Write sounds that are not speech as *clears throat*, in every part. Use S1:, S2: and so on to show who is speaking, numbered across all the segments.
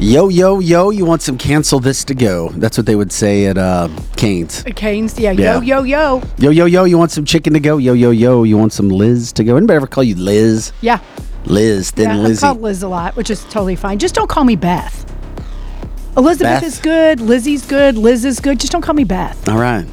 S1: Yo, yo, yo, you want some cancel this to go. That's what they would say at uh, Canes.
S2: Canes, yeah.
S1: Yeah.
S2: Yo, yo, yo.
S1: Yo, yo, yo, you want some chicken to go? Yo, yo, yo, you want some Liz to go? Anybody ever call you Liz?
S2: Yeah.
S1: Liz, then
S2: yeah. I'm
S1: Lizzie.
S2: called Liz a lot, which is totally fine. Just don't call me Beth. Elizabeth
S1: Beth?
S2: is good. Lizzie's good. Liz is good. Just don't call me Beth.
S1: All right.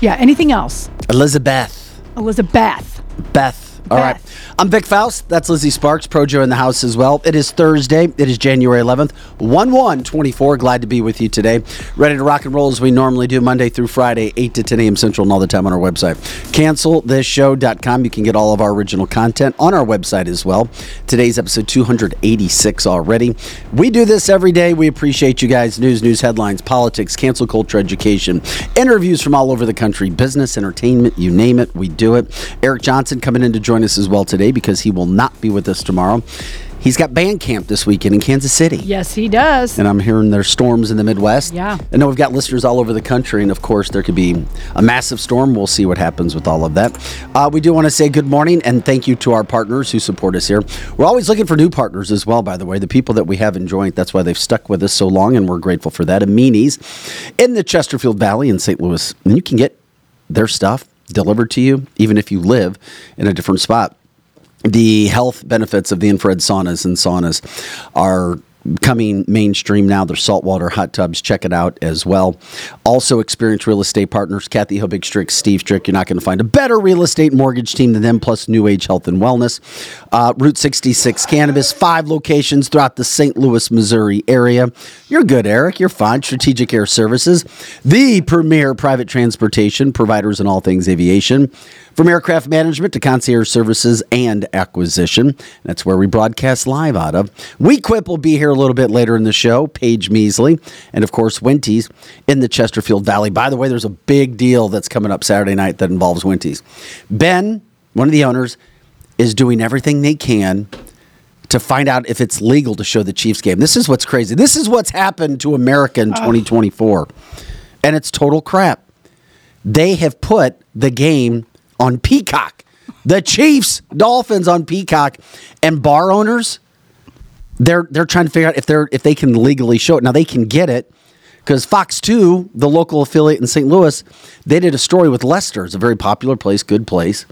S2: Yeah. Anything else?
S1: Elizabeth.
S2: Elizabeth.
S1: Beth. All right.
S2: Beth.
S1: I'm Vic Faust. That's Lizzie Sparks. Projo in the house as well. It is Thursday. It is January 11th, 1 1 24. Glad to be with you today. Ready to rock and roll as we normally do Monday through Friday, 8 to 10 a.m. Central, and all the time on our website. CancelThisShow.com. You can get all of our original content on our website as well. Today's episode 286 already. We do this every day. We appreciate you guys. News, news headlines, politics, cancel culture, education, interviews from all over the country, business, entertainment, you name it, we do it. Eric Johnson coming in to join us as well today because he will not be with us tomorrow. He's got band camp this weekend in Kansas City.
S2: Yes, he does.
S1: And I'm hearing there's storms in the Midwest.
S2: Yeah.
S1: I know we've got listeners all over the country, and of course, there could be a massive storm. We'll see what happens with all of that. Uh, we do want to say good morning and thank you to our partners who support us here. We're always looking for new partners as well, by the way. The people that we have in joint, that's why they've stuck with us so long, and we're grateful for that. Amini's in the Chesterfield Valley in St. Louis. And you can get their stuff delivered to you, even if you live in a different spot the health benefits of the infrared saunas and saunas are coming mainstream now. They're saltwater hot tubs. Check it out as well. Also, experienced real estate partners, Kathy Hobig Strick, Steve Strick. You're not going to find a better real estate mortgage team than them, plus New Age Health and Wellness. Uh, Route 66 Cannabis, five locations throughout the St. Louis, Missouri area. You're good, Eric. You're fine. Strategic Air Services, the premier private transportation providers in all things aviation. From aircraft management to concierge services and acquisition. That's where we broadcast live out of. WeQuip will be here a little bit later in the show. Paige Measley. And of course, Winties in the Chesterfield Valley. By the way, there's a big deal that's coming up Saturday night that involves Winties. Ben, one of the owners, is doing everything they can to find out if it's legal to show the Chiefs game. This is what's crazy. This is what's happened to America in 2024. And it's total crap they have put the game on Peacock. The Chiefs, Dolphins on Peacock, and bar owners, they're they're trying to figure out if they're if they can legally show it. Now they can get it because Fox Two, the local affiliate in St. Louis, they did a story with Lester. It's a very popular place, good place,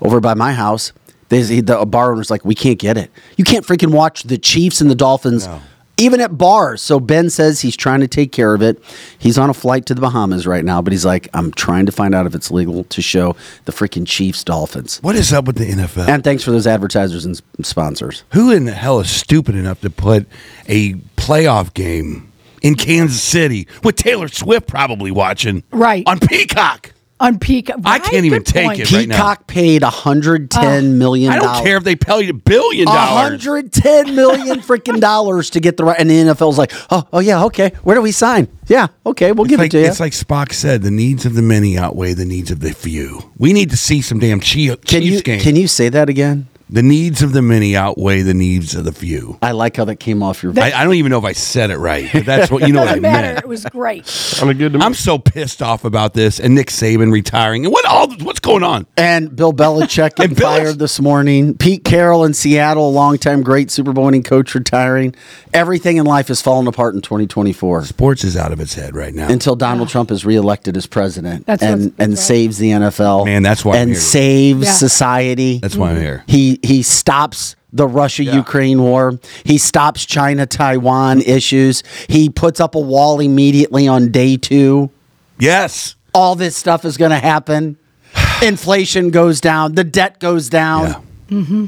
S1: over by my house. They, the bar owner's like, we can't get it. You can't freaking watch the Chiefs and the Dolphins even at bars. So Ben says he's trying to take care of it. He's on a flight to the Bahamas right now, but he's like, I'm trying to find out if it's legal to show the freaking Chiefs Dolphins.
S3: What is up with the NFL?
S1: And thanks for those advertisers and s- sponsors.
S3: Who in the hell is stupid enough to put a playoff game in Kansas City with Taylor Swift probably watching
S2: Right.
S3: on Peacock?
S2: On peak. Right?
S3: I can't even
S2: Good
S3: take
S2: point.
S3: it right now.
S1: Peacock paid
S3: Oh.
S2: Uh,
S1: 110 million
S3: I don't care if they pay you a billion dollars.
S1: 110 million freaking dollars to get the right. And the NFL's like, oh, oh yeah, okay. Where do we sign? Yeah, okay, we'll give
S3: It's like,
S1: it to you.
S3: it's like Spock said, the needs of the many outweigh the needs of the few. We need to see some damn Chi-
S1: can
S3: Chiefs
S1: you
S3: game.
S1: can you say that again?
S3: the needs of the many outweigh the needs of the few.
S1: I like how that came off your.
S3: I, I don't even know if I said it right, but that's what you know what I
S2: Doesn't matter.
S3: meant.
S2: It was great.
S4: Sounded good to me.
S3: I'm so pissed off about this and Nick Saban retiring and what all what's going on?
S1: And
S3: *laughs*
S1: Bill Belichick getting
S3: And Bill-
S1: fired this morning. Pete Carroll in Seattle, longtime great Super Bowl winning coach, retiring. Everything in life is falling apart in 2024
S3: Sports is out of its head right now.
S1: until Donald Trump is reelected as president
S2: That's
S1: and,
S2: what's-
S1: and
S2: that's right.
S1: saves the NFL.
S3: Man, that's why I'm
S1: And
S3: here.
S1: saves
S2: Yeah.
S1: society.
S3: That's why I'm here.
S1: He he stops the Russia Ukraine war. He stops China Taiwan issues. He puts up a wall immediately on day two.
S3: Yes.
S1: All this stuff is going to happen. Inflation goes down. The debt goes down.
S3: Yeah.
S2: Mm-hmm.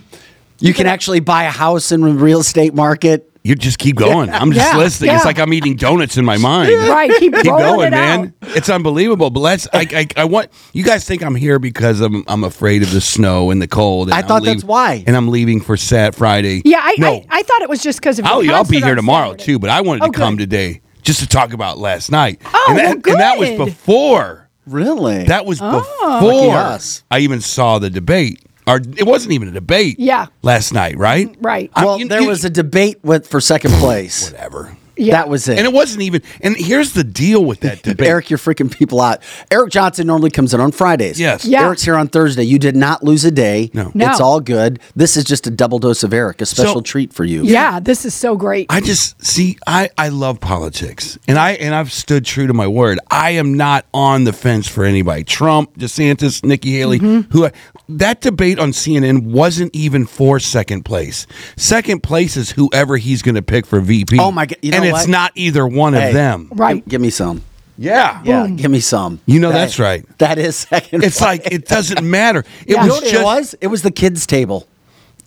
S1: You can actually buy a house in the real estate market.
S3: You just keep going. I'm just
S2: Yeah.
S3: listening.
S2: Yeah.
S3: It's like I'm eating donuts in my mind.
S2: Right. Keep,
S3: Keep
S2: rolling
S3: going,
S2: it
S3: man.
S2: Out.
S3: It's unbelievable. But let's. I, I, I want you guys think I'm here because I'm I'm afraid of the snow and the cold. And
S1: I
S3: I'm
S1: thought that's why.
S3: And I'm leaving for Sat Friday.
S2: Yeah, I,
S3: no.
S2: I, I thought it was just because of. your
S3: I'll, Oh, I'll be
S2: concert
S3: here
S2: on
S3: tomorrow
S2: Saturday.
S3: too. But I wanted
S2: Oh,
S3: to come
S2: good.
S3: today just to talk about last night.
S2: Oh,
S3: and
S2: well,
S3: that, And that was
S2: good. Oh.
S3: before.
S1: Really?
S3: That was
S2: Lucky
S3: before
S1: us.
S3: I even saw the debate. or it wasn't even a debate.
S2: Yeah.
S3: Last night, right?
S2: Right.
S3: I-
S1: Well,
S3: you-
S1: there
S3: you-
S1: was a debate with for second place.
S3: whatever.
S2: Yeah.
S1: That was it.
S3: And it wasn't even. And here's the deal with
S1: *laughs*
S3: that debate.
S1: Eric, you're freaking people out. Eric Johnson normally comes in on Fridays.
S3: Yes.
S2: Yeah.
S1: Eric's here on Thursday. You did not lose a day.
S3: No.
S2: No.
S1: It's all good. This is just a double dose of Eric, a special
S3: So-
S1: treat for you.
S2: yeah, this is so great.
S3: I just see I, I love politics and I and I've stood true to my word. I am not on the fence for anybody. Trump, DeSantis, Nikki Haley,
S1: Mm-hmm.
S3: who I, that debate on CNN wasn't even for second place. Second place is whoever he's going to pick for VP.
S1: Oh my God, you know
S3: and it's
S1: what?
S3: not either one
S1: Hey.
S3: of them.
S2: right.
S1: Give me some.
S3: Yeah.
S1: Yeah, give me some.
S3: You know that's right.
S1: That is second.
S3: It's like it doesn't matter. It
S2: Yeah.
S1: you
S3: was
S1: know what
S3: just
S1: it was? It was the kids' table.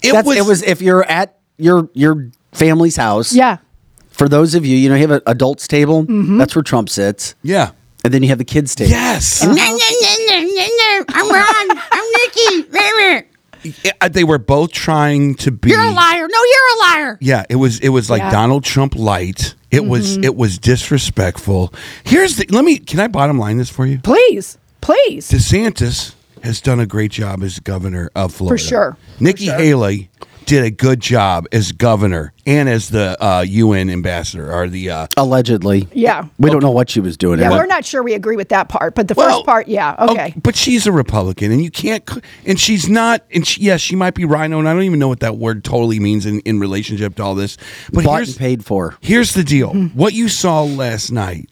S3: It
S1: That's-
S3: was-
S1: it was if you're at your your family's house.
S2: Yeah.
S1: For those of you, you know, you have an adults table. That's where Trump sits,
S3: Yeah.
S1: and then you have the kids' table.
S3: Yes.
S2: Uh-huh.
S4: I'm Ron. I'm Nikki.
S3: Yeah, uh, They were both trying to be
S4: You're a liar. No, you're a liar.
S3: Yeah, it was it was like
S2: Yeah.
S3: Donald Trump light. It was
S1: Mm-hmm.
S3: it was disrespectful. Here's the let me can I bottom line this for you?
S2: Please. Please.
S3: DeSantis has done a great job as governor of Florida.
S2: sure.
S3: Nikki Haley did a good job as governor and as the uh, UN ambassador or the uh,
S1: Allegedly.
S2: Yeah.
S1: We don't know what she was doing.
S2: Yeah,
S1: Eric.
S2: we're not sure we agree with that part, but the
S3: Well,
S2: first part, yeah.
S3: *laughs*
S2: Okay.
S3: Oh, But she's a Republican, and you can't. c- And she's not. And she, yes, she might be rhino, and I don't even know what that word totally means in, in relationship to all this. But
S1: Bought
S3: here's
S1: and paid for.
S3: Here's the deal. What you saw last night,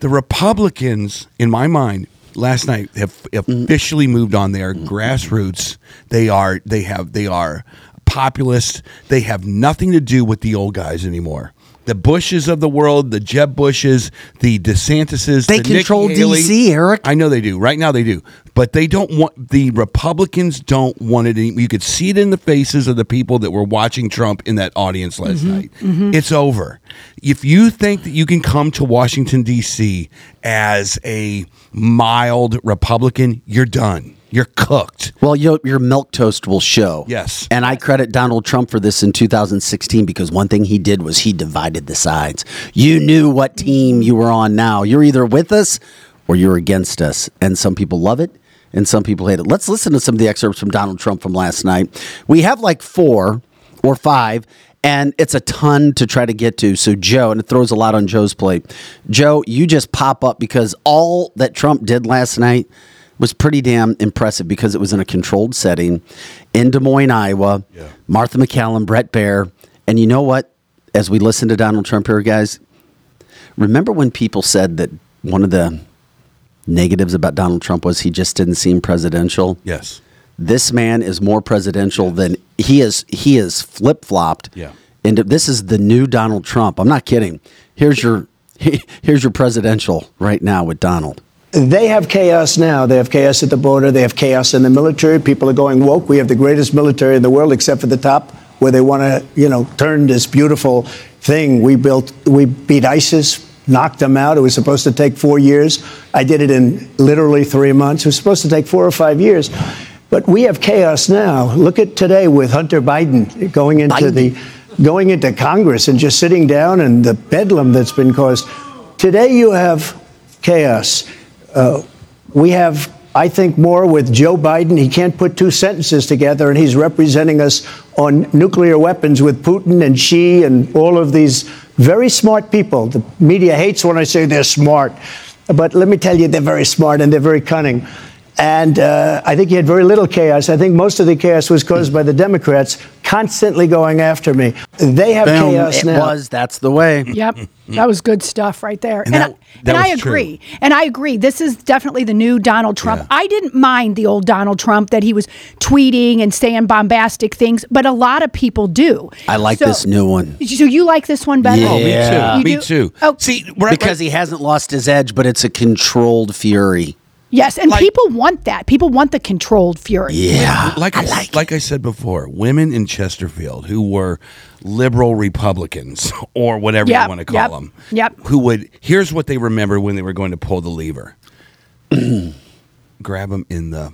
S3: the Republicans, in my mind, last night have officially moved on. They are grassroots. They are they have they are populist. They have nothing to do with the old guys anymore. The Bushes of the world, the Jeb Bushes, the DeSantises,
S1: They
S3: the Nikki
S1: control
S3: Haley.
S1: DC, Eric.
S3: I know they do. Right now they do. But they don't want the Republicans don't want it. any- You could see it in the faces of the people that were watching Trump in that audience last
S5: Mm-hmm.
S6: Mm-hmm.
S3: night. It's over. If you think that you can come to Washington D.C. as a mild Republican, you're done. You're cooked.
S1: Well, your, your milk toast will show.
S3: Yes.
S1: And I credit Donald Trump for this in 2016 because one thing he did was he divided the sides. You knew what team you were on now. You're either with us or you're against us. And some people love it and some people hate it. Let's listen to some of the excerpts from Donald Trump from last night. We have like four or five. And it's a ton to try to get to. So, Joe, and it throws a lot on Joe's plate. Joe, you just pop up because all that Trump did last night was pretty damn impressive because it was in a controlled setting in Des Moines, Iowa. Martha McCallum, Brett Baer. And you know what? As we listen to Donald Trump here, guys, remember when people said that one of the negatives about Donald Trump was he just didn't seem presidential?
S3: Yes.
S1: This man is more presidential than he is he is flip flopped.
S3: Yeah.
S1: And this is the new Donald Trump. I'm not kidding. Here's your *laughs* here's your presidential right now with Donald.
S7: They have chaos now. They have chaos at the border. They have chaos in the military. People are going woke. We have the greatest military in the world, except for the top, where they want to, you know, turn this beautiful thing we built. We beat ISIS, knocked them out. It was supposed to take four years. I did it in literally three months. It was supposed to take four or five years. But we have chaos now. Look at today with Hunter Biden going into
S1: Biden.
S7: the going into Congress and just sitting down and the bedlam that's been caused. Today you have chaos. Uh, we have, I think, more with Joe Biden. He can't put two sentences together, and he's representing us on nuclear weapons with Putin and Xi and all of these very smart people. The media hates when I say they're smart, but let me tell you, they're very smart and they're very cunning. And uh, I think you had very little chaos. I think most of the chaos was caused by the Democrats constantly going after me. They have
S1: Boom.
S7: chaos
S1: It
S7: now.
S1: was. That's the way.
S2: Yep. That was good stuff right there. And,
S3: that-
S2: I,
S3: that
S2: and I
S3: was true.
S2: agree. And I agree. This is definitely the new Donald Trump. I didn't mind the old Donald Trump that he was tweeting and saying bombastic things, but a lot of people do.
S1: I like
S2: So-
S1: this new one.
S2: So you like this one better?
S1: Oh, me Yeah.
S2: You
S3: Me
S2: do?
S3: too.
S2: Oh,
S3: See, right,
S1: because he hasn't lost his edge, but it's a controlled fury.
S2: yes. And
S3: like-
S2: people want that. People want the controlled fury.
S1: Yeah,
S3: like I, like, I said before, women in Chesterfield who were liberal Republicans *laughs* or whatever
S2: Yep,
S3: you want to
S2: yep,
S3: call them,
S2: yep.
S3: who would here's what they remember when they were *clears throat* going to pull the lever, grab them in the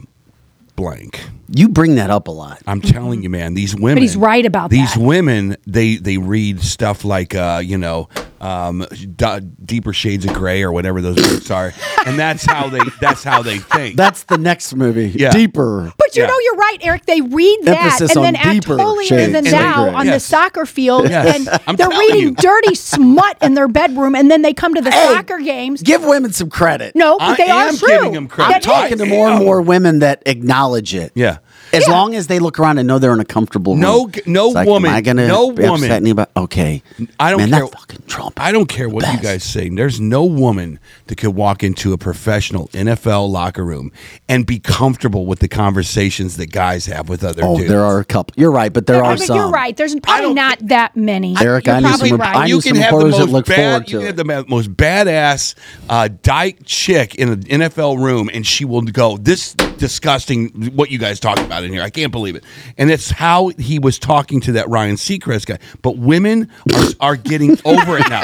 S3: blank.
S1: You bring that up a lot.
S3: I'm telling you, man, these women.
S2: he's right about
S3: these
S2: that.
S3: women. They they read stuff like uh, you know, um, d- deeper shades of gray or whatever those books are, and that's how they that's how they think.
S1: That's the next movie.
S3: Yeah.
S1: Deeper.
S2: But you
S3: Yeah.
S2: know, you're right, Eric. They read that
S1: Emphasis
S2: and then
S1: on
S2: act
S1: deeper
S2: holier
S1: shades
S2: than
S3: of
S2: thou
S1: gray.
S2: on the
S3: Yes.
S2: soccer field,
S3: Yes.
S2: and
S3: I'm
S2: they're
S3: telling
S2: reading
S3: you.
S2: dirty smut in their bedroom, and then they come to the soccer games.
S1: Give women some credit.
S2: no, but
S3: I
S2: they are
S3: am
S2: true.
S3: giving them credit.
S1: I'm
S2: That is-
S1: talking to more and more women that acknowledge it.
S3: Yeah.
S1: As long as they look around and know they're in a comfortable
S3: No
S1: room.
S3: g- no
S1: It's like,
S3: woman-
S1: Am I gonna
S3: no
S1: be
S3: woman.
S1: upsetting about? Okay.
S3: I don't
S1: Man,
S3: care.
S1: That fucking Trump.
S3: I don't care what
S1: Best.
S3: you guys say. There's no woman that could walk into a professional NFL locker room and be comfortable with the conversations that guys have with other
S1: Oh,
S3: dudes.
S1: there are a couple. You're right, but there
S2: I
S1: are
S2: think
S1: some.
S2: You're right. There's probably
S3: don't
S2: not that many.
S1: Eric,
S2: You're
S1: I knew
S2: probably
S1: some-
S2: right.
S1: I knew
S3: you can
S1: some
S3: have the
S1: reporters that
S3: most
S1: look
S3: bad,
S1: forward to
S3: you can
S1: it.
S3: have the ma- most badass uh, dyke chick in an NFL room, and she will go, "This disgusting, what you guys talk about in here? I can't believe it." And that's how he was talking to that Ryan Seacrest guy. But women are, are
S1: *laughs*
S3: getting over it now.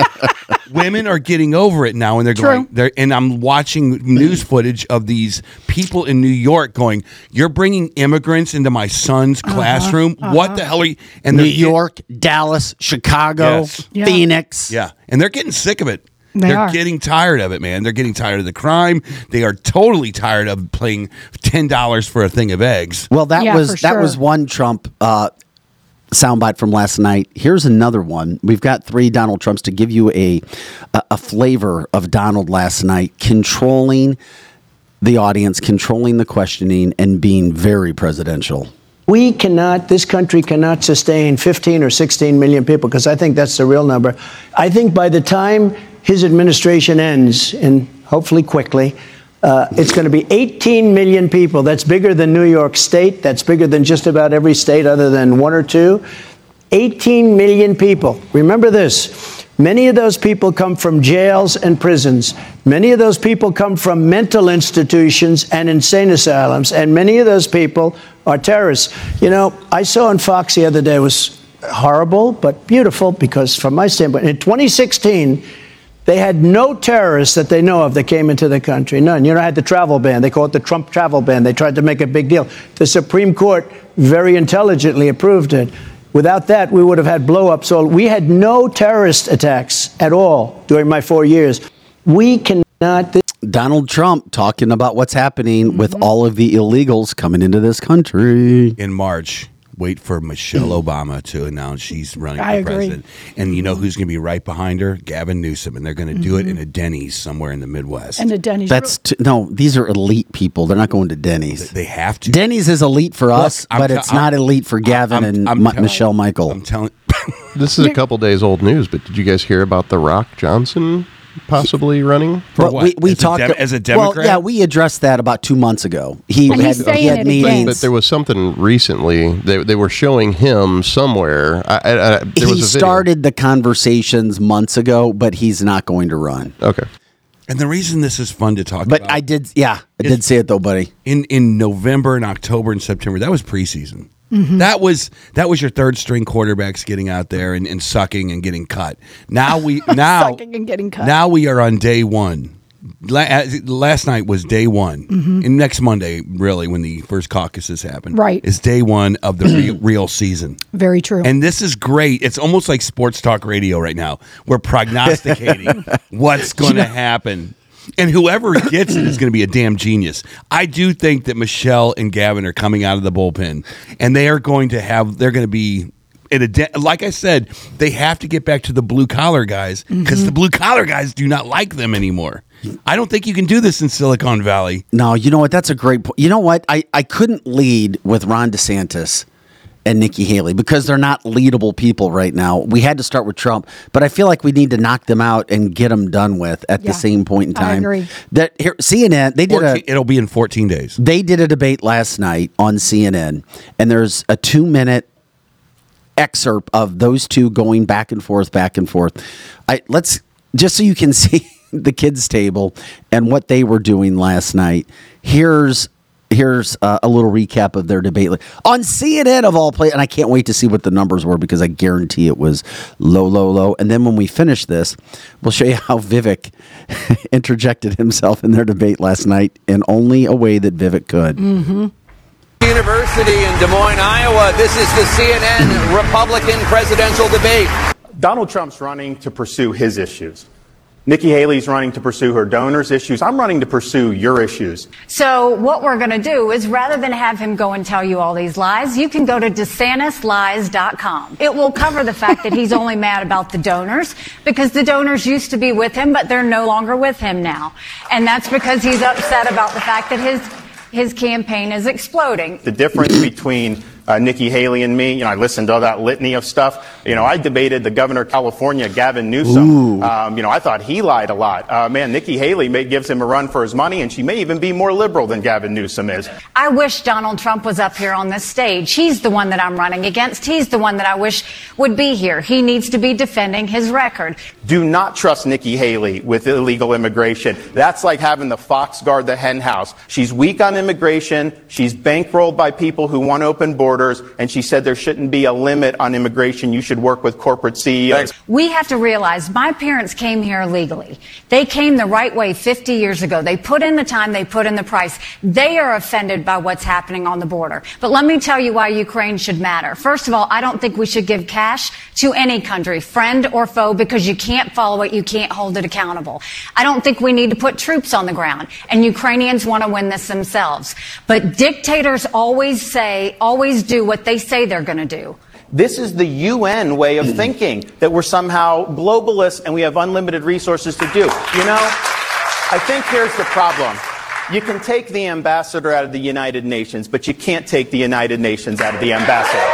S3: women are getting over it now, and they're
S2: True.
S3: going. They're, and I'm watching news footage of these people in New York going, "You're bringing immigrants into my son's
S1: Uh-huh.
S3: classroom. What the hell are you?" And
S1: New
S3: they're get-
S1: York, Dallas, Chicago,
S3: Yes.
S2: Yeah.
S1: Phoenix.
S3: yeah, and they're getting sick of it.
S2: They
S3: are
S2: are.
S3: getting tired of it, man. They're getting tired of the crime. They are totally tired of playing ten dollars for a thing of eggs.
S1: Well, that
S2: Yeah,
S1: was
S2: for
S1: that was
S2: sure.
S1: one Trump uh, soundbite from last night. Here's another one. We've got three Donald Trumps to give you a a, a flavor of Donald last night, controlling the audience, controlling the questioning, and being very presidential.
S7: We cannot, this country cannot sustain 15 or 16 million people, because I think that's the real number. I think by the time his administration ends, and hopefully quickly, uh, it's going to be 18 million people. That's bigger than New York State. That's bigger than just about every state other than one or two. 18 million people. Remember this. Many of those people come from jails and prisons. Many of those people come from mental institutions and insane asylums. And many of those people are terrorists. You know, I saw on Fox the other day it was horrible, but beautiful because, from my standpoint, in 2016, they had no terrorists that they know of that came into the country. None. You know, I had the travel ban. They call it the Trump travel ban. They tried to make a big deal. The Supreme Court very intelligently approved it. Without that, we would have had blow ups. All we had no terrorist attacks at all during my four years. We cannot.
S1: Donald Trump talking about what's happening with
S2: Mm-hmm.
S1: all of the illegals coming into this country.
S3: In March, wait for Michelle Obama to announce she's running
S2: I
S3: for
S2: agree.
S3: president, and you know who's going to be right behind her? Gavin Newsom, and they're going to do it in a Denny's somewhere in the Midwest.
S2: And Mm-hmm. a Denny's.
S1: That's t- no, these are elite people. They're not going to Denny's.
S3: they have to.
S1: Denny's is elite for us,
S3: I'm
S1: but
S3: te-
S1: it's not
S3: I'm-
S1: elite for Gavin
S3: I'm-
S1: and
S3: I'm
S1: Mi-
S3: telling-
S1: Michelle Michael.
S3: I'm telling.
S8: This is a couple days old news, but did you guys hear about The Rock Johnson possibly running?
S3: For
S1: Well,
S3: what?
S1: We, we
S3: As a
S1: talked
S3: Dem- as a
S1: Well,
S3: Democrat?
S1: yeah, we addressed that about two months ago. He
S2: And
S1: had,
S2: he's saying
S1: he had
S2: it again.
S1: meetings.
S8: But there was something recently. They, they were showing him somewhere. I, I, I, there
S1: he
S8: was a video.
S1: started the conversations months ago, but he's not going to run.
S8: Okay.
S3: And the reason this is fun to talk
S1: But
S3: about,
S1: I did, yeah, I did
S3: It's-
S1: see it though, buddy.
S3: in in November and October and September. That was preseason.
S2: Mm-hmm.
S3: That was that was your third string quarterbacks getting out there and, and sucking and getting cut. Now
S2: *laughs*
S3: we
S1: *laughs*
S3: now
S2: Sucking and getting cut.
S3: Now we are on day one. La- as- Last night was day one,
S2: Mm-hmm.
S3: and next Monday, really, when the first caucuses happen,
S2: Right.
S3: is day one of the
S2: *clears throat*
S3: real, real season.
S2: very true.
S3: And this is great. It's almost like sports talk radio right now. We're
S2: *laughs*
S3: prognosticating what's going to happen. And whoever gets it is going to be a damn genius. I do think that Michelle and Gavin are coming out of the bullpen and they are going to have, they're going to be. In a de- like I said, they have to get back to the blue collar guys because the blue collar guys do not like them anymore. I don't think you can do this in Silicon Valley.
S1: No, you know what? That's a great point. You know what? I, I couldn't lead with Ron DeSantis and Nikki Haley because they're not leadable people right now. We had to start with Trump, but I feel like we need to knock them out and get them done with at
S2: Yeah,
S1: the same point in
S2: I
S1: time.
S2: agree.
S1: That here, CNN they did
S3: 14,
S1: a
S3: it'll be in 14 days.
S1: they did a debate last night on CNN, and there's a two minute excerpt of those two going back and forth, back and forth. I let's just so you can *laughs* see the kids' table and what they were doing last night. Here's here's uh, a little recap of their debate on CNN of all play, and I can't wait to see what the numbers were because I guarantee it was low, low, low. And then when we finish this, we'll show you how Vivek *laughs* interjected himself in their debate last night in only a way that Vivek could.
S9: University in Des Moines, Iowa. This is the CNN Republican presidential debate.
S10: Donald Trump's running to pursue his issues. Nikki Haley's running to pursue her donors' issues. I'm running to pursue your issues.
S11: So what we're going to do is rather than have him go and tell you all these lies, you can go to DeSantisLies.com. It will cover the fact that he's only mad about the donors because the donors used to be with him, but they're no longer with him now. And that's because he's upset about the fact that his his campaign is exploding.
S10: The difference between uh, Nikki Haley and me, you know, I listened to all that litany of stuff. You know, I debated the governor of California, Gavin Newsom. Um, you know, I thought he lied a lot. Uh, man, Nikki Haley may, gives him a run for his money, and she may even be more liberal than Gavin Newsom is.
S11: I wish Donald Trump was up here on this stage. He's the one that I'm running against. He's the one that I wish would be here. He needs to be defending his record.
S10: Do not trust Nikki Haley with illegal immigration. That's like having the fox guard the hen house. She's weak on immigration. She's bankrolled by people who want open borders. And she said there shouldn't be a limit on immigration. You should work with corporate E CEOs.
S11: We have to realize my parents came here legally. They came the right way 50 years ago. They put in the time, they put in the price. They are offended by what's happening on the border. But let me tell you why Ukraine should matter. First of all, I don't think we should give cash to any country, friend or foe, because you can't follow it, you can't hold it accountable. I don't think we need to put troops on the ground. And Ukrainians want to win this themselves. But dictators always say, always do what they say they're going to do.
S10: This is the UN way of thinking that we're somehow globalists and we have unlimited resources to do. You know, I think here's the problem. You can take the ambassador out of the United Nations, but you can't take the United Nations out of the ambassador.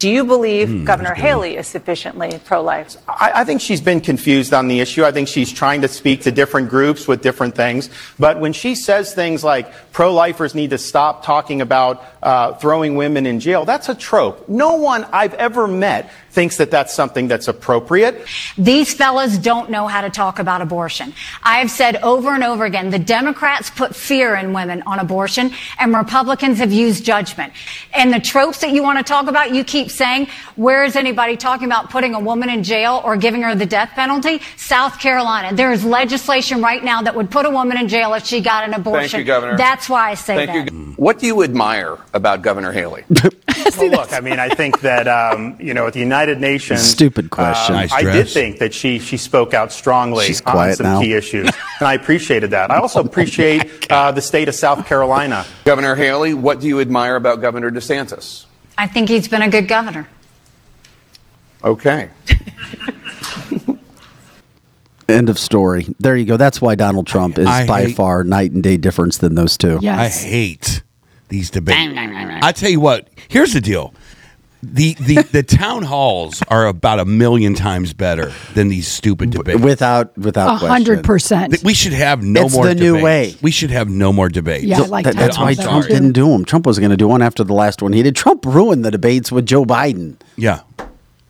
S12: Do you believe Governor Haley is sufficiently pro-life?
S10: I, I think she's been confused on the issue. I think she's trying to speak to different groups with different things. But when she says things like pro-lifers need to stop talking about uh, throwing women in jail, that's a trope. No one I've ever met thinks that that's something that's appropriate.
S11: These fellas don't know how to talk about abortion. I have said over and over again, the Democrats put fear in women on abortion and Republicans have used judgment. And the tropes that you want to talk about, you keep saying, where is anybody talking about putting a woman in jail or giving her the death penalty? South Carolina. There is legislation right now that would put a woman in jail if she got an abortion.
S9: Thank you, Governor.
S11: That's why I say that.
S9: Thank you. Mm. What do you admire about Governor
S10: *laughs*
S9: Haley?
S10: Well, look, I mean, I think that um, you know, at the United Nations,
S1: Stupid question.
S10: um,
S3: Nice
S10: I did
S3: dress.
S10: think that she she spoke out strongly
S1: She's
S10: on
S1: quiet
S10: some
S1: now.
S10: key issues, and I appreciated that. I also appreciate uh, the state of South Carolina.
S9: Governor Haley, what do you admire about Governor DeSantis?
S11: I think he's been a good governor.
S9: Okay.
S1: End of story. There you go. That's why Donald Trump is
S3: I
S1: by
S3: hate-
S1: far night and day difference than those two.
S3: I
S2: Yes.
S3: hate these debates. I tell you what, here's the deal. The,
S2: *laughs*
S3: the, the town halls are about a million times better than these stupid debates.
S1: Without without
S2: A hundred
S1: question.
S2: percent.
S3: That we should have no
S1: It's
S3: more
S1: the new
S3: debates.
S1: way.
S3: We should have no more debates.
S2: Yeah, I like
S1: That-
S2: town
S1: that's why
S2: halls.
S1: Trump
S2: Sorry.
S1: didn't do them. Trump was going to do one after the last one he did. Trump ruined the debates with Joe Biden.
S3: Yeah.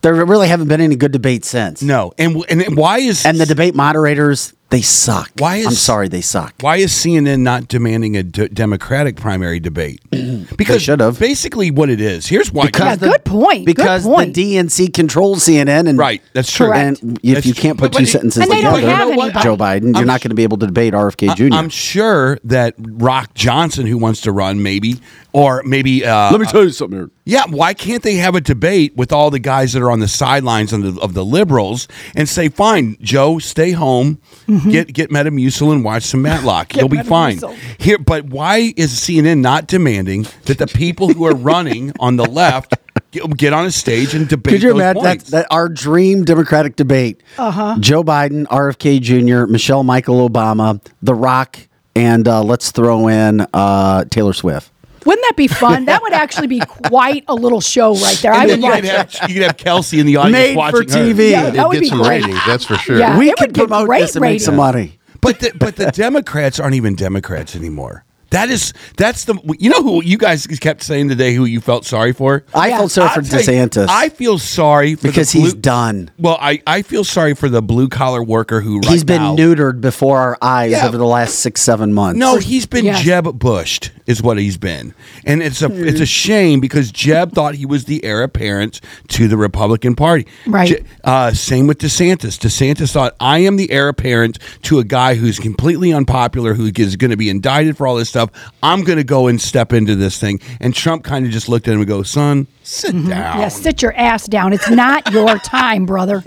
S1: There really haven't been any good debates since.
S3: No. And and why is
S1: And the debate moderators, they suck.
S3: Why is-
S1: I'm sorry, they suck.
S3: why is CNN not demanding a d- Democratic primary
S1: *clears throat*
S3: debate? Because
S1: should have.
S3: Basically, what it is. Here's why.
S2: Yeah, good point. Good
S1: Because
S2: point.
S1: the DNC controls CNN, and
S3: Right, that's true.
S1: And
S2: Correct.
S1: if
S3: That's
S1: you
S3: true.
S1: can't put
S3: But-
S1: two
S3: but-
S1: sentences
S2: And they don't
S1: together,
S2: have You know what?
S1: Joe Biden, you're not going to be able to debate RFK Jr.
S3: I'm sure that Rock Johnson, who wants to run, maybe or maybe. Uh,
S1: me tell you something. Here.
S3: yeah, why can't they have a debate with all the guys that are on the sidelines of the, of the liberals and say, "Fine, Joe, stay home, get get Metamucil and watch some
S2: *laughs*
S3: Matlock. You'll be
S2: Mm-hmm. Metamucil.
S3: fine." Here, but why is CNN not demanding that the people who are running on the left *laughs* get, get on a stage and debate?
S1: Could you
S3: those
S1: imagine that,
S3: points?
S1: that our dream Democratic debate? Uh-huh. Joe Biden, RFK Jr., Michelle Michael Obama, The Rock, and uh, let's throw in uh, Taylor Swift.
S2: Wouldn't that be fun? That would actually be quite a little show right there.
S3: And
S2: I would
S3: then you
S2: watch
S3: could,
S2: that.
S3: have, you could have Kelsey in the audience
S1: Made for
S3: watching her.
S1: TV.
S2: Yeah,
S1: It'd
S2: that would
S8: get
S2: be
S8: some
S2: great.
S8: ratings, that's for sure.
S2: Yeah,
S1: we
S2: it
S1: could
S2: would get
S1: promote
S2: great
S1: this and make some
S2: ratings.
S1: money.
S3: But the, but the Democrats aren't even Democrats anymore. That is that's the you know who you guys kept saying today who you felt sorry for.
S1: I felt sorry for
S3: I'll tell you,
S1: DeSantis.
S3: I feel sorry for the
S1: Because he's
S3: blue-
S1: done.
S3: Well, I, I feel sorry for the blue collar worker who right
S1: He's been
S3: now-
S1: neutered before our eyes
S3: Yeah.
S1: over the last six, seven months.
S3: No, he's been
S2: Yes.
S3: Jeb Bushed, is what he's been, and it's a it's a shame because Jeb thought he was the heir apparent to the Republican Party.
S2: Right.
S3: Je- uh, same with DeSantis. DeSantis thought I am the heir apparent to a guy who's completely unpopular, who is going to be indicted for all this stuff. stuff. I'm going to go and step into this thing. And Trump kind of just looked at him and go, son, sit down.
S2: Mm-hmm. Yeah, sit your ass down. It's not your
S3: *laughs*
S2: time, brother.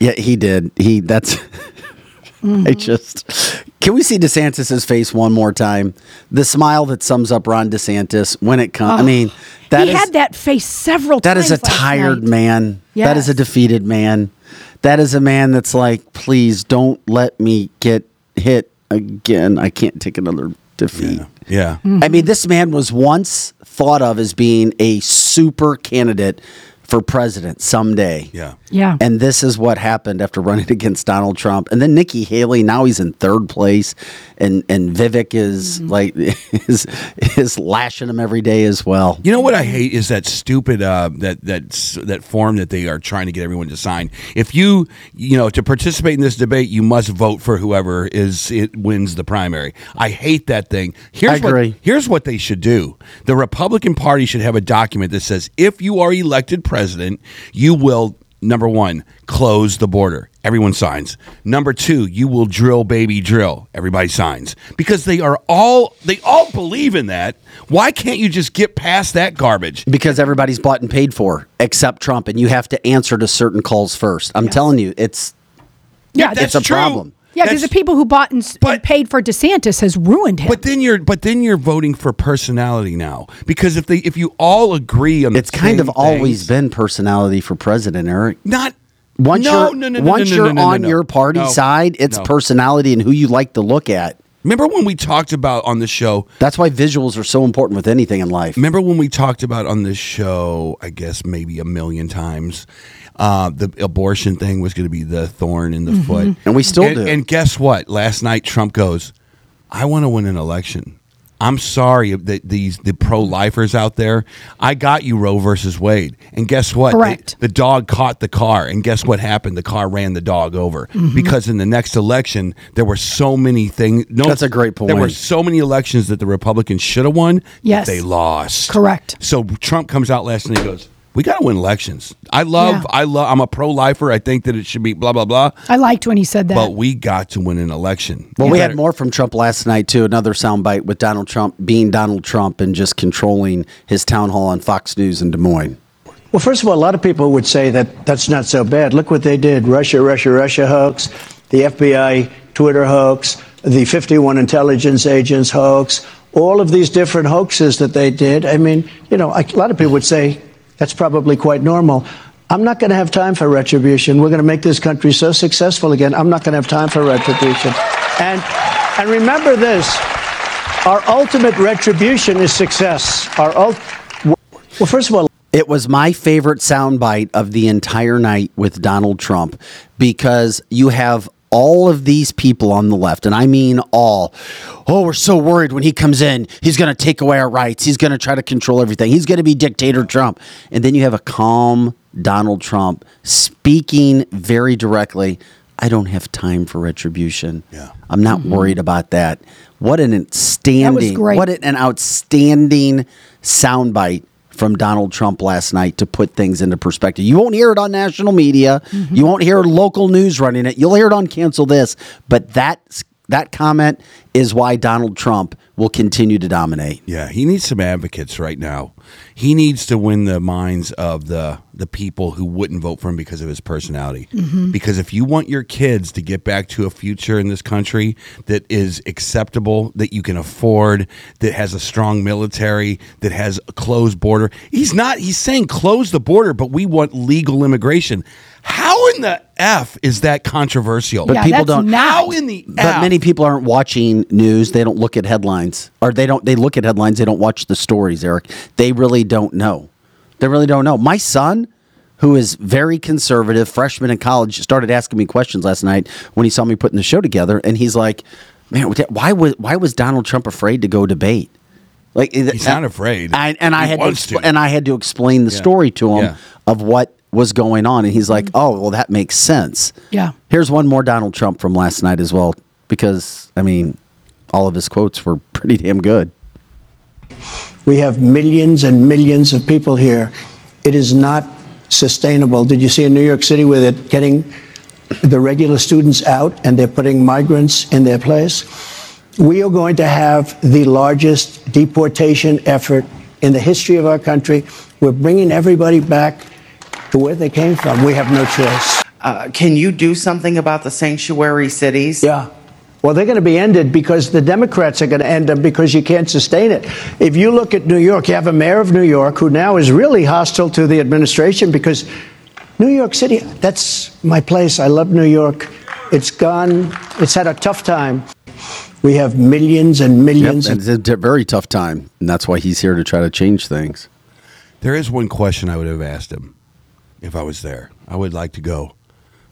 S1: Yeah, he did. He that's. *laughs*
S2: Mm-hmm.
S1: I just can we see DeSantis's face one more time? The smile that sums up Ron DeSantis when it comes. I
S2: Oh,
S1: mean, that
S2: he
S1: is-
S2: had that face several
S1: that
S2: times.
S1: is a
S2: last
S1: tired
S2: night.
S1: man. That is a defeated man. That is a man that's like, please don't let me get hit again. I can't take another defeat.
S3: Yeah.
S2: Mm-hmm.
S1: I mean, this man was once thought of as being a super candidate for president someday.
S3: Yeah.
S2: Yeah.
S1: And this is what happened after running *laughs* against Donald Trump. And then Nikki Haley, now he's in third place. And and Vivek is like *laughs* is is lashing him every day as well.
S3: You know what I hate is that stupid uh, that that s- that form that they are trying to get everyone to sign. If you you know to participate in this debate, you must vote for whoever is it wins the primary. I hate that thing. Here's
S1: I agree.
S3: what here's what they should do. The Republican Party should have a document that says if you are elected president, you will number 1 close the border. Everyone signs. Number 2, you will drill baby drill. Everybody signs. Because they are all they all believe in that. Why can't you just get past that garbage?
S1: Because everybody's bought and paid for except Trump, and you have to answer to certain calls first. I'm telling you, it's
S2: Yeah,
S1: it's a problem.
S2: Yeah, because the people who bought and, s and paid for DeSantis has ruined him.
S3: But then you're but then you're voting for personality now because if they if you all agree on
S1: It's kind of always been personality for president, Eric.
S3: not
S1: Once
S3: No,
S1: you're
S3: no, no, no,
S1: once
S3: no, no,
S1: you're
S3: no, no,
S1: on
S3: no.
S1: your party
S3: No.
S1: side, it's
S3: No.
S1: personality and who you like to look at.
S3: Remember when we talked about on the show?
S1: That's why visuals are so important with anything in life.
S3: Remember when we talked about on this show? I guess maybe a million times, uh, the abortion thing was going to be the thorn in the foot,
S1: And we still
S3: and,
S1: do.
S3: And guess what? Last night Trump goes, "I want to win an election." I'm sorry that these the pro lifers out there. I got you Roe versus Wade, and guess what?
S2: Correct.
S3: The, the dog caught the car, and guess what happened? The car ran the dog over because in the next election there were so many things. No,
S1: That's a great
S3: There were
S1: point.
S3: so many elections that the Republicans should have won. that
S2: Yes.
S3: they lost.
S2: Correct.
S3: So Trump comes out last and he goes, "We got to win elections. I love,
S2: Yeah.
S3: I love. I'm a pro lifer. I think that it should be blah blah blah.
S2: I liked when he said that.
S3: But we got to win an election.
S1: Well, we had more from Trump last night too. Another soundbite with Donald Trump being Donald Trump and just controlling his town hall on Fox News in Des Moines.
S7: Well, first of all, a lot of people would say that that's not so bad. Look what they did Russia, Russia, Russia hoax, the FBI Twitter hoax, the 51 intelligence agents hoax, all of these different hoaxes that they did. I mean, you know, I- a lot of people would say that's probably quite normal. I'm not going to have time for retribution. We're going to make this country so successful again. I'm not going to have time for retribution. And, and remember this our ultimate retribution is success. Our ult- well, first of all,
S1: It was my favorite soundbite of the entire night with Donald Trump because you have all of these people on the left, and I mean all. Oh, we're so worried when he comes in. He's going to take away our rights. He's going to try to control everything. He's going to be dictator Trump. And then you have a calm Donald Trump speaking very directly. I don't have time for retribution. Yeah. I'm not
S7: Mm-hmm.
S1: worried about that. What an outstanding,
S2: great.
S1: what an outstanding soundbite from Donald Trump last night to put things into perspective. You won't hear it on national media.
S3: Mm-hmm.
S1: You won't hear local news running it. You'll hear it on cancel this. But that that comment is why Donald Trump will continue to dominate.
S3: Yeah, he needs some advocates right now. He needs to win the minds of the the people who wouldn't vote for him because of his personality.
S2: Mm-hmm.
S3: Because if you want your kids to get back to a future in this country that is acceptable, that you can afford, that has a strong military, that has a closed border, he's not. He's saying close the border, but we want legal immigration. How in the f is that controversial?
S1: But
S2: yeah,
S1: people
S2: that's
S1: don't-
S2: Not,
S3: How in the
S1: But
S3: f?
S1: many people aren't watching news. They don't look at headlines, or they don't. They look at headlines. They don't watch the stories, Eric. They really don't know. They really don't know. My son, who is very conservative, freshman in college, started asking me questions last night when he saw me putting the show together, and he's like, "Man, why was why was Donald Trump afraid to go debate?" Like
S3: He's not afraid.
S1: I, and I
S3: He
S1: had to,
S3: wants
S1: expl-
S3: to.
S1: and I had to explain the
S3: Yeah.
S1: story to him
S3: Yeah.
S1: of what was going on, and he's like, "Oh, well, that makes sense."
S2: Mm-hmm. Yeah.
S1: Here's one more Donald Trump from last night as well, because I mean, all of his quotes were *laughs* pretty damn good.
S7: We have millions and millions of people here. It is not sustainable. Did you see in New York City with it getting the regular students out and they're putting migrants in their place? we are going to have the largest deportation effort in the history of our country. We're bringing everybody back to where they came from. We have no choice.
S13: Uh, can you do something about the sanctuary cities?
S7: Yeah. Well, they're going to be ended because the Democrats are going to end them because you can't sustain it. If you look at New York, you have a mayor of New York who now is really hostile to the administration because New York City, that's my place. I love New York. It's gone, it's had a tough time. We have millions and millions.
S1: Yep,
S7: and
S1: it's a d- very tough time, and that's why he's here to try to change things.
S3: There is one question I would have asked him if I was there. I would like to go,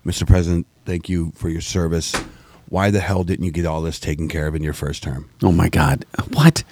S3: Mr. President. Thank you for your service. Why the hell didn't you get all this taken care of in your first term?
S1: Oh my God! What?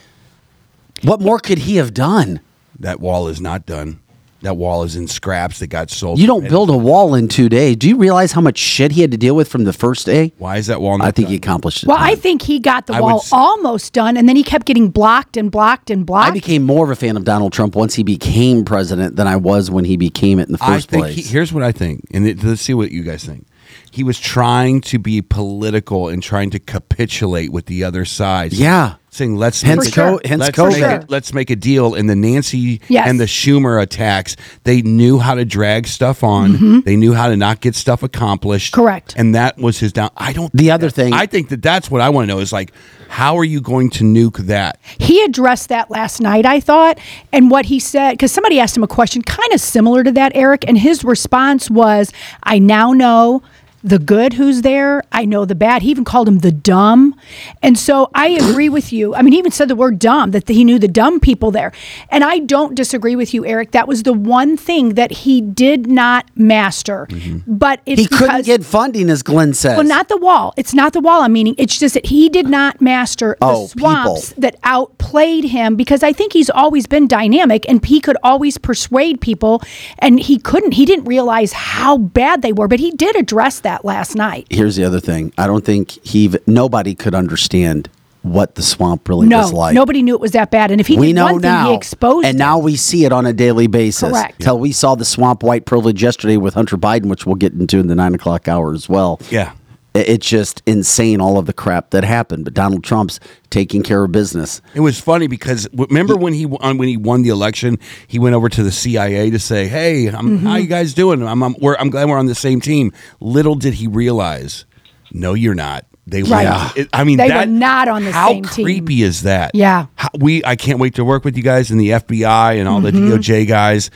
S1: What more could he have done?
S3: That wall is not done. That wall is in scraps that got sold.
S1: You don't build a wall in two days. Do you realize how much shit he had to deal with from the first day?
S3: Why is that wall? Not
S1: I think he accomplished it.
S2: Well, I think he got the
S1: I would
S2: wall
S1: s-
S2: almost done, and then he kept getting blocked and blocked and blocked.
S1: I became more of a fan of Donald Trump once he became president than I was when he became it in the
S3: I
S1: first
S3: think
S1: place.
S3: he- here's what I think, and it, let's see what you guys think. He was trying to be political and trying to capitulate with the other side.
S1: Yeah.
S3: saying let's
S1: Hence
S3: make,
S1: co- hence
S3: let's
S1: COVID.
S3: make
S1: For sure.
S3: it- let's make a deal. And the Nancy
S1: Yes.
S3: and the Schumer attacks, they knew how to drag stuff on.
S1: Mhm.
S3: They knew how to not get stuff accomplished. Correct. And that was his down. I don't.
S1: The other thing,
S3: I think that that's what I want to know is like, how are you going to nuke that?
S2: he addressed that last night, I thought, and what he said, because somebody asked him a question kind of similar to that, Eric, and his response was, I now know the good who's there. I know the bad. He even called him the dumb. And so I agree with you. I mean, he even said the word dumb, that he knew the dumb people there. And I don't disagree with you, Eric. That was the one thing that he did not master. But it's
S1: he couldn't
S2: because-
S1: get funding, as Glenn says.
S2: well, not the wall. It's not the wall. I'm meaning it's just that he did not master
S1: Oh,
S2: the swamps
S1: people.
S2: that outplayed him because I think he's always been dynamic and he could always persuade people, and he couldn't. He didn't realize how bad they were, but he did address that last night.
S1: here's the other thing. I don't think he even, nobody could understand what the swamp really
S2: no,
S1: was like.
S2: nobody knew it was that bad, and if he
S1: we
S2: did
S1: know
S2: one
S1: now,
S2: thing, he exposed.
S1: and now we see it on a daily basis.
S2: Correct.
S1: Till we saw the swamp white privilege yesterday with Hunter Biden, which we'll get into in the nine o'clock hour as well.
S3: Yeah,
S1: I- it's just insane all of the crap that happened. But Donald Trump's taking care of business.
S3: It was funny because w- remember when he won, when he won the election, he went over to the CIA to say, "Hey, I'm,
S2: Mm-hmm.
S3: how
S14: Mhm.
S3: you guys doing? I'm I'm, we're, I'm glad we're on the same team." Little did he realize, no, you're not. They were.
S2: Right.
S3: it- I mean,
S2: they
S3: that
S2: were not on the
S3: how
S2: same team.
S3: creepy is that?
S2: Yeah.
S3: How- we I can't wait to work with you guys and the FBI and all
S2: Mhm.
S1: Mm-hmm.
S3: the DOJ guys,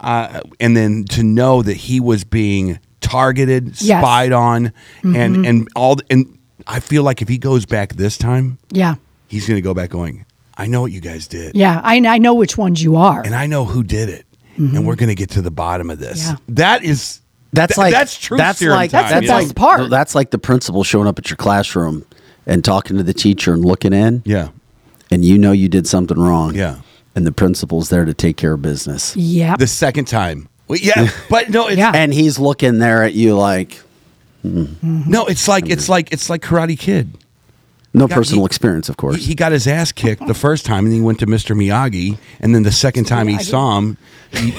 S3: uh, and then to know that he was being targeted,
S2: Yes.
S3: spied on,
S1: Mm-hmm.
S3: and
S2: Mhm.
S3: and all the- and I feel like if he goes back this time
S2: Yeah,
S3: he's going to go back going, I know what you guys did.
S2: yeah. I, I know which ones
S3: *laughs*
S2: you are.
S3: And I know who did it. And we're going to get to the bottom of this. That is
S1: Mm-hmm. That's
S3: th-
S1: like
S3: that's true.
S1: That's like that's like
S2: part.
S1: That's like the principal showing up at your classroom and talking to the teacher and looking in.
S3: Yeah,
S1: and you know you did something wrong.
S3: Yeah,
S1: and the principal's there to take care of business.
S2: Yeah.
S3: The second time. Well, *laughs* yeah, but no, it's,
S1: and he's looking there at you like hmm.
S3: Mm-hmm. no, it's like it's like it's like Karate Kid.
S1: no
S3: He got-
S1: personal
S3: he-
S1: experience, of course.
S3: He, he got his ass kicked the first time, and he went to Mr. Miyagi, and then the second time he saw him, he,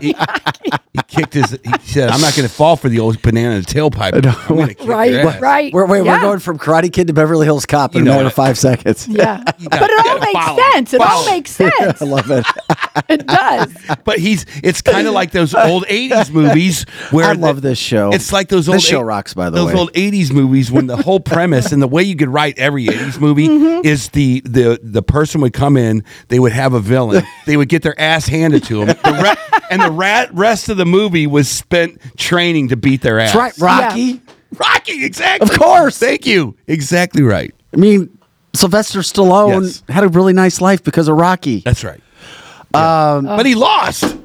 S3: he- he kicked his. He said, "I'm not going to fall for the old banana
S1: *laughs*
S3: tailpipe. I'm gonna kick your ass."
S2: right.
S1: We're, wait,
S2: Yeah.
S1: we're going from Karate Kid to Beverly Hills Cop in
S3: You know
S1: a matter
S3: it.
S1: of five *laughs* seconds.
S2: Yeah, but it all makes sense. It all makes sense.
S1: I love it.
S2: It does.
S3: *laughs* But he's it's kind of like those old '80s movies where
S1: I love this show.
S3: It's like those
S1: This
S3: old
S1: show rocks, by the
S3: those
S1: way.
S3: old '80s movies when the whole premise and the way you could write every '80s movie
S1: Mm-hmm.
S3: is the the the person would come in, they would have a villain, they would get their ass handed to them, the re- and the rat rest of the movie was spent training to beat their ass.
S1: That's right, Rocky.
S3: Rocky, exactly.
S1: Of course.
S3: Thank you. Exactly right.
S1: I mean, Sylvester Stallone had a really nice life because of Rocky.
S3: That's right.
S1: Um,
S3: But he lost.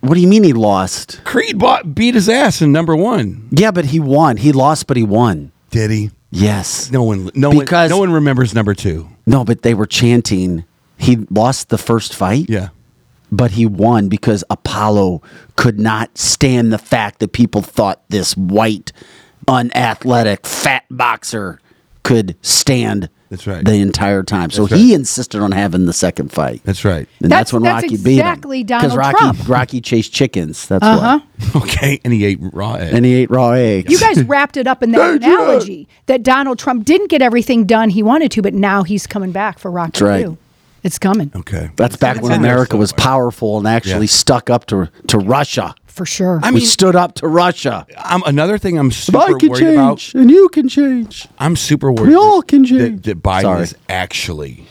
S1: What do you mean he lost?
S3: Creed bought, beat his ass in number one.
S1: Yeah, but he won. He lost, but he won.
S3: Did he?
S1: Yes.
S3: No one. No one.
S1: because
S3: No one remembers number two.
S1: No, but they were chanting. He lost the first fight.
S3: Yeah.
S1: But he won because Apollo could not stand the fact that people thought this white, unathletic, fat boxer could stand
S3: That's right.
S1: The entire time. So
S3: That's
S1: he insisted on having the second fight.
S3: That's right.
S1: And that's,
S2: That's-
S1: when
S2: that's
S1: Rocky beat him.
S2: exactly Donald
S1: Rocky
S2: Trump.
S1: Rocky chased chickens. That's
S2: Uh-huh.
S1: why.
S3: *laughs* Okay, and he ate raw eggs.
S1: And he ate raw eggs.
S3: *laughs*
S2: You guys wrapped it up in that analogy that Donald Trump didn't get everything done he wanted to, but now he's coming back for Rocky
S1: That's right.
S2: II. It's coming
S3: Okay.
S1: That's back when
S2: That's right.
S1: America was powerful and actually
S3: Yeah.
S1: stuck up to to Russia.
S2: for sure.
S3: I
S1: we
S3: mean-
S1: stood up to Russia.
S3: I'm, another thing I'm super
S1: I can
S3: worried
S1: change,
S3: about.
S1: and you can change.
S3: I'm super worried.
S1: We all
S3: that-
S1: can
S3: that,
S1: change.
S3: that Biden
S1: Sorry.
S3: is actually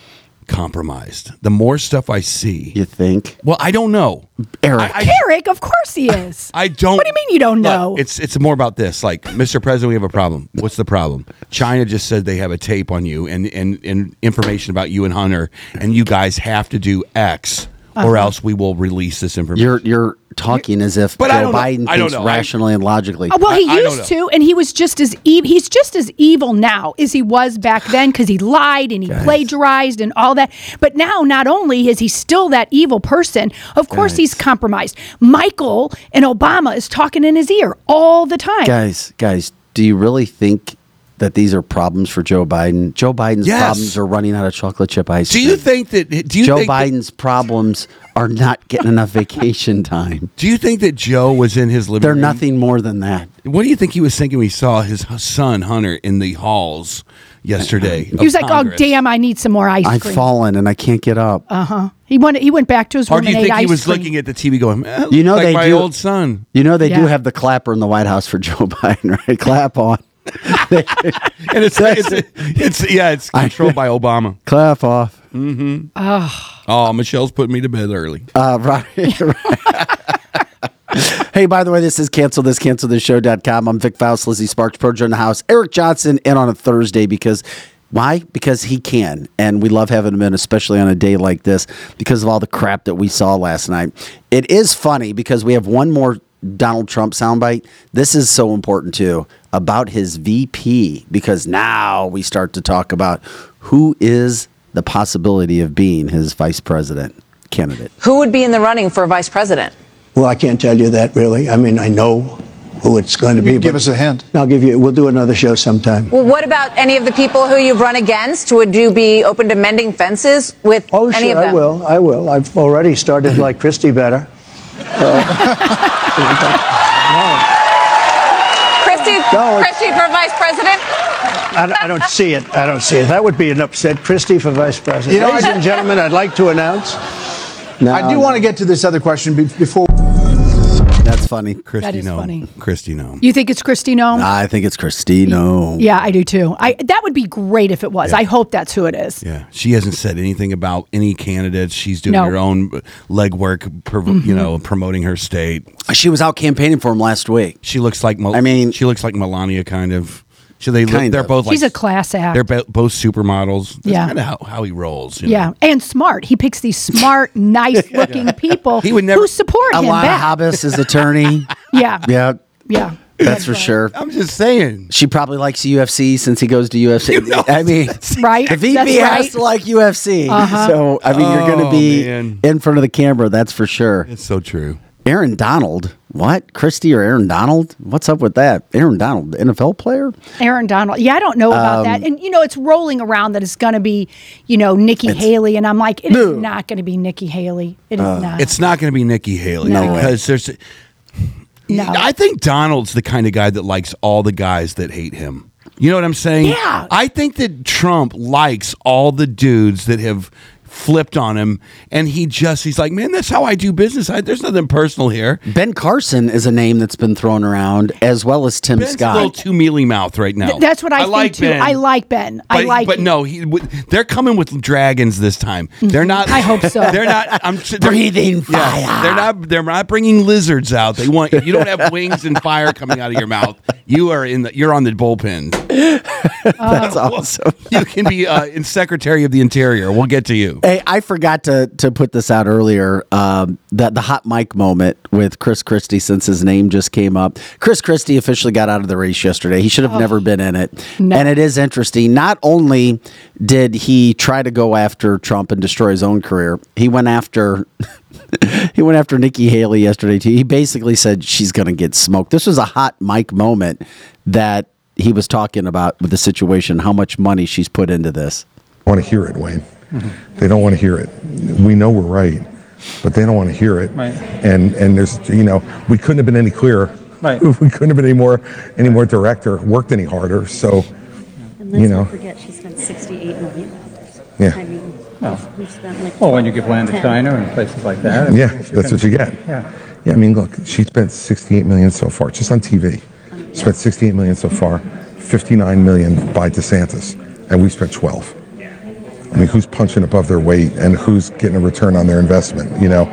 S3: compromised. The more stuff I see,
S1: you think?
S3: Well, I don't know,
S1: Eric.
S3: I, I,
S2: Eric, of course he
S3: *laughs*
S2: is.
S3: I don't.
S2: What do you mean you don't know?
S3: Look, it's it's more about this. Like, Mr. President, we have a problem. What's the problem? China just said they have a tape on you and and, and information about you and Hunter, and you guys have to do X,
S2: Uh-huh.
S3: or else we will release this information.
S1: You're you're talking as if
S3: But I
S1: Joe
S3: don't know.
S1: Biden
S3: I don't
S1: thinks
S3: know. I-
S1: rationally and logically.
S2: Uh, well, he
S3: I- I don't
S2: used to, and he was just as evil. He's just as evil now as he was back then because he lied and he plagiarized and all that. But now, not only is he still that evil person, of course he's compromised. Michael and Obama is talking in his ear all the time.
S1: guys, guys, do you really think that these are problems for Joe Biden? Joe Biden's
S3: Yes.
S1: problems are running out of chocolate chip ice
S3: do
S1: cream.
S3: you think that? Do you
S1: Joe
S3: think that-
S1: Biden's problems are not getting enough vacation time.
S3: do you think that Joe was in his living
S1: They're
S3: room?
S1: nothing more than that.
S3: What do you think he was thinking when he saw his h- son Hunter in the halls yesterday?
S2: He was like, "Oh damn, I need some more ice
S1: I've
S2: cream."
S1: fallen and I can't get up.
S2: Uh-huh. he went. He went back to his
S3: Or
S2: room
S3: do you
S2: and ate
S3: think he
S2: ice
S3: was
S2: cream.
S3: looking at the TV going, eh,
S1: you know
S3: like
S1: they
S3: my
S1: do.
S3: old son?
S1: You know they do
S2: Yeah.
S1: have the clapper in the White House for Joe *laughs* Biden, right? Clap on,
S3: *laughs* And it's, it's, it's, yeah, it's *laughs*
S1: *laughs*
S3: controlled by Obama.
S1: clap off.
S3: Oh, Michelle's putting me to bed early.
S1: Uh, *laughs* right. hey, by the way, this is cancel this, cancel this show.com. I'm Vic Faust, Lizzie Sparks, Projo in the house, Eric Johnson, and on a Thursday because why? Because he can. And we love having him in, especially on a day like this, because of all the crap that we saw last night. It is funny because we have one more Donald Trump soundbite. This is so important too about his VP, because now we start to talk about who is the possibility of being his vice president candidate.
S14: Who would be in the running for vice president?
S7: Well, I can't tell you that really. I mean, I know who it's going to be. Give us a hint. I'll give you. We'll do another show sometime.
S14: Well, what about any of the people who you've run against? Would you be open to mending fences with
S7: Oh,
S14: any of
S7: sure,
S14: them?
S7: I will. I will. I've already started like Christie better. Uh,
S14: Christy,
S7: No, it's-
S14: Christy for vice president?
S7: *laughs* I don't, I don't see it. I don't see it. That would be an upset. Christie for vice president.
S15: You know,
S7: Ladies
S15: I-
S7: and gentlemen, I'd like to announce.
S15: I do want to get to this other question be- before.
S1: That's funny.
S3: Christy,
S2: That is
S3: no.
S2: funny. Um,
S3: Christy, no.
S2: you think it's Christino?
S1: I think it's Christino.
S2: yeah, I do too. I that would be great if it was. I hope that's who it is.
S3: Yeah, she hasn't said anything about any candidates. She's doing
S2: No. Mm-hmm.
S3: her own legwork, prov- you know, promoting her state.
S1: She was out campaigning for him last week.
S3: She looks like Mel-
S1: I mean-
S3: she looks like Melania, kind of. So they look,
S1: Kind
S3: they're
S1: of.
S3: both like
S2: She's a class act.
S3: They're bo- both supermodels. That's
S2: Yeah.
S3: kind of how, how he rolls. you know?
S2: Yeah, and smart. He picks
S3: *laughs*
S2: these smart, nice-looking people
S3: He would never-
S2: who support him
S1: Alana
S2: back.
S1: Hobbs is attorney.
S2: *laughs* yeah, yeah,
S1: yeah, that's for sure.
S3: I'm just saying.
S1: She probably likes UFC since he goes to UFC. I mean,
S2: Right?
S1: the VP
S2: That's
S1: has
S2: right.
S1: to like UFC.
S2: *laughs* Uh-huh.
S1: So I mean, you're going to
S3: Oh,
S1: be
S3: man.
S1: in front of the camera. That's for sure.
S3: It's so true.
S1: Aaron Donald, what? Christy or Aaron Donald? What's up with that? Aaron Donald, NFL player?
S2: Aaron Donald. Yeah, I don't know about
S1: Um,
S2: that. And you know, it's rolling around that it's going to be, you know, Nikki Haley, and I'm like, it is not going to be Nikki Haley. It
S1: Uh,
S2: is not.
S3: It's not going to be Nikki Haley
S1: No way.
S3: because there's.
S2: No.
S3: I think Donald's the kind of guy that likes all the guys that hate him. You know what I'm saying?
S2: Yeah.
S3: I think that Trump likes all the dudes that have flipped on him, and he just he's like, man, that's how I do business. I, there's nothing personal here.
S1: Ben Carson is a name that's been thrown around, as well as Tim
S3: Ben's a
S1: Scott.
S3: little too mealy mouth right now.
S2: Th- that's what I, think
S3: like
S2: too. I like Ben.
S3: But,
S2: I like.
S3: but no, he, w- they're coming with dragons this time. They're not.
S2: *laughs* I hope so.
S3: They're not.
S2: *laughs*
S3: I'm s- they're-
S1: Breathing fire.
S3: they're not. They're not bringing lizards out. They want you don't
S1: *laughs*
S3: have wings and fire coming out of your mouth. You are in the. You're on the bullpen.
S1: *laughs*
S3: Oh.
S1: that's awesome.
S3: You can be uh, in Secretary of the Interior. We'll get to you.
S1: Hey, I forgot to to put this out earlier. Um, the the hot mic moment with Chris Christie, since his name just came up. Chris Christie officially got out of the race yesterday. He should have never been in it.
S2: No.
S1: And it is interesting. Not only did he try to go after Trump and destroy his own career, he went after *laughs* he went after Nikki Haley yesterday too. He basically said she's going to get smoked. This was a hot mic moment that he was talking about with the situation, how much money she's put into this.
S5: want to hear it, Wayne. *laughs* They don't want to hear it. We know we're right, but they don't want to hear it.
S6: Right.
S5: And and there's you know we couldn't have been any clearer.
S6: Right.
S5: *laughs* We couldn't have been any more any more direct or worked any harder. So,
S16: And
S5: you
S16: let's
S5: know,
S16: not forget, she spent sixty-eight million dollars.
S5: Yeah.
S16: I mean,
S6: Well.
S16: we've spent like.
S6: Well, when you give land to
S16: 10.
S6: China and places like that.
S5: yeah,
S6: if you're gonna-
S5: that's what you get.
S6: Yeah.
S5: Yeah. I mean, look, she spent 68 million so far just on TV. Spent 68 million so far, 59 million by DeSantis, and we spent 12. I mean, who's punching above their weight and who's getting a return on their investment, you know?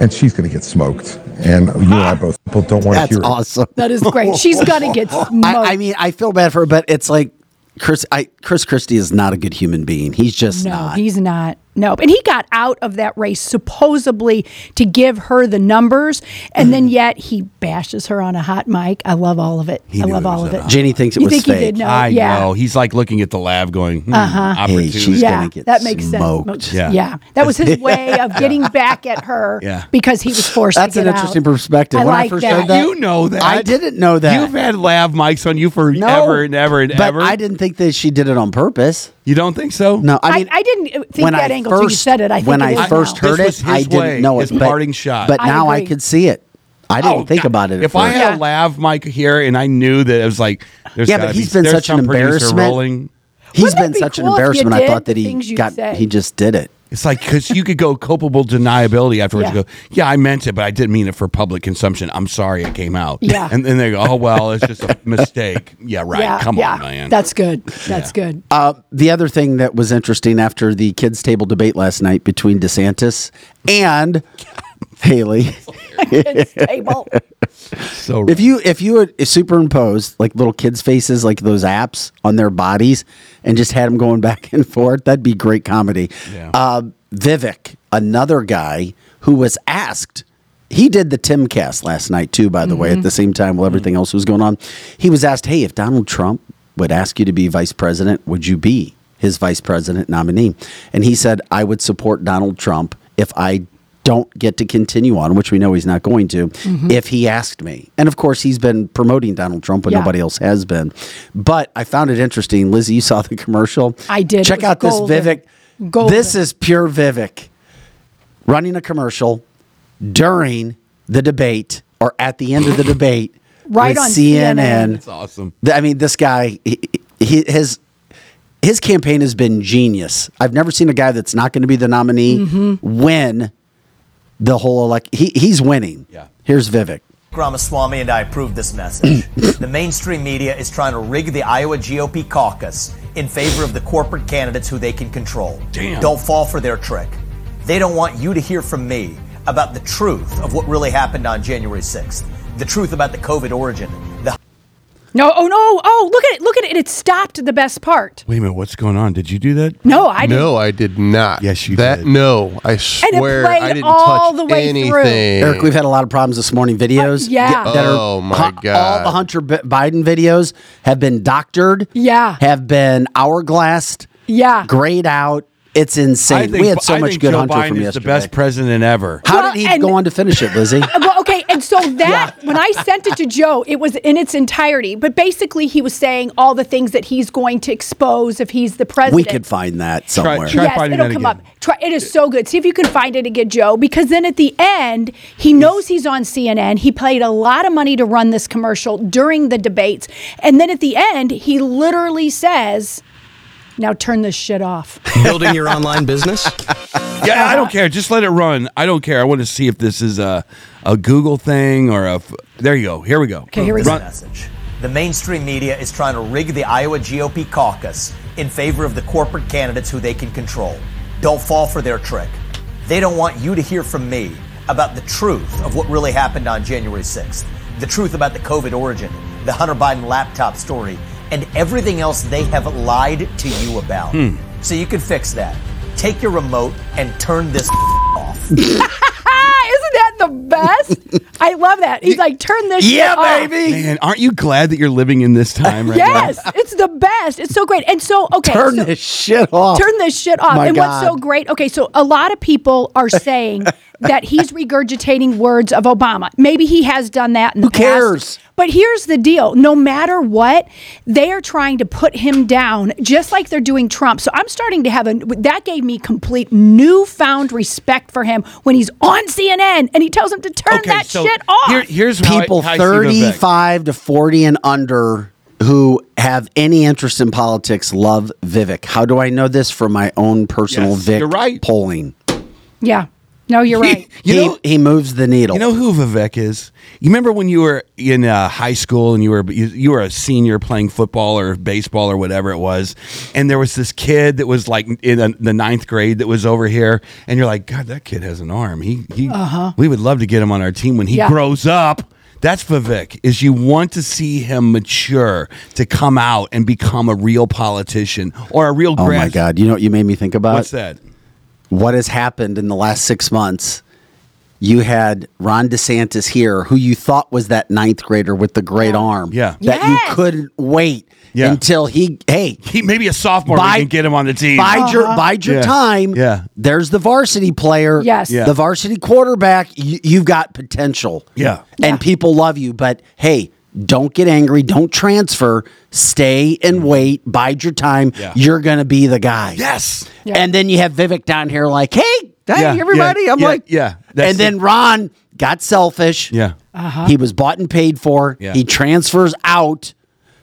S5: And she's going to get smoked. And you and I both people don't want to
S1: That's
S5: hear it.
S1: awesome.
S2: That is great. She's
S1: *laughs*
S2: gonna get smoked.
S1: I, I mean, I feel bad for her, but it's like Chris. I, Chris Christie is not a good human being. He's just
S2: no,
S1: not.
S2: he's not. No, and he got out of that race supposedly to give her the numbers, and
S3: Mm.
S2: then yet he bashes her on a hot mic. I love all of it. I love all of it.
S1: Jenny thinks it
S2: you
S1: was
S2: think
S1: fake.
S2: He did know?
S3: I
S2: yeah.
S3: know. He's like looking at the lab, going, hmm,
S2: Uh-huh. Hey,
S3: opportunity.
S1: she's
S2: yeah, that makes sense. Yeah. that was his way
S3: *laughs*
S2: of getting back at her
S3: Yeah.
S2: because he was forced.
S1: That's
S2: to
S1: an
S2: get
S1: interesting
S2: out.
S1: perspective.
S2: I
S1: When I
S2: like
S1: first
S2: that.
S1: heard that-
S3: You know that.
S1: I didn't know that.
S3: You've had lav mics on you forever and ever and
S1: but
S3: ever.
S1: I didn't think that she did it on purpose.
S3: You don't think so?
S1: No, I
S2: I,
S1: mean,
S2: I didn't think
S1: when
S2: that
S1: I
S2: angle until you
S1: first-
S2: said it. I think
S1: when
S2: it
S1: I
S2: is
S1: first
S2: now.
S1: heard
S3: This was
S1: it, I
S3: his way,
S1: didn't know it.
S3: his parting shot.
S1: But
S2: I
S1: now I
S2: agree.
S1: could see it. I didn't
S3: Oh,
S1: think
S3: God.
S1: about it. At
S3: If I
S1: first.
S3: had a lav mic here and I knew that it was like, there's
S1: Yeah, but
S3: gotta
S1: he's
S3: be,
S1: been
S3: there's
S1: such an
S3: some producer
S1: embarrassment.
S3: Rolling.
S1: he's
S2: Wouldn't it
S1: been
S2: be
S1: such an
S2: cool if you
S1: embarrassment. I
S2: did
S1: thought that
S2: the things
S1: he
S2: you
S1: got
S2: say?
S1: he just did it.
S3: It's like because you could go culpable deniability afterwards.
S2: Yeah.
S3: You go, yeah, I meant it, but I didn't mean it for public consumption. I'm sorry, it came out.
S2: Yeah.
S3: and then they go, oh well, it's just a *laughs* mistake. Yeah, right.
S2: Yeah,
S3: Come
S2: yeah.
S3: on, man.
S2: That's good. That's good.
S1: Uh, the other thing that was interesting after the kids' table debate last night between DeSantis
S2: *laughs*
S1: and Haley,
S2: Kids table.
S3: so.
S1: if you if you had superimposed like little kids' faces, like those apps on their bodies, and just had them going *laughs* back and forth, that'd be great comedy.
S3: Yeah.
S1: Uh, Vivek, another guy who was asked. He did the Timcast last night too, by the way, at the same time while everything else was going on. He was asked, "Hey, if Donald Trump would ask you to be vice president, would you be his vice president nominee?" And he said, "I would support Donald Trump if I don't get to continue on, which we know he's not going to,
S17: Mm-hmm.
S1: Mm-hmm. if he asked me." And of course, he's been promoting Donald Trump when
S2: Yeah.
S1: nobody else has been. But I found it interesting, Lizzie. You saw the commercial.
S2: I did. It
S1: Check
S2: was
S1: out this
S2: golden.
S1: Vivek.
S2: Golden.
S1: This is pure Vivek running a commercial during the debate or at the end of the debate
S2: *gasps* Right
S1: with
S2: on CNN.
S1: CNN.
S3: That's awesome.
S1: Th- I mean, this guy, he, he, his his campaign has been genius. I've never seen a guy that's not going to be the nominee
S2: Mm-hmm.
S1: win the whole elect. He, he's winning.
S3: Yeah.
S1: Here's Vivek.
S17: Ramaswamy and I approve this
S1: *clears throat*
S17: message. the mainstream media is trying to rig the Iowa GOP caucus in favor of the corporate candidates who they can control.
S3: Damn.
S17: Don't fall for their trick. They don't want you to hear from me about the truth of what really happened on January 6th, the truth about the COVID origin, the
S2: No, oh no, oh look at it, look at it. It stopped the best part.
S3: Wait a minute, what's going on? Did you do that?
S2: No, I didn't.
S8: no, I did not.
S3: Yes, you
S8: that,
S3: did.
S8: No, I swear
S2: played
S8: I didn't
S2: all
S8: touch
S2: the way
S8: anything.
S2: through.
S1: Eric, we've had a lot of problems this morning. Videos,
S2: Uh, yeah.
S1: that are-
S8: Oh, my
S1: hu- all
S8: God.
S1: the Hunter B- Biden videos have been doctored,
S2: Yeah.
S1: have been hourglassed,
S2: Yeah.
S1: grayed out. It's insane. we had so
S3: I
S1: much
S3: think
S1: good
S3: Joe
S1: Hunter
S3: Biden
S1: from
S3: is
S1: yesterday.
S3: the best president ever.
S1: How
S2: Well,
S1: did he
S2: and-
S1: go on to finish it, Lizzie?
S2: well, okay,
S1: *laughs*
S2: and so that when I sent it to Joe, it was in its entirety. But basically, he was saying all the things that he's going to expose if he's the *laughs* president.
S1: we could find that somewhere.
S3: try-
S2: yes,
S3: finding
S2: it'll
S3: that
S2: come
S3: again.
S2: up. Try, it is so good. See if you can find it again, Joe, because then at the end, he knows he's on CNN. He paid a lot of money to run this commercial during the debates. And then at the end, he literally says, Now turn this shit off. *laughs*
S18: building your online business?
S3: *laughs* Yeah, I don't care. Just let it run. I don't care. I want to see if this is a a Google thing or a. F- there you go. Here we go.
S2: Okay, here we
S17: this
S2: go.
S17: message. The mainstream media is trying to rig the Iowa GOP caucus in favor of the corporate candidates who they can control. Don't fall for their trick. They don't want you to hear from me about the truth of what really happened on January 6th, the truth about the COVID origin, the Hunter Biden laptop story, and everything else they have lied to you about.
S1: Hmm.
S8: Hmm.
S17: So you can fix that. Take your remote and turn this *laughs* off.
S2: Isn't that the best? I love that. He's like, Turn this
S1: Yeah,
S2: shit off.
S1: baby.
S3: Man, aren't you glad that you're living in this time right
S2: Yes, it's the best. It's so great. And so, okay.
S1: Turn
S2: so-
S1: this shit off.
S2: Turn this shit off.
S1: Oh, My
S2: and what's so
S1: God. *laughs*
S2: great? Okay, so a lot of people are saying that he's regurgitating words of Obama. Maybe he has done that in the
S1: Who
S2: past.
S1: cares?
S2: But here's the deal no matter what, they are trying to put him down just like they're doing Trump. So I'm starting to have a that gave me complete newfound respect for him when he's on CNN and he tells him to turn that shit off.
S1: Here,
S19: here's
S2: how I-
S1: people
S2: how I see Vivek.
S1: 35 to 40 and under who have any interest in politics love Vivek. How do I know this from my own personal
S3: Yes,
S1: Vic
S3: you're right.
S1: polling?
S2: yeah. No, you're right.
S1: he, he moves the needle.
S3: You know who Vivek is? You remember when you were in uh, high school and you were you, you were a senior playing football or baseball or whatever it was, and there was this kid that was like in the- the ninth grade that was over here, and you're like, God, that kid has an arm. He he.
S19: Uh-huh.
S3: We would love to get him on our team when he
S19: Yeah.
S3: grows up. That's Vivek. Is you want to see him mature to come out and become a real politician or a real
S1: Oh my
S3: grass.
S1: God. You know what you made me think about?
S3: What's that?
S1: What has happened in the last six months? You had Ron DeSantis here, who you thought was that ninth grader with the great arm. Yeah. That you couldn't wait until he, hey,
S3: he maybe a sophomore we
S1: By-
S3: can get him on the team.
S1: Bide
S19: Uh-huh.
S1: your bide your
S3: Yeah.
S1: time.
S3: Yeah.
S1: There's the varsity player.
S3: Yes. Yeah.
S1: The varsity quarterback. You, you've got potential.
S3: Yeah.
S1: And people love you, but hey, don't get angry. Don't transfer. Stay and wait. Bide your time.
S19: Yeah.
S1: You're gonna be the guy.
S3: Yes.
S1: And then you have Vivek down here like, hey, hey,
S19: Yeah,
S1: everybody.
S19: yeah,
S1: I'm
S19: yeah,
S1: like,
S19: yeah. That's
S1: And then Ron got selfish.
S3: Yeah.
S19: Uh-huh.
S1: He was bought and paid for.
S19: Yeah.
S1: He transfers out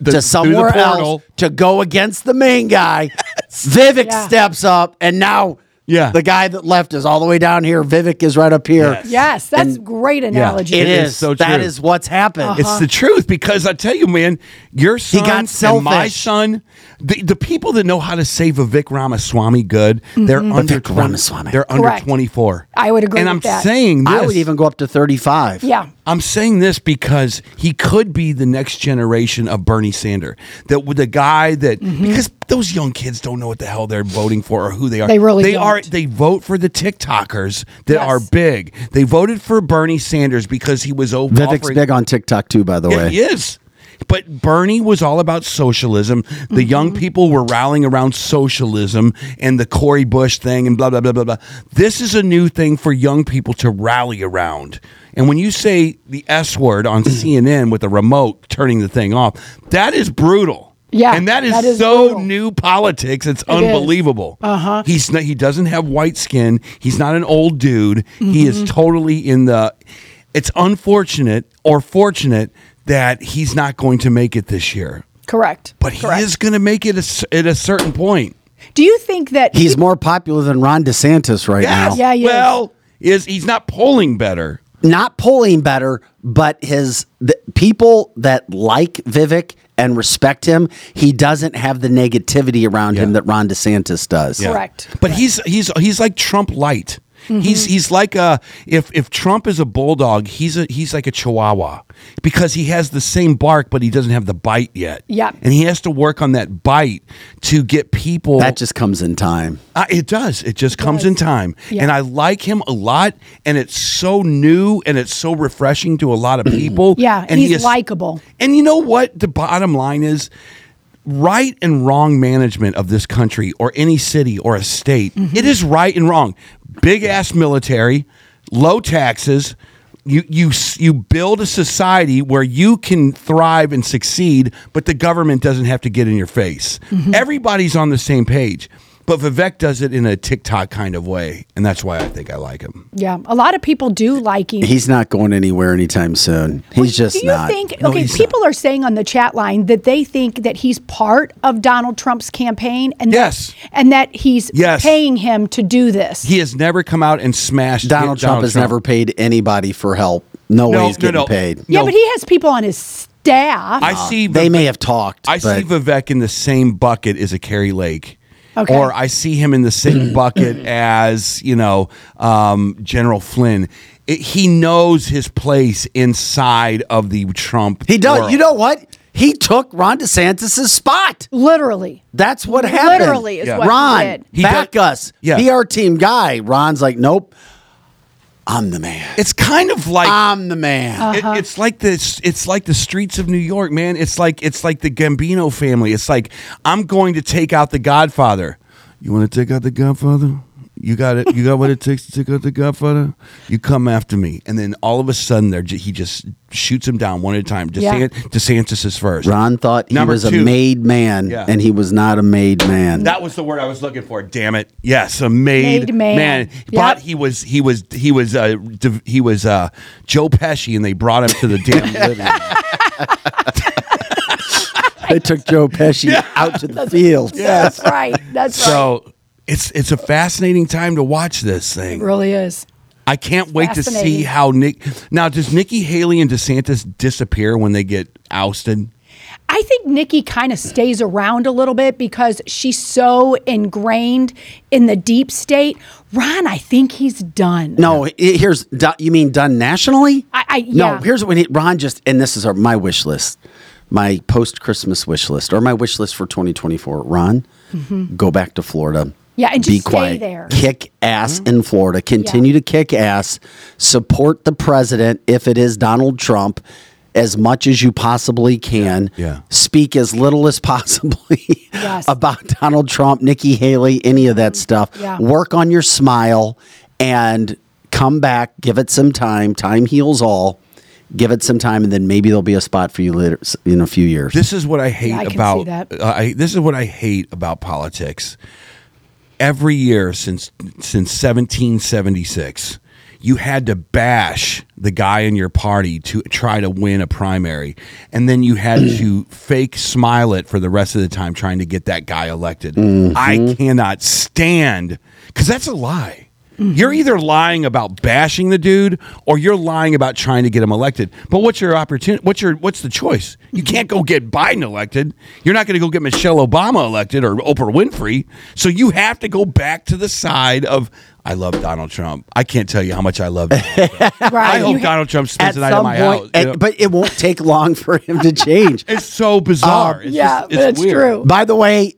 S19: The- through
S1: to
S19: the
S1: somewhere
S19: portal.
S1: else to go against the
S3: *laughs*
S1: main guy. Vivek steps up, and now
S3: yeah.
S1: the guy that left is all the way down here. Vivek is right up here.
S2: Yes, that's great analogy.
S1: It is. That is what's happened.
S3: It's
S2: Uh-huh.
S3: the truth because I tell you, man, your son
S1: got
S3: and my
S1: selfish.
S3: son, the, the people that know how to save Vivek Ramaswamy good, they're
S1: Mhm.
S3: under
S1: Vivek
S3: 20
S1: Ramaswamy.
S3: They're under
S2: Mm-hmm. Correct.
S3: twenty four.
S2: I would agree
S3: And
S2: with
S3: I'm
S2: that.
S3: saying this,
S1: I would even go up to thirty five.
S2: Yeah.
S3: I'm saying this because he could be the next generation of Bernie Sanders. That with the guy that
S2: Mm-hmm.
S3: because those young kids don't know what the hell they're voting for or who they are.
S2: They really
S3: they
S2: don't.
S3: are they vote for the TikTokers that are big. They voted for Bernie Sanders because he was over
S1: Vivek's big on TikTok too, by the
S3: yeah,
S1: way.
S3: he is. But Bernie was all about socialism. The young people were rallying around socialism and the Cory Bush thing and blah, blah, blah, blah, blah. This is a new thing for young people to rally around. And when you say the S word on CNN with a remote turning the thing off, that is brutal.
S19: Yeah,
S3: And that is,
S19: that is
S3: so new politics. It's
S19: It is.
S3: unbelievable.
S19: Uh-huh.
S3: He's not, he doesn't have white skin. He's not an old dude. He is
S19: Mhm.
S3: totally in the. It's unfortunate or fortunate that he's not going to make it this year,
S2: Correct.
S3: but he is going to make it a s at a certain point.
S2: Do you think that
S1: He's more popular than Ron DeSantis right now.
S2: Yeah, he is.
S3: well, is. he's not polling better?
S1: Not polling better, but his the people that like Vivek and respect him, he doesn't have the negativity around him that Ron DeSantis does.
S3: Yeah. But he's he's he's like Trump light.
S2: Mm-hmm.
S3: He's he's like a if if Trump is a bulldog, he's a he's like a chihuahua because he has the same bark but he doesn't have the bite yet.
S2: Yeah.
S3: And he has to work on that bite to get people
S1: That just comes in time.
S3: Uh, it does. It just comes in time.
S2: Yeah.
S3: And I like him a lot and it's so new and it's so refreshing to a lot
S1: *clears throat*
S3: of people.
S2: Yeah, and
S3: and he
S2: he's
S3: is-
S2: likable.
S3: and you know what? The bottom line is right and wrong management of this country or any city or a state. It is right and wrong. Big ass military, low taxes. You, you s- you build a society where you can thrive and succeed, but the government doesn't have to get in your face. Everybody's on the same page, but Vivek does it in a TikTok kind of way, and that's why I think I like him.
S2: Yeah, a lot of people do like him.
S1: He's not going anywhere anytime soon. He's just
S2: do you
S1: not.
S2: think okay people are saying on the chat line that they think that he's part of donald trump's campaign and
S3: yes
S2: that, and that he's
S3: Yes.
S2: paying him to do this
S3: He has never come out and smashed
S1: Donald Trump has never paid anybody for help. No,
S3: No,
S1: way he's
S3: no,
S1: getting
S3: no.
S1: paid.
S2: yeah but he has people on his staff
S3: I see.
S1: They may have talked.
S3: I see Vivek in the same bucket as a Carrie Lake.
S2: Okay.
S3: Or I see him in the
S1: *clears throat*
S3: same bucket as you know um, General Flynn. It- he knows his place inside of the Trump.
S1: He does.
S3: world.
S1: You know what? He took Ron DeSantis' spot.
S2: Literally.
S1: That's what happened.
S2: Literally is Yeah. what he
S1: Ron,
S2: did.
S3: He
S1: back
S3: does-
S1: us.
S3: Yeah.
S1: Be our team guy. Ron's like, nope. I'm the man.
S3: It's kind of like
S1: I'm the man.
S3: It- it's like this. It's like the streets of New York, man. It's like it's like the Gambino family. It's like I'm going to take out the Godfather. You want to take out the Godfather? You got it. You got what it takes to take out the Godfather. You come after me, and then all of a sudden, there he just shoots him down one at a time.
S1: Yeah.
S3: DeSant- DeSantis is first.
S1: Ron thought he
S3: Number
S1: was
S3: two.
S1: a made man,
S3: Yeah.
S1: and he was not a made man.
S3: That was the word I was looking for. Damn it! Yes, a made,
S2: Made man.
S3: But he was he was he was uh, div- he was uh, Joe Pesci, and they brought him to the
S2: *laughs*
S3: damn living.
S1: they took Joe Pesci out to the field.
S2: That's right. That's right.
S3: so it's it's a fascinating time to watch this
S2: It
S3: thing.
S2: really is.
S3: I can't wait to see
S2: Fascinating.
S3: how Nick. Now, does Nikki Haley and DeSantis disappear when they get ousted?
S2: I think Nikki kind of stays around a little bit because she's so ingrained in the deep state. Ron, I think he's done.
S1: No, i- here's do- you mean done nationally?
S2: I, I
S1: No,
S2: yeah.
S1: here's what we need. Ron just and this is our, my wish list, my post Christmas wish list or my wish list for 2024. Ron,
S2: Mhm.
S1: Mm-hmm. go back to Florida.
S2: Yeah, and
S1: be
S2: just stay
S1: quiet.
S2: there.
S1: Kick ass
S3: Mm-hmm.
S1: in Florida. Continue to kick ass. Support the president if it is Donald Trump as much as you possibly can.
S3: Yeah.
S1: Speak as little as possibly *laughs* about Donald Trump, Nikki Haley, any of that stuff.
S2: Mm-hmm. Yeah.
S1: Work on your smile and come back. Give it some time. Time heals all. Give it some time, and then maybe there'll be a spot for you later s- in a few years.
S3: This is what I hate
S1: I can see
S3: about.
S1: that.
S3: uh, I, this is what I hate about politics. Every year since since 1776, you had to bash the guy in your party to try to win a primary, and then you had
S1: Mm.
S3: to fake smile it for the rest of the time trying to get that guy elected.
S1: Mm-hmm.
S3: I cannot stand because that's a lie. You're either lying about bashing the dude or you're lying about trying to get him elected. But what's your opportunity? What's your what's the choice? You can't go get Biden elected. You're not going to go get Michelle Obama elected or Oprah Winfrey. So you have to go back to the side of I love Donald Trump. I can't tell you how much I love. *laughs* Donald Trump. I hope Donald Trump spends the night at my house. you
S1: and-
S3: know?
S1: but it won't take long *laughs* for him to change.
S3: *laughs*
S1: Um,
S3: it's so bizarre. It's Yeah, just- it's that's weird. true.
S1: By the way,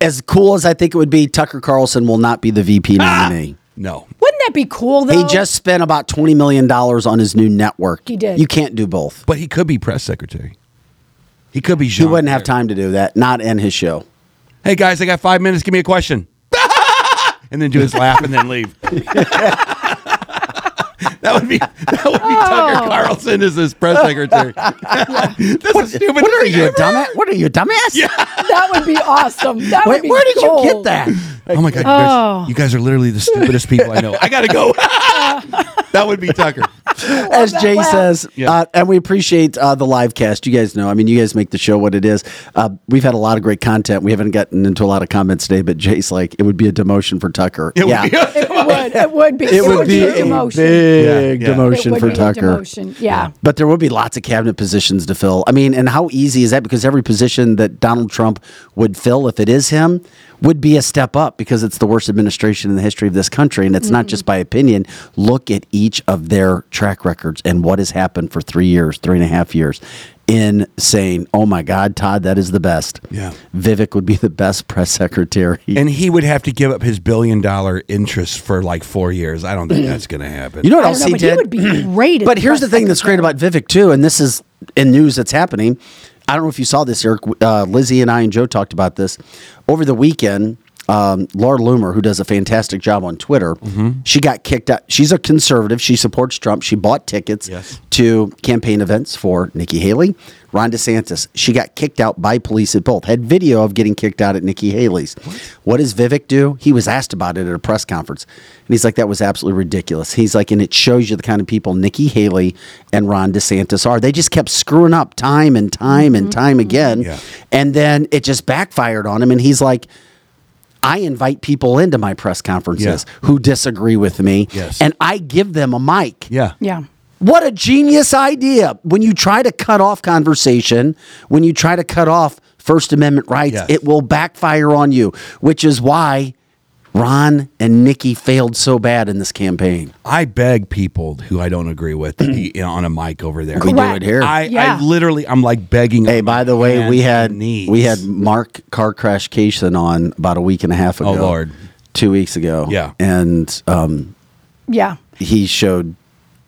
S1: as cool as I think it would be, Tucker Carlson will not be the VP nominee.
S3: Ah! No,
S2: Wouldn't that be cool though?
S1: he just spent about twenty million dollars on his new network.
S2: He did.
S1: You can't do both.
S3: But he could be press secretary. He could be.
S1: he wouldn't have time to do that. Not in his show.
S3: Hey guys, I got five minutes. Give me a question. *laughs* and then do his laugh and then
S1: *laughs*
S3: leave. *laughs* that would be that would be
S1: Oh.
S3: Tucker Carlson as his press
S1: *laughs*
S3: secretary. That's a stupid. What are you,
S1: dumbass? What are you, dumbass?
S2: that would be awesome.
S1: *laughs*
S2: That
S1: Wait,
S2: would be
S1: where did you get
S2: gold.
S1: that?
S3: Oh my god, you guys, you guys are literally the stupidest people I know. I gotta
S1: *laughs*
S3: go. that would be Tucker.
S1: As Jay says, uh, and we appreciate uh, the live cast. You guys know, I mean, you guys make the show what it is. Uh, we've had a lot of great content. We haven't gotten into a lot of comments today, but Jay's like, it would be a demotion for Tucker.
S3: *laughs* It would
S1: yeah.
S3: be
S2: It would. It would be.
S1: It, would, be,
S2: a
S1: a
S2: demotion.
S1: big
S2: Yeah, yeah. It
S1: demotion
S2: would
S1: for
S2: be a
S1: Tucker.
S2: demotion, yeah.
S1: But there will be lots of cabinet positions to fill. I mean, and how easy is that? Because every position that Donald Trump would fill, if it is him, would be a step up because it's the worst administration in the history of this country. And it's not just by opinion. Look at each of their track records and what has happened for three years, three and a half years. Insane. Oh my God, Todd, that is the best.
S3: Yeah.
S1: Vivek would be the best press secretary.
S3: And he would have to give up his billion dollar interest for like four years. I don't think that's gonna happen.
S1: You know what
S2: I
S1: else
S2: don't know,
S1: he
S2: but he
S1: did? *clears throat*
S2: would be great at
S1: but here's
S2: press
S1: the thing that's great about Vivek too, and this is in news that's happening. I don't know if you saw this, Eric. Uh, Lizzie and I and Joe talked about this over the weekend. Um, Laura Loomer, who does a fantastic job on Twitter,
S3: Mm-hmm.
S1: she got kicked out. She's a conservative. She supports Trump. She bought tickets to campaign events for Nikki Haley, Ron DeSantis. She got kicked out by police at both. Had video of getting kicked out at Nikki Haley's. What does Vivek do? He was asked about it at a press conference, and he's like, "That was absolutely ridiculous." He's like, and it shows you the kind of people Nikki Haley and Ron DeSantis are. They just kept screwing up time and time and time again, and then it just backfired on him, and he's like. I invite people into my press conferences who disagree with me,
S3: Yes.
S1: and I give them a mic.
S3: Yeah.
S2: Yeah.
S1: What a genius idea. When you try to cut off conversation, when you try to cut off First Amendment rights,
S3: Yes.
S1: it will backfire on you, which is why Ron and Nikki failed so bad in this campaign.
S3: I beg people who I don't agree with to be *clears throat* on a mic over there.
S1: We do Correct. it here.
S3: I,
S1: Yeah.
S3: I literally, I'm like begging. Hey,
S1: By the way, we had we had Mark Car Crash Cation on about a week and a half ago.
S3: Oh, Lord.
S1: Two weeks ago.
S3: Yeah.
S1: And um,
S2: Yeah.
S1: he showed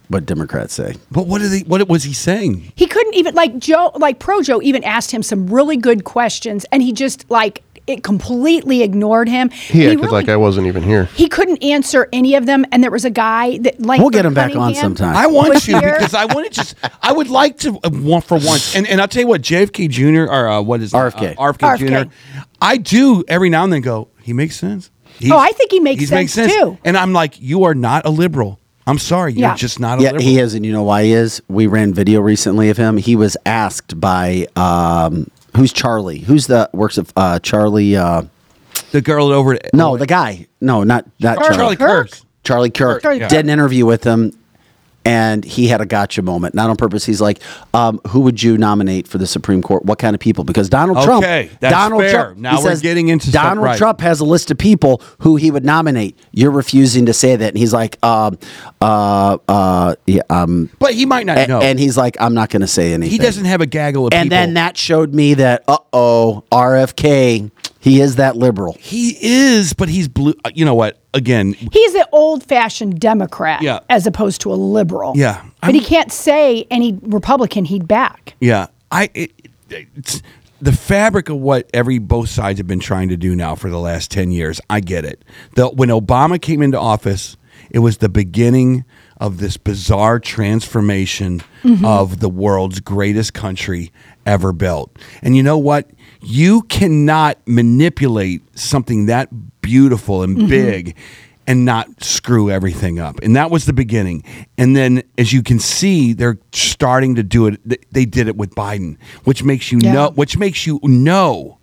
S1: what Democrats say.
S3: But what did he, what was he saying?
S2: He couldn't even like Joe, like Pro Joe, even asked him some really good questions, and he just like it completely ignored him.
S8: He, acted like I wasn't even here.
S2: He couldn't answer any of them, and there was a guy that like
S8: We'll get him back on sometime.
S3: I *laughs* want you because I want to just. I would like to uh, want for once, and and I'll tell you what, JFK Jr. or uh, what is it?
S8: RFK.
S3: uh, RFK,
S2: RFK.
S3: Jr. I do every now and then go. He makes sense. He's-
S2: Oh, I think he makes
S3: he's
S2: sense, too.
S3: And I'm like, you are not a liberal. I'm sorry, you're
S2: Yeah.
S3: just not a
S1: yeah,
S3: liberal.
S1: he is, and you know why he is. We ran video recently of him. He was asked by um, who's Charlie? Who's the works of uh, Charlie? Uh,
S3: the girl over.
S1: No, the guy. No, not not
S3: Charlie
S1: Charlie.
S3: Kirk.
S1: Charlie Kirk
S3: Charlie Kirk.
S1: did an interview with him, and he had a gotcha moment, not on purpose. He's like, um, "Who would you nominate for the Supreme Court? What kind of people?" Because Donald Trump.
S3: Okay, that's
S1: Donald
S3: fair.
S1: Trump.
S3: Now
S1: he
S3: we're
S1: says,
S3: getting into stuff,
S1: Donald
S3: right.
S1: Trump has a list of people who he would nominate. You're refusing to say that, and he's like, um, uh, uh, yeah, um,
S3: But he might not
S1: a-
S3: know.
S1: And he's like, "I'm not going to say anything."
S3: He doesn't have a gaggle of
S1: And
S3: people.
S1: then that showed me that, uh oh, RFK, he is that liberal.
S3: He is, but he's blue. uh, You know what? Again,
S2: He's an old-fashioned Democrat,
S3: Yeah.
S2: as opposed to a liberal.
S3: Yeah,
S2: but he can't say any Republican he'd back.
S3: Yeah, I it, it's the fabric of what every both sides have been trying to do now for the last 10 years. I get it. The, when Obama came into office, it was the beginning of this bizarre transformation
S2: Mm-hmm.
S19: Mhm.
S3: of the world's greatest country ever built. And you know what? You cannot manipulate something that beautiful and
S19: Mhm.
S3: big and not screw everything up. And that was the beginning. And then, as you can see, they're starting to do it. th- They did it with Biden, which makes you
S19: Yeah.
S3: know, which makes you know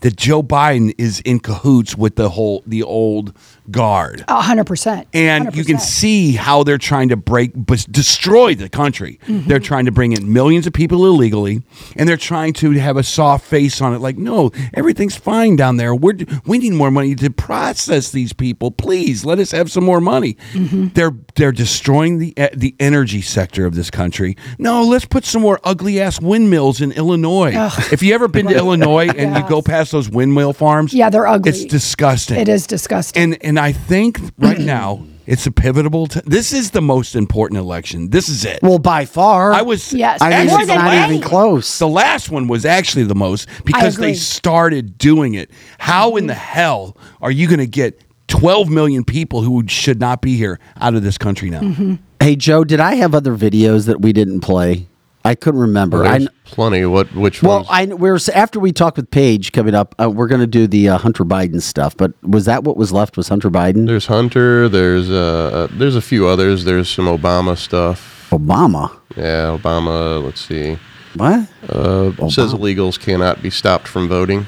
S3: that Joe Biden is in cahoots with the whole the old guard.
S2: A hundred percent.
S3: And you can see how they're trying to break, bes- destroy the country.
S2: Mm-hmm.
S3: They're trying to bring in millions of people illegally, and they're trying to have a soft face on it, like, "No, everything's fine down there. We're we need more money to process these people. Please let us have some more money."
S2: Mm-hmm.
S3: They're they're destroying the e- the energy sector of this country. No, let's put some more ugly ass windmills in Illinois.
S2: Ugh.
S3: If you ever been
S2: *laughs*
S3: to
S2: Right.
S3: Illinois and you go past those windmill farms,
S2: Yeah, they're ugly.
S3: It's disgusting.
S2: It is disgusting.
S3: And and I think
S1: *clears throat*
S3: right now it's a pivotal. T- this is the most important election. This is it.
S1: Well, by far,
S3: I was.
S2: Yes,
S1: I mean,
S3: actually,
S1: it's
S3: the
S1: not
S3: last-
S1: even close.
S3: The last one was actually the most because they
S1: agree. Mm-hmm.
S3: started doing it. How in the hell are you going to get 12 million people who should not be here out of this country now?
S1: Mm-hmm. Hey, Joe, did I have other videos that we didn't play? I couldn't remember. I
S8: There's
S1: kn-
S8: plenty. What? Which
S1: well,
S8: ones?
S1: I kn- we're after we talk with Paige coming up. Uh, we're going to do the uh, Hunter Biden stuff. But was that what was left? Was Hunter Biden?
S8: There's Hunter. There's uh, there's a few others. There's some Obama stuff.
S1: Obama.
S8: Yeah, Obama. Let's see.
S1: What?
S8: Uh, says illegals cannot be stopped from voting.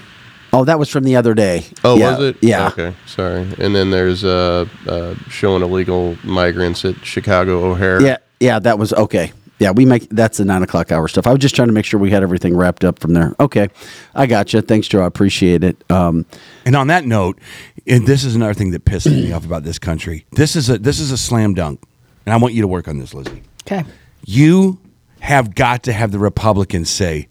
S1: Oh, that was from the other day.
S8: Oh,
S1: Yeah,
S8: was it?
S1: Yeah.
S8: Okay, sorry. And then there's uh, uh, showing illegal migrants at Chicago O'Hare.
S1: Yeah, yeah, that was okay. Yeah, we make that's the nine o'clock hour stuff. I was just trying to make sure we had everything wrapped up from there. Okay, I gotcha. Thanks, Joe. I appreciate it. Um,
S3: And on that note, and this is another thing that pisses me off about this country. This is a this is a slam dunk, and I want you to work on this, Lizzie.
S2: Okay.
S3: You have got to have the Republicans say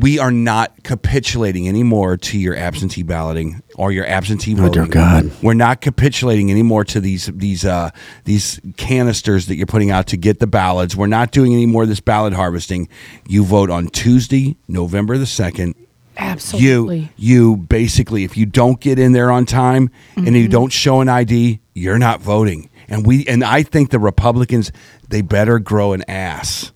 S3: we are not capitulating anymore to your absentee balloting or your absentee
S1: Oh,
S3: voting.
S1: dear God.
S3: We're not capitulating anymore to these these uh, these canisters that you're putting out to get the ballots. We're not doing any more of this ballot harvesting. You vote on Tuesday, November the second.
S2: Absolutely.
S3: You you basically if you don't get in there on time and you don't show an ID, you're not voting. And we and I think the Republicans they better grow an ass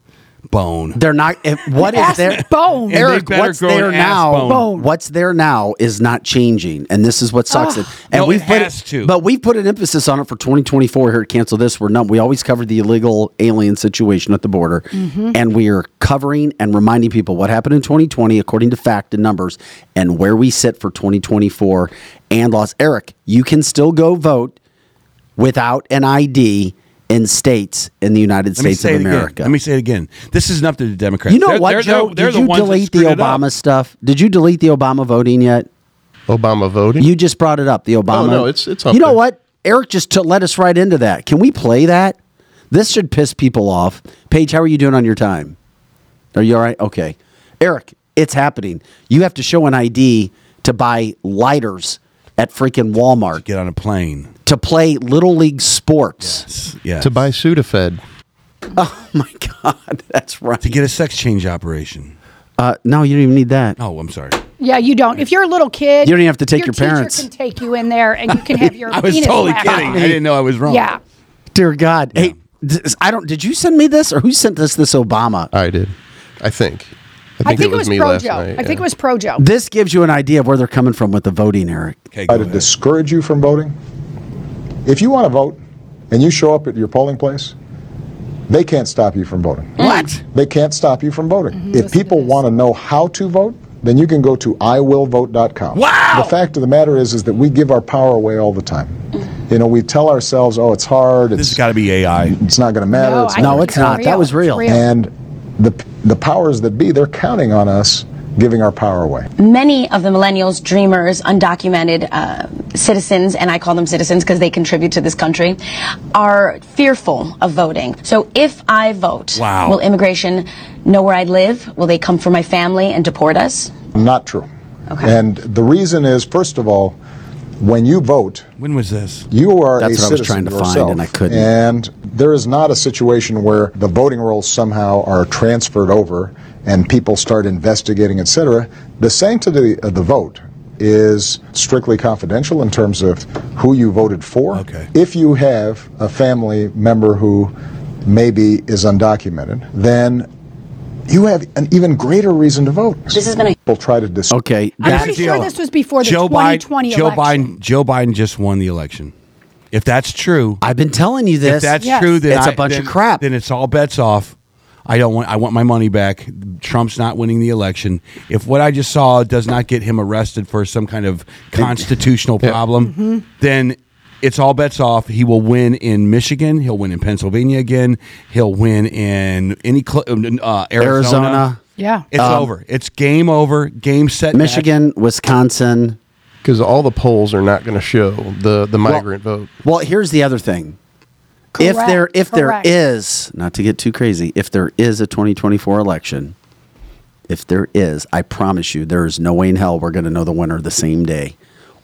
S3: bone.
S1: They're not. If, *laughs* what is
S2: Ass
S1: there?
S2: bone.
S3: And they
S1: Eric,
S3: better
S1: what's
S3: grow
S1: there
S3: an ass
S1: now?
S3: bone. Bone.
S1: What's there now is not changing, and this is what sucks.
S3: Ugh.
S1: it. And
S3: No,
S1: we've
S3: it
S1: put
S3: has to.
S1: but we've put an emphasis on it for 2024 here at Cancel This. We're not. We always cover the illegal alien situation at the border,
S19: Mhm.
S1: and we are covering and reminding people what happened in 2020 according to fact and numbers, and where we sit for 2024 and laws. Eric, you can still go vote without an ID in states in the United
S3: Let me
S1: States
S3: say it
S1: of
S3: again.
S1: America.
S3: Let me say it again. This is enough to the Democrats.
S1: You know
S3: They're-
S1: what,
S3: they're-
S1: Joe?
S3: they're- they're
S1: Did you
S3: ones that
S1: delete the
S3: screwed it up.
S1: Obama stuff? Did you delete the Obama voting yet?
S8: Obama voting?
S1: You just brought it up. The Obama.
S8: Oh, no, it's- it's up
S1: You know
S8: there.
S1: what, Eric? Just to let us right into that. Can we play that? This should piss people off. Paige, how are you doing on your time? Are you all right? Okay, Eric, it's happening. You have to show an ID to buy lighters at freaking Walmart.
S3: Get on a plane
S1: to play little league sports.
S3: Yes.
S8: To buy Sudafed.
S1: Oh my God, *laughs* that's right. To
S3: get a sex change operation.
S1: Uh, no, you don't even need that.
S3: Oh, I'm sorry.
S2: Yeah, you don't. If you're a little kid,
S1: You don't even have to take your
S2: teacher
S1: parents.
S2: Can take you in there, and you can have *laughs*
S1: *laughs*
S2: your.
S1: I was
S2: penis
S1: totally
S2: laugh.
S1: kidding.
S3: I didn't know I was wrong.
S2: Yeah.
S1: Dear God. Hey, this, I don't. Did you send me this or who sent this? This Obama.
S8: I did. I think.
S2: I think, it was, Projo. I think it was Projo.
S1: This gives you an idea of where they're coming from with the voting, Eric.
S19: try to discourage you from voting. If you want to vote and you show up at your polling place, they can't stop you from voting.
S1: Mm. What? Mm-hmm.
S19: They can't stop you from voting. If people want to know how to vote, then you can go to iwillvote.com. Wow! The fact of the matter is, is that we give our power away all the time. You know, we tell ourselves, "Oh, it's hard." It's, this has
S3: got to be AI.
S19: It's not going to matter.
S1: No, I
S19: not
S1: think
S19: gonna
S1: it's not.
S19: count."
S1: That was It's real. real.
S19: And the the powers that be, they're counting on us giving our power away.
S16: Many of the millennials, dreamers, undocumented uh, citizens, and I call them citizens because they contribute to this country, are fearful of voting. So if I vote,
S19: Wow.
S16: will immigration know where I live? Will they come for my family and deport us?
S19: Not true.
S16: Okay.
S19: And the reason is, first of all, when you vote,
S3: when was this?
S19: You are
S1: That's
S19: a
S1: what I was
S19: citizen
S1: trying to find,
S19: yourself,
S1: and I couldn't.
S19: And there is not a situation where the voting rolls somehow are transferred over and people start investigating, et cetera. The sanctity of the vote is strictly confidential in terms of who you voted for. Okay. If you have a family member who maybe is undocumented, then you have an even greater reason to vote. This has been a people try to dis-
S1: okay.
S2: I'm pretty sure this was before the
S3: Joe
S2: 2020
S3: Biden, Joe
S2: election.
S3: Biden. Joe Biden just won the election. If that's true,
S1: I've been telling you
S3: If
S1: this.
S3: that's
S1: Yes.
S3: true, then
S1: It's a
S3: a
S1: bunch of
S3: crap. Then it's all bets off. I don't want. I want my money back. Trump's not winning the election. If what I just saw does not get him arrested for some kind of constitutional problem,
S20: Mhm.
S3: then it's all bets off. He will win in Michigan. He'll win in Pennsylvania again. He'll win in any cl- uh, Arizona.
S1: Arizona. Yeah.
S3: it's
S1: Um,
S3: over. It's game over. Game set. match.
S1: Michigan, Wisconsin.
S8: Because all the polls are not going to show the, the migrant vote.
S1: Well, here's the other thing. if there
S8: Correct,
S1: if
S8: correct.
S1: there is, not to get too crazy, if there is a 2024 election, if there is, I promise you there is no way in hell we're going to know the winner the same day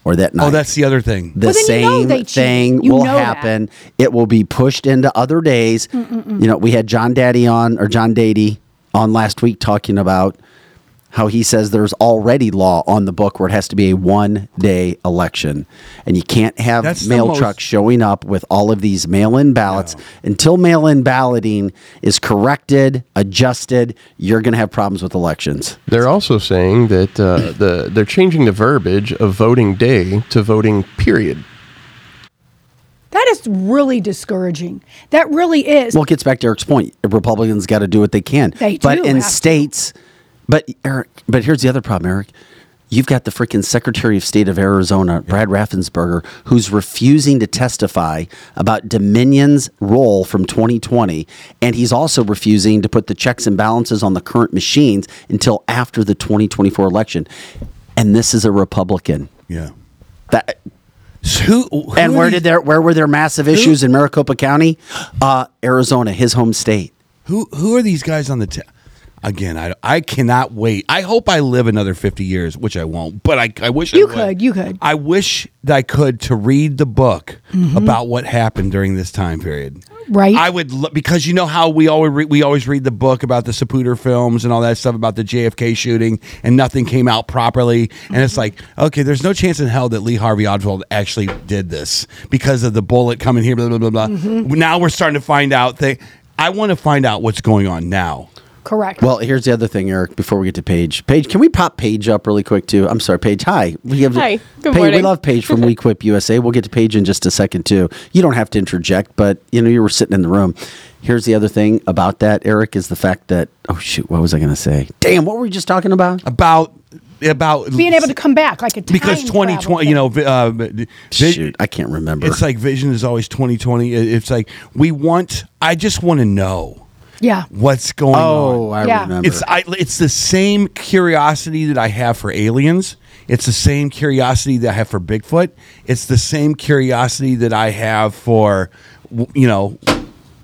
S1: or that night.
S3: Oh, that's the other thing.
S1: the same thing will happen. It will be pushed into other days.
S3: Mm-mm-mm.
S1: You know, we had John Daddy on or John Dady on last week talking about how he says there's already law on the book where it has to be a one day election and you can't have
S3: That's the
S1: mail
S3: most-
S1: trucks showing up with all of these mail in ballots until mail in balloting is corrected, adjusted, you're going to have problems with elections.
S8: They're also saying that uh, the they're changing the verbiage of voting day to voting period.
S2: That is really discouraging. That really is.
S1: Well, it gets back to Eric's point. Republicans got to do what they can.
S2: They
S1: but
S2: do
S1: in
S2: have to.
S1: states, but Eric, but here's the other problem, Eric. You've got the freaking Secretary of State of Arizona, Brad Raffensperger, who's refusing to testify about Dominion's role from 2020, and he's also refusing to put the checks and balances on the current machines until after the 2024 election. And this is a Republican.
S3: Yeah.
S1: That
S3: who,
S1: and
S3: are
S1: where
S3: these-
S1: did their where were their massive issues in Maricopa County, uh, Arizona, his home state?
S3: Who who are these guys on the ta- again? I I cannot wait. I hope I live another fifty years, which I won't. But I I wish I
S2: You
S3: would.
S2: could. You could.
S3: I wish that I could to read the book
S2: Mhm.
S3: about what happened during this time period.
S2: Right.
S3: I would lo- because you know how we always re- we always read the book about the Sapooter films and all that stuff about the JFK shooting and nothing came out properly and it's
S2: Mm-hmm.
S3: like okay there's no chance in hell that Lee Harvey Oswald actually did this because of the bullet coming here blah blah blah blah.
S2: Mm-hmm.
S3: Now we're starting to find out thing. I want to find out what's going on now.
S2: Correct.
S1: Well, here's the other thing, Eric. Before we get to Paige, Paige, can we pop Paige up really quick too? I'm sorry, Paige. Hi. We have,
S21: Hi.
S1: Paige-
S21: Good
S1: We
S21: morning.
S1: love Paige
S21: *laughs*
S1: from We Quip USA. We'll get to Paige in just a second too. You don't have to interject, but you know you were sitting in the room. Here's the other thing about that, Eric, is the fact that oh shoot, what was I going to say? Damn, what were we just talking about?
S3: About about
S2: Being able to come back like a time
S3: because
S2: travel
S3: 2020 you know vi- uh,
S1: shoot i can't remember
S3: it's like vision is always 2020 It- it's like we want i just want to know
S2: Yeah.
S3: what's going
S1: Oh,
S3: on
S1: I Yeah. remember.
S3: it's I, it's the same curiosity that i have for aliens it's the same curiosity that i have for bigfoot it's the same curiosity that i have for w- you know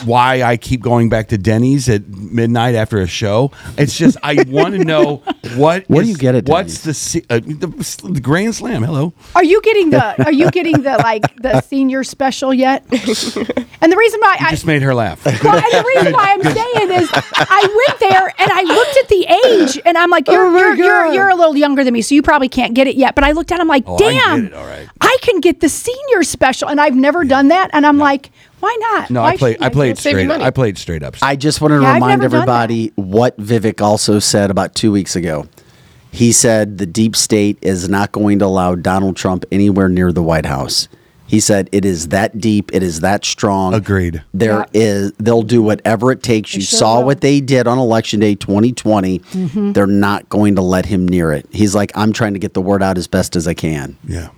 S3: why I keep going back to Denny's at midnight after a show. It's just
S2: *laughs*
S3: I want to know what. What do you get at? What's the, se- uh, the the Grand Slam? Hello.
S1: *laughs*
S2: Are you getting the Are you getting the like the senior special yet? And the reason why
S3: You
S2: I
S3: just made her laugh.
S2: well, and the reason why I'm saying is I went there and I looked at the age and I'm like,
S1: Oh
S2: you're, you're, you're, you're a little younger than me, so you probably can't get it yet. But I looked at it, I'm like,
S3: Oh, I can get
S2: damn,
S3: it, all right.
S2: I can get the senior special. And I've never done that. And I'm like, why not?
S1: No, I
S2: why
S1: play-
S2: shouldn't
S1: I played
S2: do it?
S1: straight- I played
S3: Played straight up.
S1: I just wanted to
S2: Yeah, I've
S1: remind
S2: never done
S1: everybody what Vivek also said about two weeks ago. He said the deep state is not going to allow Donald Trump anywhere near the White House. He said it is that deep, it is that strong. Agreed. There is- they'll do whatever it takes. you
S20: sure
S1: saw
S20: will.
S1: what they did on election day 2020.
S20: Mhm.
S1: They're not going to let him near it. He's like, I'm trying to get the word out *laughs* as best as I can.
S3: Yeah.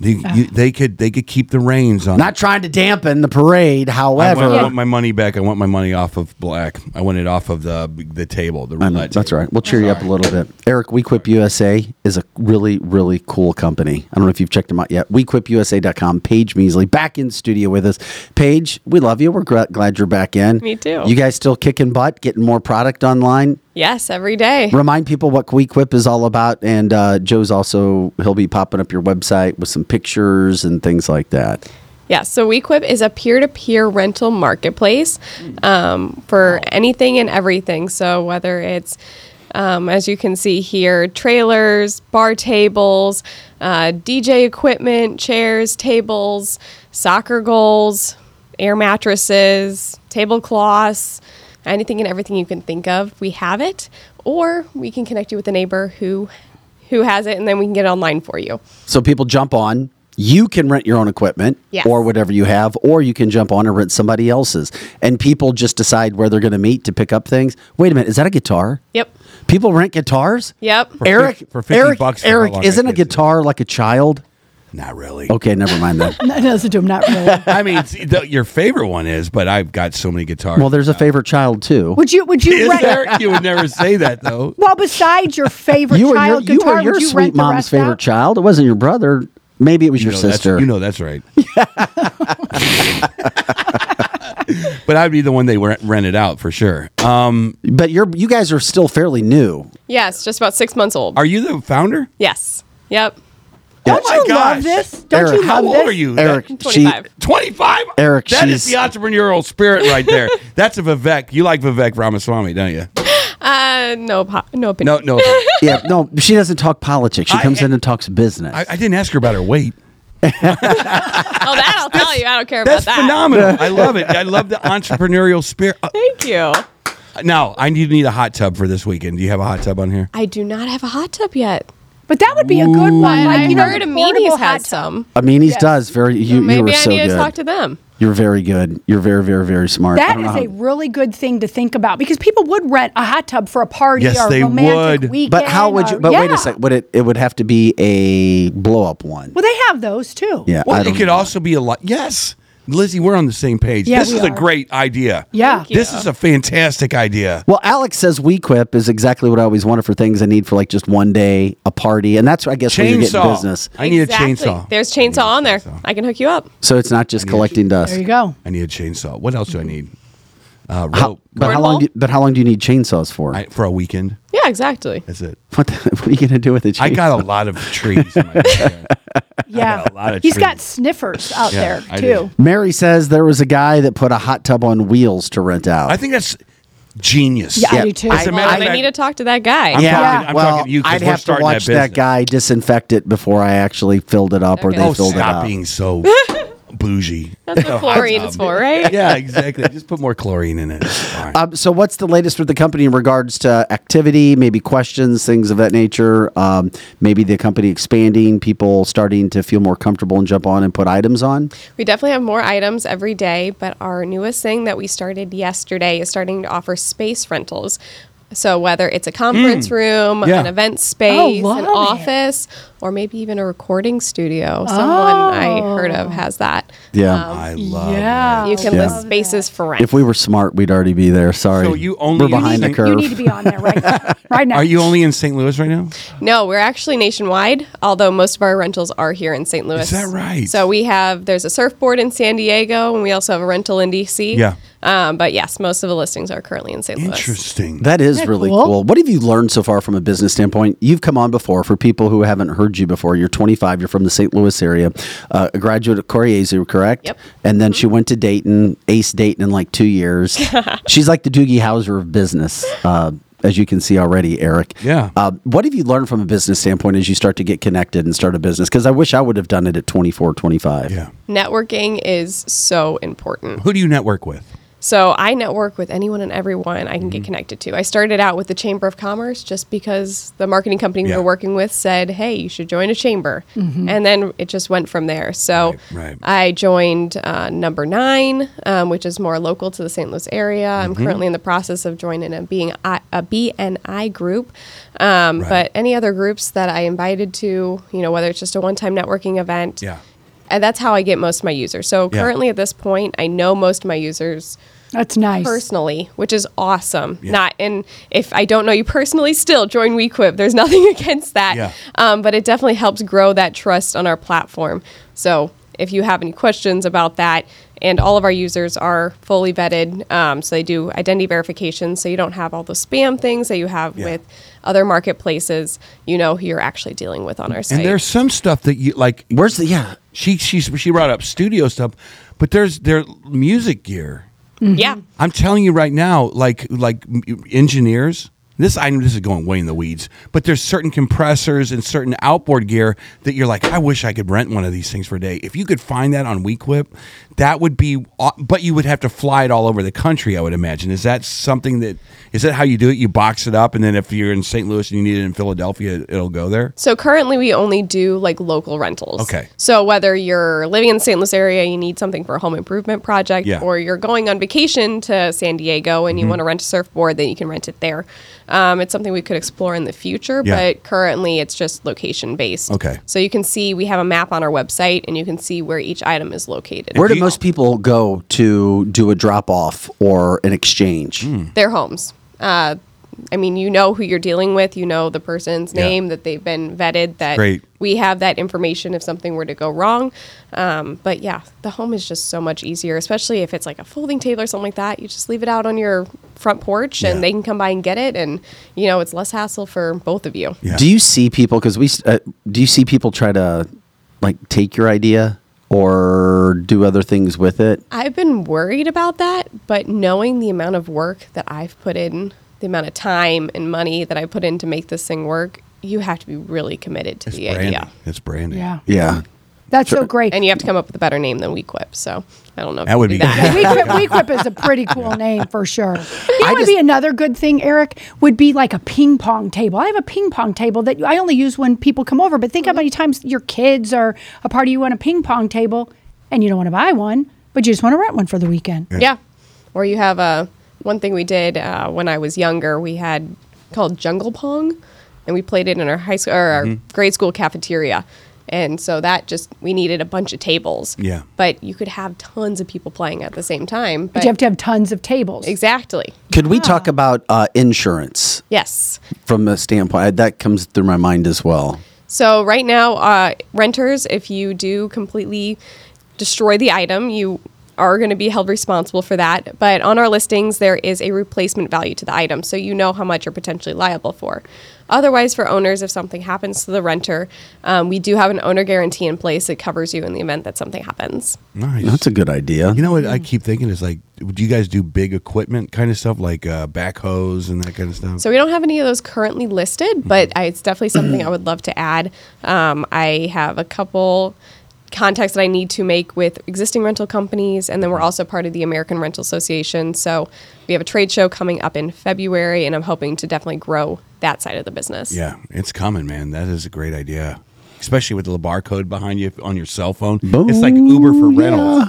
S3: You- you- they could they could keep the reins on.
S1: Not trying to dampen the parade,
S3: I
S1: however.
S3: want, I want my money back. I want my money off of black. I want it off of the the table, the
S1: I know,
S3: roulette.
S1: that's all right. We'll cheer you up a little bit. Eric, WeQuip USA is a really, really cool company. I don't know if you've checked them out yet. WeQuipUSA.com. Paige Measley back in studio with us. Paige, we love you. We're gra- glad you're back in.
S21: Me too.
S1: You guys still kicking butt, getting more product
S21: *laughs*
S1: online.
S21: Yes, every day.
S1: Remind people what WeQuip is all about. And uh, Joe's also, he'll be popping up your website with some pictures and things like that.
S21: Yeah, so WeQuip is a peer to peer rental marketplace um, for anything and everything. So, whether it's, um, as you can see here, trailers, bar tables, uh, DJ equipment, chairs, tables, soccer goals, air mattresses, tablecloths, anything and everything you can think of, we have it. Or we can connect you with a neighbor who who has it, and then we can get it online for you.
S1: So people jump on. You can rent your own equipment
S21: Yes.
S1: or whatever you have, or you can jump on and rent somebody else's. And people just decide where they're going to meet to pick up things. Wait a minute, is that a guitar?
S21: Yep.
S1: People rent guitars.
S21: Yep. For
S1: Eric
S21: fif- for 50
S1: Eric,
S21: bucks for how
S1: Eric,
S21: long I
S1: isn't a guitar like a child? Not really. Okay, never mind
S2: *laughs*
S1: that.
S2: No, no, listen to him,
S1: *laughs*
S2: not really.
S3: I mean, it's- the, your favorite one is, but I've got so many guitars.
S1: well, there's a favorite child too.
S2: Would you, would you
S3: Is
S2: rent?
S3: there? You would never say that though.
S2: Well, besides your favorite
S1: You were your,
S2: child
S1: you
S2: guitar,
S1: were your
S2: would you
S1: sweet
S2: rent the
S1: mom's
S2: rest
S1: favorite
S2: out?
S1: child. It wasn't your brother. Maybe it was
S3: You
S1: your
S3: know, that's-
S1: sister.
S3: you know that's right. but I'd be the one they rent rented out for sure. Um,
S1: but you're you guys are still fairly new.
S21: Yes, just about six months old.
S3: Are you the founder?
S21: Yes. Yep.
S1: Don't
S21: Oh my you love gosh. this? Don't
S1: Eric,
S21: you
S3: How
S21: love
S3: old
S21: this?
S3: are you?
S1: Eric,
S21: I'm 25.
S1: she-
S3: 25?
S1: Eric,
S3: That is
S1: she's-
S3: the entrepreneurial spirit right
S21: *laughs*
S3: there. That's a Vivek. You like Vivek Ramaswamy, don't you?
S21: Uh, no, po- no
S3: No,
S21: opinion. *laughs*
S3: no.
S1: yeah, no, she doesn't talk politics. She comes in and talks business.
S3: I, I didn't ask her about her weight.
S21: oh, that I'll tell you. I don't care
S3: That's
S21: about that.
S3: phenomenal. *laughs* I love it. I love the entrepreneurial spirit. Uh,
S21: *laughs* Thank you.
S3: Now, I need need a hot tub for this weekend. Do you have a hot tub on here?
S21: I do not have a hot tub yet.
S2: But that would be a good one.
S21: I
S2: Like, you know,
S21: heard
S2: the
S21: Amini's
S2: portable hot
S21: had
S2: tub.
S21: some.
S1: Amini's does very. You, you were
S21: Maybe I
S1: so
S21: need
S1: good.
S21: to talk to them.
S1: You're very good. You're very, very, very smart. I
S2: That
S1: don't
S2: is
S1: know
S2: a really good thing to think about because people would rent a hot tub for a party or a romantic weekend.
S1: But how would you?
S2: or-
S1: But wait
S2: Yeah.
S1: a second. Would it? It would have to be a blow up one.
S2: Well, they have those too.
S1: Yeah,
S3: Well,
S1: I
S3: it
S1: don't
S3: could also be a lot. Yes, Lizzie, we're on the same page.
S2: Yeah,
S3: this
S2: we
S3: is a
S2: are.
S3: great idea.
S2: Yeah. Thank
S3: this
S2: you.
S3: is a fantastic idea.
S1: Well, Alex says WeQuip is exactly what I always wanted for things I need for like just one day, a party, and that's I guess where you get
S3: Chainsaw.
S1: business.
S3: I need
S21: Exactly.
S3: a chainsaw.
S21: There's chainsaw on there. I can hook you up.
S1: So it's not just collecting dust.
S21: There you go.
S3: I need a chainsaw. What else do I need? Uh, rope.
S1: How, but how long? Do, but how long do you need chainsaws for?
S3: I, for a weekend.
S21: Yeah, exactly.
S3: That's it.
S1: What, the, *laughs* what are you gonna do with a chainsaw?
S3: I got a lot of
S2: *laughs*
S3: trees. In my backyard. I
S2: Yeah,
S3: got a lot of
S2: he's
S3: trees.
S2: got sniffers out
S3: Yeah,
S2: there
S3: I
S2: too.
S1: Mary says there was a guy that put a hot tub on wheels to rent out.
S3: I think that's genius.
S1: Yeah, I do too.
S3: As a matter of
S21: Um, I
S3: fact,
S21: need to talk to that guy.
S1: yeah,
S3: I'm
S1: well,
S3: talking to you 'cause
S1: I'd
S3: we're
S1: have to
S3: starting that
S1: watch that,
S3: business.
S1: guy disinfect it before I actually filled it up or
S21: Okay.
S1: they
S3: Oh,
S1: filled it
S3: stop
S1: up.
S3: being
S1: *laughs*
S21: *laughs*
S3: so bougie.
S21: That's what chlorine is for,
S3: *laughs*
S21: right?
S3: yeah, exactly. Just put more chlorine in it.
S1: Um, so, what's the latest with the company in regards to activity, maybe questions, things of that nature? Um, maybe the company expanding, people starting to feel more comfortable and jump on and put items on?
S21: We definitely have more items every day, but our newest thing that we started yesterday is starting to offer space rentals. So whether it's a conference
S6: Mm.
S21: room,
S6: Yeah.
S21: an event space,
S6: love
S21: an
S6: it.
S21: office, or maybe even a recording studio. Someone I heard of has that.
S1: Yeah.
S21: I
S3: love
S21: Oh. Yeah. You can
S1: Yeah.
S21: list spaces for rent.
S1: If we were smart, we'd already be there. Sorry.
S21: So you
S1: We're behind the curve.
S21: be on there right *laughs* now.
S2: right
S3: Are you only in St. Louis right now?
S21: No, we're actually nationwide, although most of our rentals are here in St. Louis.
S3: Is that right?
S21: So we have there's a surfboard in San Diego, and we also have a rental in DC.
S1: Yeah.
S21: Um, but yes, most of the listings are currently in St. Louis.
S3: Interesting.
S1: That is
S21: Isn't that
S1: really
S21: cool?
S1: cool? What have you learned so far from a business standpoint? You've come on before for people who haven't heard heard you before. You're 25. You're from the St. Louis area. Uh, a graduate of Coriezu, correct? Yep. And
S3: Mm-hmm.
S1: then she went to Dayton, ace Dayton in like
S3: *laughs*
S1: two years. She's like the Doogie Howser of business. Uh, as you can see already, Eric.
S3: Yeah.
S1: Uh, what have you learned from a business standpoint as you start to get connected and start a business? Because I wish I would have done it at 24, 25. Yeah.
S21: Networking is so important.
S3: Who do you network with?
S21: So I network with anyone and everyone I can
S3: Mm-hmm.
S21: get connected to. I started out with the Chamber of Commerce just because the marketing company we
S20: Yeah.
S21: were working with said, "Hey, you should join a chamber,"
S20: Mhm.
S21: and then it just went from there. So
S20: Right, right.
S21: I joined uh, Number Nine, um, which is more local to the St. Louis area. I'm
S20: Mhm.
S21: currently in the process of joining a being I, a BNI group, um, but any other groups that I invited to, you know, whether it's just a one-time networking event,
S3: Yeah.
S21: and that's how I get most of my users. So
S2: Yeah.
S21: currently at this point, I know most of my users
S2: That's nice.
S21: personally, which is awesome. Not and if I don't know you personally, still join WeQuip. There's *laughs* nothing against that.
S20: Yeah.
S21: Um, but it definitely helps grow that trust on our platform. So if you have any questions about that, and all of our users are fully vetted, um, so they do identity verification, so you don't have all the spam things that you have with other marketplaces. You know who you're actually dealing with on our site.
S3: And there's some stuff that you like.
S1: Where's the yeah?
S3: She she's she brought up studio stuff, but there's their music gear.
S21: Mm-hmm. Yeah.
S3: I'm telling you right now, like like m- engineers. This I know this is going way in the weeds, but there's certain compressors and certain outboard gear that you're like, I wish I could rent one of these things for a day. If you could find that on WeQuip, that would be. aw- But you would have to fly it all over the country. I would imagine. Is that something that is that how you do it? You box it up, and then if you're in St. Louis and you need it in Philadelphia, it'll go there.
S21: So currently we only do like local rentals.
S3: Okay.
S21: So whether you're living in the St. Louis area, you need something for a home improvement project,
S20: Yeah.
S21: or you're going on vacation to San Diego and you
S1: Mm-hmm.
S20: Mhm.
S21: want to rent a surfboard, then you can rent it there. Um, it's something we could explore in the future,
S20: Yeah.
S21: but currently it's just location based.
S1: Okay.
S21: So you can see we have a map on our website and you can see where each item is located.
S1: Where do most people go to do a drop off or an exchange?
S21: their homes. Uh, I mean, you know who you're dealing with. You know the person's
S1: Yeah.
S21: name that they've been vetted. That
S1: Great.
S21: we have that information if something were to go wrong. Um, but yeah, the home is just so much easier, especially if it's like a folding table or something like that. You just leave it out on your front porch,
S1: Yeah.
S21: and they can come by and get it. And you know, it's less hassle for both of you.
S1: Do you see people? Because we s- uh, do you see people try to like take your idea or do other things with it?
S21: I've been worried about that, but knowing the amount of work that I've put in, the amount of time and money that I put in to make this thing work, you have to be really committed to the
S3: branding.
S21: idea.
S3: It's branding.
S21: Yeah.
S1: Yeah.
S21: That's
S1: so
S21: great. And you have to come up with a better name than WeQuip. So I don't know. if
S3: That
S21: you
S3: would
S21: do
S3: be-
S2: *laughs*
S21: that.
S2: WeQuip,
S3: *laughs*
S2: WeQuip is a pretty cool name for sure. You know what would be another good thing, Eric, would be like a ping pong table. I have a ping pong table that I only use when people come over, but think
S21: Mm-hmm.
S2: how many times your kids are a party you want a ping pong table and you don't want to buy one, but you just want to rent one for the weekend.
S21: yeah. Or you have a one thing we did uh, when I was younger. We had called Jungle Pong, and we played it in our high school or our
S3: Mhm.
S21: grade school cafeteria. And so that just we needed a bunch of tables.
S3: Yeah.
S21: But you could have tons of people playing at the same time.
S2: But you have to have tons of tables.
S21: Exactly.
S1: Could we talk about uh, insurance
S21: Yes.
S1: from a standpoint? I- That comes through my mind as well.
S21: So right now, uh, renters, if you do completely destroy the item, you are going to be held responsible for that. But on our listings, there is a replacement value to the item, so you know how much you're potentially liable for. Otherwise, for owners, if something happens to the renter, um, we do have an owner guarantee in place that covers you in the event that something happens.
S3: Nice.
S1: That's a good idea.
S3: You know what I keep thinking is like, do you guys do big equipment kind of stuff like uh, backhoes and that kind of stuff?
S21: So we don't have any of those currently listed, but I, it's definitely something I would love to add. Um, I have a couple contacts that I need to make with existing rental companies, and then we're also part of the American Rental Association. So we have a trade show coming up in February, and I'm hoping to definitely grow that side of the business.
S3: yeah, it's coming, man. That is a great idea, especially with the LeBar code behind you on your cell phone. It's like Uber for rentals.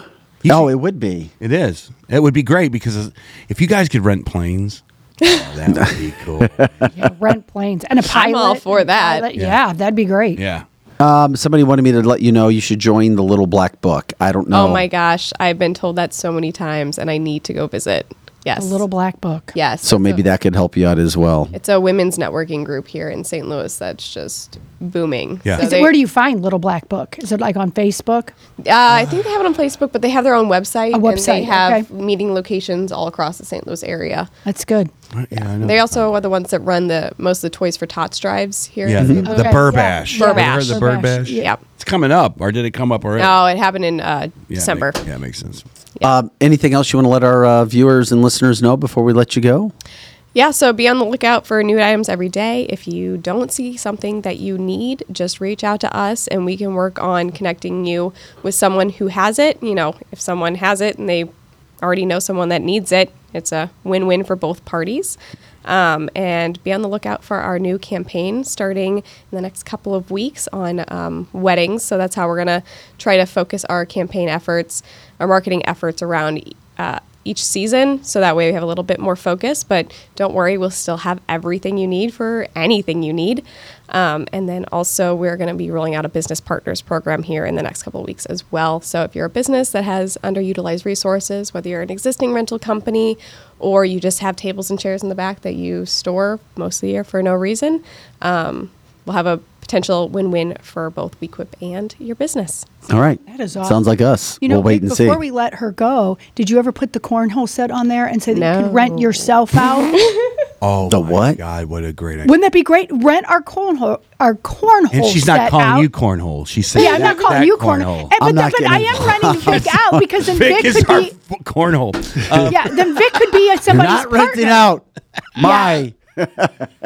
S1: oh, it would be.
S3: It is. It would be great because if you guys could rent planes, oh, that would be cool.
S2: Rent planes and a pilot.
S21: I'm all for
S2: and a
S21: that.
S2: pilot.
S1: Yeah.
S2: Yeah. that'd be great.
S3: Yeah.
S1: Um, somebody wanted me to let you know you should join the Little Black Book. I don't know.
S21: Oh my gosh, I've been told that so many times, and I need to go visit. Yes.
S2: A little black book.
S21: Yes.
S1: So maybe that could help you out as well.
S21: It's a women's networking group here in St. Louis that's just booming.
S1: Yeah.
S21: So
S2: Is it,
S21: they-
S2: where do you find Little Black Book? Is it like on Facebook?
S21: Uh, I think they have it on Facebook, but they have their own website.
S2: A
S21: And they
S2: website,
S21: have meeting locations all across the St. Louis area.
S2: That's good.
S3: Yeah, I know.
S21: They also are the ones that run the most of the Toys for Tots drives here.
S3: yeah,
S21: in
S3: the,
S21: St. Louis.
S3: the Burbash.
S21: Burbash.
S3: Have you heard of The Burbash.
S21: Yeah.
S3: It's coming up, or did it come up already?
S21: No, it happened in uh,
S3: Yeah,
S21: December.
S3: Make, yeah, makes sense.
S1: Uh, anything else you want to let our uh, viewers and listeners know before we let you go?
S21: Yeah, so be on the lookout for new items every day. If you don't see something that you need, just reach out to us and we can work on connecting you with someone who has it. You know, if someone has it and they already know someone that needs it, it's a win win for both parties. Um, and be on the lookout for our new campaign starting in the next couple of weeks on um, weddings. So that's how we're going to try to focus our campaign efforts, our marketing efforts around. Uh, each season so that way we have a little bit more focus but don't worry we'll still have everything you need for anything you need um, and then also we're going to be rolling out a business partners program here in the next couple of weeks as well so if you're a business that has underutilized resources whether you're an existing rental company or you just have tables and chairs in the back that you store most of the year for no reason um, we'll have a potential win-win for both wequip and your business
S1: All right.
S2: That is awesome.
S1: Sounds like us.
S2: You know,
S1: we'll wait
S2: Vic,
S1: and see.
S2: before we let her go, did you ever put the cornhole set on there and say that you
S21: No.
S2: could rent yourself out?
S3: Oh, the what? God, what a great idea!
S2: Wouldn't that be great? Rent our cornhole, our cornhole.
S3: And she's
S2: set
S3: not calling
S2: out.
S3: you cornhole. She's saying
S2: Yeah, I'm not
S3: that-
S2: calling
S3: that
S2: you cornhole. And- but then- but I am running Vic
S3: *laughs*
S2: out because then Vic,
S3: Vic is
S2: could
S3: our
S2: be.
S3: f-
S2: *laughs*
S3: cornhole. Uh,
S2: yeah, then Vic could be a, somebody's partner.
S1: out my.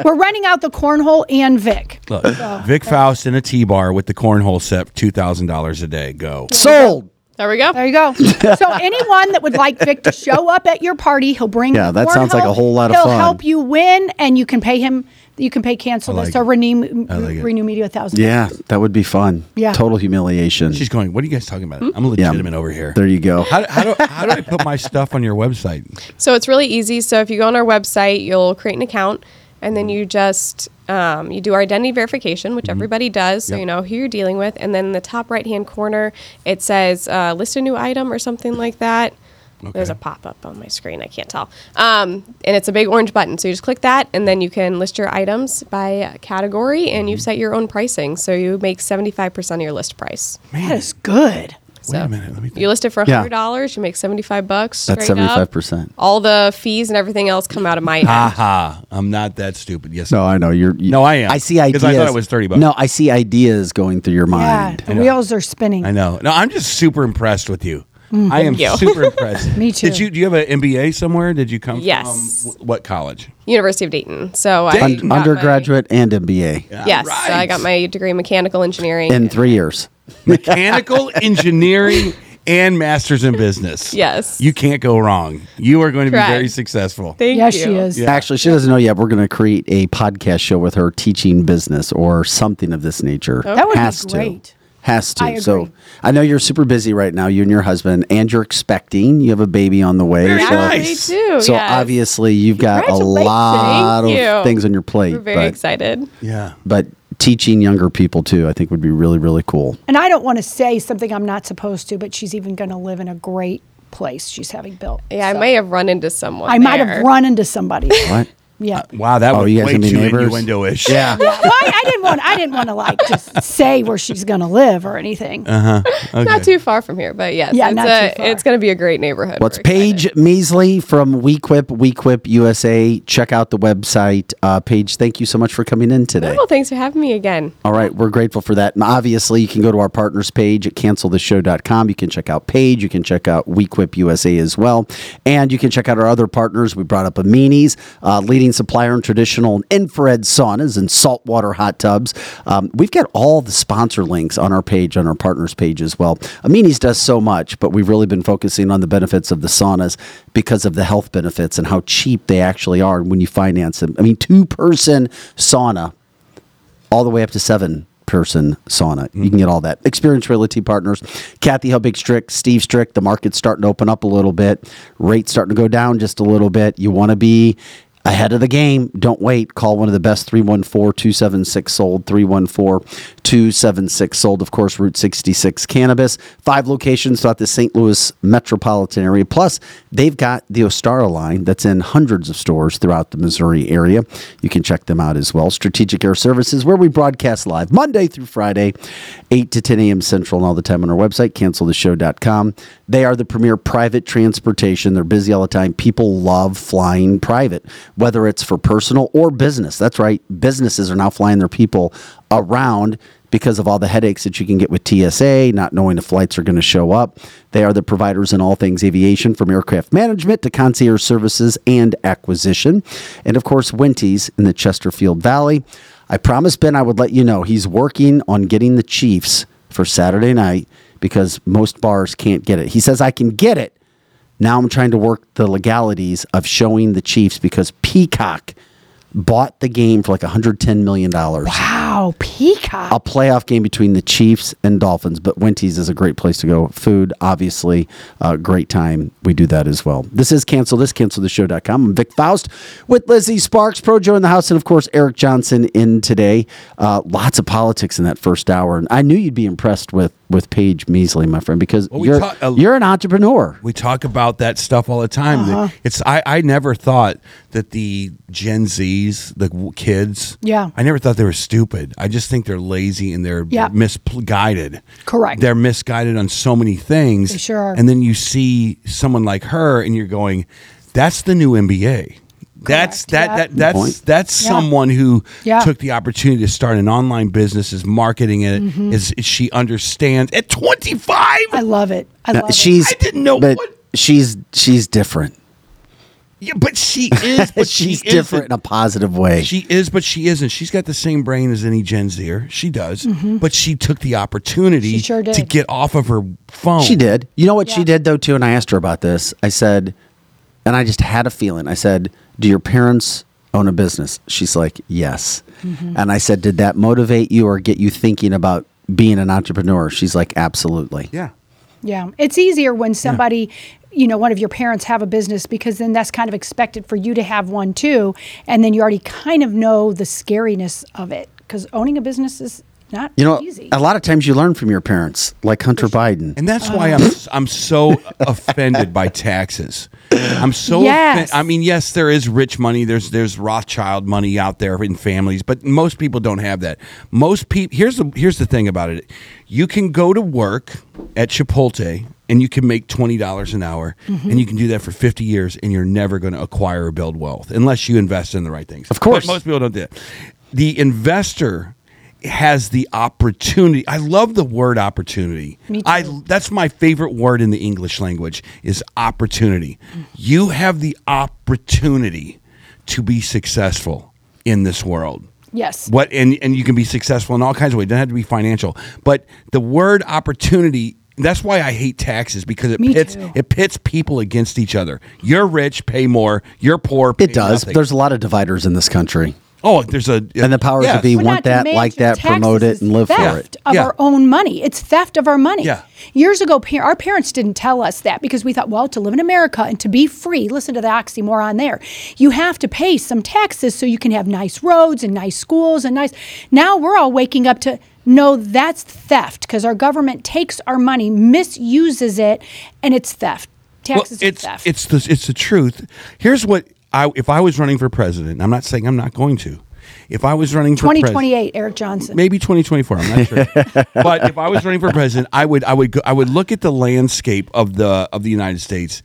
S2: We're renting out the cornhole and Vic.
S3: Look, Vic Faust in a T bar with the cornhole set, two thousand dollars a day. Go.
S1: Sold.
S21: There we go. There
S2: you go.
S1: *laughs*
S2: so anyone that would like Vic to show up at your party, he'll bring.
S1: Yeah,
S2: you
S1: that sounds like a
S2: cornhole,
S1: whole lot of
S2: he'll
S1: fun.
S2: help you win, and you can pay him. You can pay cancel
S1: I
S2: this
S1: like
S2: or
S1: it.
S2: renew
S1: I like it.
S2: renew media a thousand.
S1: Yeah, that would be fun.
S2: Yeah. Hmm?
S1: Total humiliation.
S3: She's going. What are you guys talking about? I'm legitimate over here.
S1: There you go.
S3: How,
S1: *laughs*
S3: how, do, how do I put my stuff on your website?
S21: So it's really easy. So if you go on our website, you'll create an account, and then you just um, you do our identity verification, which everybody does, so
S20: Yep.
S21: you know who you're dealing with. And then in the top right hand corner, it says uh, list a new item or something like that. There's a pop up on my screen. I can't tell. Um, and it's a big orange button. So you just click that, and then you can list your items by category, and you set your own pricing. So you make 75% of your list price.
S2: That is good.
S3: Wait a minute. Let me
S21: You list it for
S1: Yeah.
S21: $100, you make 75 bucks.
S1: That's
S21: straight up.
S1: 75%.
S21: All the fees and everything else come out of my
S1: Ah.
S3: Ha ha! I'm not that stupid. Yes.
S1: No, I know you're. You,
S3: No, I am.
S1: I see ideas.
S3: Because I thought it was thirty bucks.
S1: No, I see ideas going through your
S2: Yeah,
S1: mind.
S2: the wheels are spinning.
S3: I know. No, I'm just super impressed with you.
S2: Mm,
S3: I am
S21: thank you.
S3: super
S2: *laughs*
S3: impressed.
S21: Me
S3: Did
S21: too.
S3: you do you have an MBA somewhere? Did you come
S21: Yes.
S3: from wh- what college?
S21: University of Dayton. So I
S1: Un-
S21: got
S1: undergraduate and MBA
S21: My, yes, so I got my degree in mechanical engineering.
S1: in three years. *laughs*
S3: Mechanical engineering and masters in business.
S21: Yes.
S3: You can't go wrong. You are going to
S21: Correct.
S3: be very successful.
S21: Thank
S2: Yes,
S21: you.
S2: she is.
S3: Yeah.
S1: Actually, she doesn't know yet. We're going to create a podcast show with her teaching business or something of this nature.
S2: That would be
S1: Has to.
S2: great.
S1: Has to.
S2: I
S1: So
S2: agree.
S1: I know you're super busy right now, you and your husband, and you're expecting. You have a baby on the way.
S21: Very
S1: so,
S21: nice. We do,
S1: So
S21: yes.
S1: obviously, you've got a lot of
S21: Thank you.
S1: things on your plate.
S21: We're very
S1: but,
S21: excited.
S3: Yeah.
S1: but teaching younger people too, I think would be really, really cool.
S2: And I don't want to say something I'm not supposed to, but she's even going to live in a great place she's having built.
S21: Yeah, I may have run into someone.
S2: I might
S21: there.
S2: have run
S21: *laughs*
S2: into somebody.
S1: What?
S2: Yeah.
S3: Uh, Wow, that
S1: Oh,
S3: was
S1: you guys
S3: way
S1: gonna be
S3: too
S1: neighbors?
S3: innuendo-ish.
S21: *laughs*
S1: Yeah.
S2: Yeah, well, I, I didn't want. I didn't want to like just say where she's going to live or anything.
S1: Uh huh.
S21: Not too far from here, but yes,
S2: Yeah,
S21: it's,
S2: not
S21: a-
S2: too far.
S21: it's going to be a great neighborhood.
S1: Well, it's Paige Measley from WeQuip, WeQuip USA. Check out the website. Uh, Paige, thank you so much for coming in today.
S21: Well, thanks for having me again.
S1: All right, we're grateful for that. And obviously, you can go to our partners page at canceltheshow.com. You can check out Page. You can check out WeQuip USA as well. And you can check out our other partners. We brought up Amini's, uh, leading supplier in traditional and infrared saunas and saltwater hot tubs. Um, we've got all the sponsor links on our page, on our partners page as well. Amini's does so much, but we've really been focusing on the benefits of the saunas because of the health benefits and how cheap they actually are when you finance them. I mean, two person sauna all the way up to seven person sauna. You can get all that. Experience Realty Partners, Kathy Hubig Strick, Steve Strick. The market's starting to open up a little bit. Rates starting to go down just a little bit. You want to be Ahead of the game. Don't wait. Call one of the best 314 276 sold, 314 276 sold. Of course, Route 66 Cannabis. Five locations throughout the St. Louis metropolitan area. Plus, they've got the Ostara line that's in hundreds of stores throughout the Missouri area. You can check them out as well. Strategic Air Services, where we broadcast live Monday through Friday, 8 to 10 a.m. Central, and all the time on our website, canceltheshow.com. They are the premier private transportation. They're busy all the time. People love flying private, whether it's for personal or business. That's right. Businesses are now flying their people around because of all the headaches that you can get with TSA, not knowing the flights are going to show up. They are the providers in all things aviation, from aircraft management to concierge services and acquisition. And of course, Winty's in the Chesterfield Valley. I promised Ben I would let you know he's working on getting the Chiefs for Saturday night because most bars can't get it. He says, I can get it. Now I'm trying to work the legalities of showing the Chiefs because Peacock bought the game for like $110 million.
S2: Wow, oh, Peacock.
S1: A playoff game between the Chiefs and Dolphins, but Winty's is a great place to go. Food, obviously, uh, great time. We do that as well. This is Cancel This, canceltheshow.com. I'm Vic Faust with Lizzie Sparks, Projo in the house, and of course, Eric Johnson in today. Uh, lots of politics in that first hour, and I knew you'd be impressed with with Paige Measley, my friend, because
S3: Well, we
S1: you're,
S3: talk a-
S1: you're an entrepreneur.
S3: We talk about that stuff all the time.
S2: Uh-huh.
S3: It's I, I never thought that the Gen Zs, the w- kids,
S2: Yeah.
S3: I never thought they were stupid. I just think they're lazy and they're
S2: Oh. Yeah.
S3: misguided.
S2: Correct.
S3: They're misguided on so many things.
S2: They sure are.
S3: And then you see someone like her, and you're going, "That's the new NBA." That's that,
S2: Yeah.
S3: that
S2: Good
S3: that's
S2: point.
S3: that's
S2: Yeah.
S3: someone who
S2: Yeah.
S3: took the opportunity to start an online business, is marketing it, is
S2: Mhm.
S3: is she understands at 25. I
S2: love it. I
S1: No,
S2: love
S1: she's
S2: it.
S3: didn't know
S1: but she's she's different.
S3: Yeah, but she is.
S2: *laughs*
S3: But she
S1: she's
S3: isn't.
S1: different in a positive way.
S3: She is, but she isn't. She's got the same brain as any Gen Zer. She does, but she took the opportunity to get off of her phone.
S1: She did. You know what she did though too, and I asked her about this. I said, and I just had a feeling. I said, "Do your parents own a business?" She's like, "Yes."
S2: Mm-hmm.
S20: Mhm.
S1: And I said, "Did that motivate you or get you thinking about being an entrepreneur?" She's like, "Absolutely."
S3: Yeah.
S2: Yeah, it's easier when somebody, you know, one of your parents have a business because then that's kind of expected for you to have one too, and then you already kind of know the scariness of it because owning a business is not
S1: You know,
S2: easy.
S1: a lot of times you learn from your parents, like Hunter Biden,
S3: and that's why
S2: Uh-huh.
S3: I'm I'm so offended by taxes. I'm so
S2: Yes.
S3: offen- I mean, yes, there is rich money. There's there's Rothschild money out there in families, but most people don't have that. Most people here's the here's the thing about it. You can go to work at Chipotle and you can make twenty dollars an hour,
S20: Mhm.
S3: and you can do that for fifty years, and you're never going to acquire or build wealth unless you invest in the right things. Of
S1: course.
S3: most people don't do that. The investor has the opportunity. I love the word opportunity.
S20: Me
S3: I that's my favorite word in the English language is opportunity. You have the opportunity to be successful in this world.
S2: Yes.
S3: What and and you can be successful in all kinds of ways. It doesn't have to be financial. But the word opportunity that's why I hate taxes because it
S1: Me
S3: pits
S1: too.
S3: it pits people against each other. You're rich, pay more. You're poor, pay
S1: it does.
S3: nothing.
S1: There's a lot of dividers in this country.
S3: Oh, there's a
S1: and the powers
S3: Yes.
S1: that be
S3: But
S1: want
S2: not
S1: that,
S2: to
S1: like
S2: mention
S1: that, promote
S2: taxes
S1: it, and live
S2: is
S1: for it.
S2: theft Of
S3: Yeah.
S2: our own money, it's theft of our money.
S3: Yeah.
S2: Years ago, par- our parents didn't tell us that because we thought, well, to live in America and to be free, listen to the oxymoron there. You have to pay some taxes so you can have nice roads and nice schools and nice. Now we're all waking up to. No, that's theft because our government takes our money, misuses it, and it's theft. Taxes
S3: well,
S2: are
S3: it's,
S2: theft.
S3: It's the it's the truth. Here's what I if I was running for president, and I'm not saying I'm not going to. If I was running for president,
S2: 2028, Eric Johnson.
S3: maybe 2024, I'm not
S2: *laughs*
S3: sure. but if I was running for president, I would I would go, I would look at the landscape of the of the United States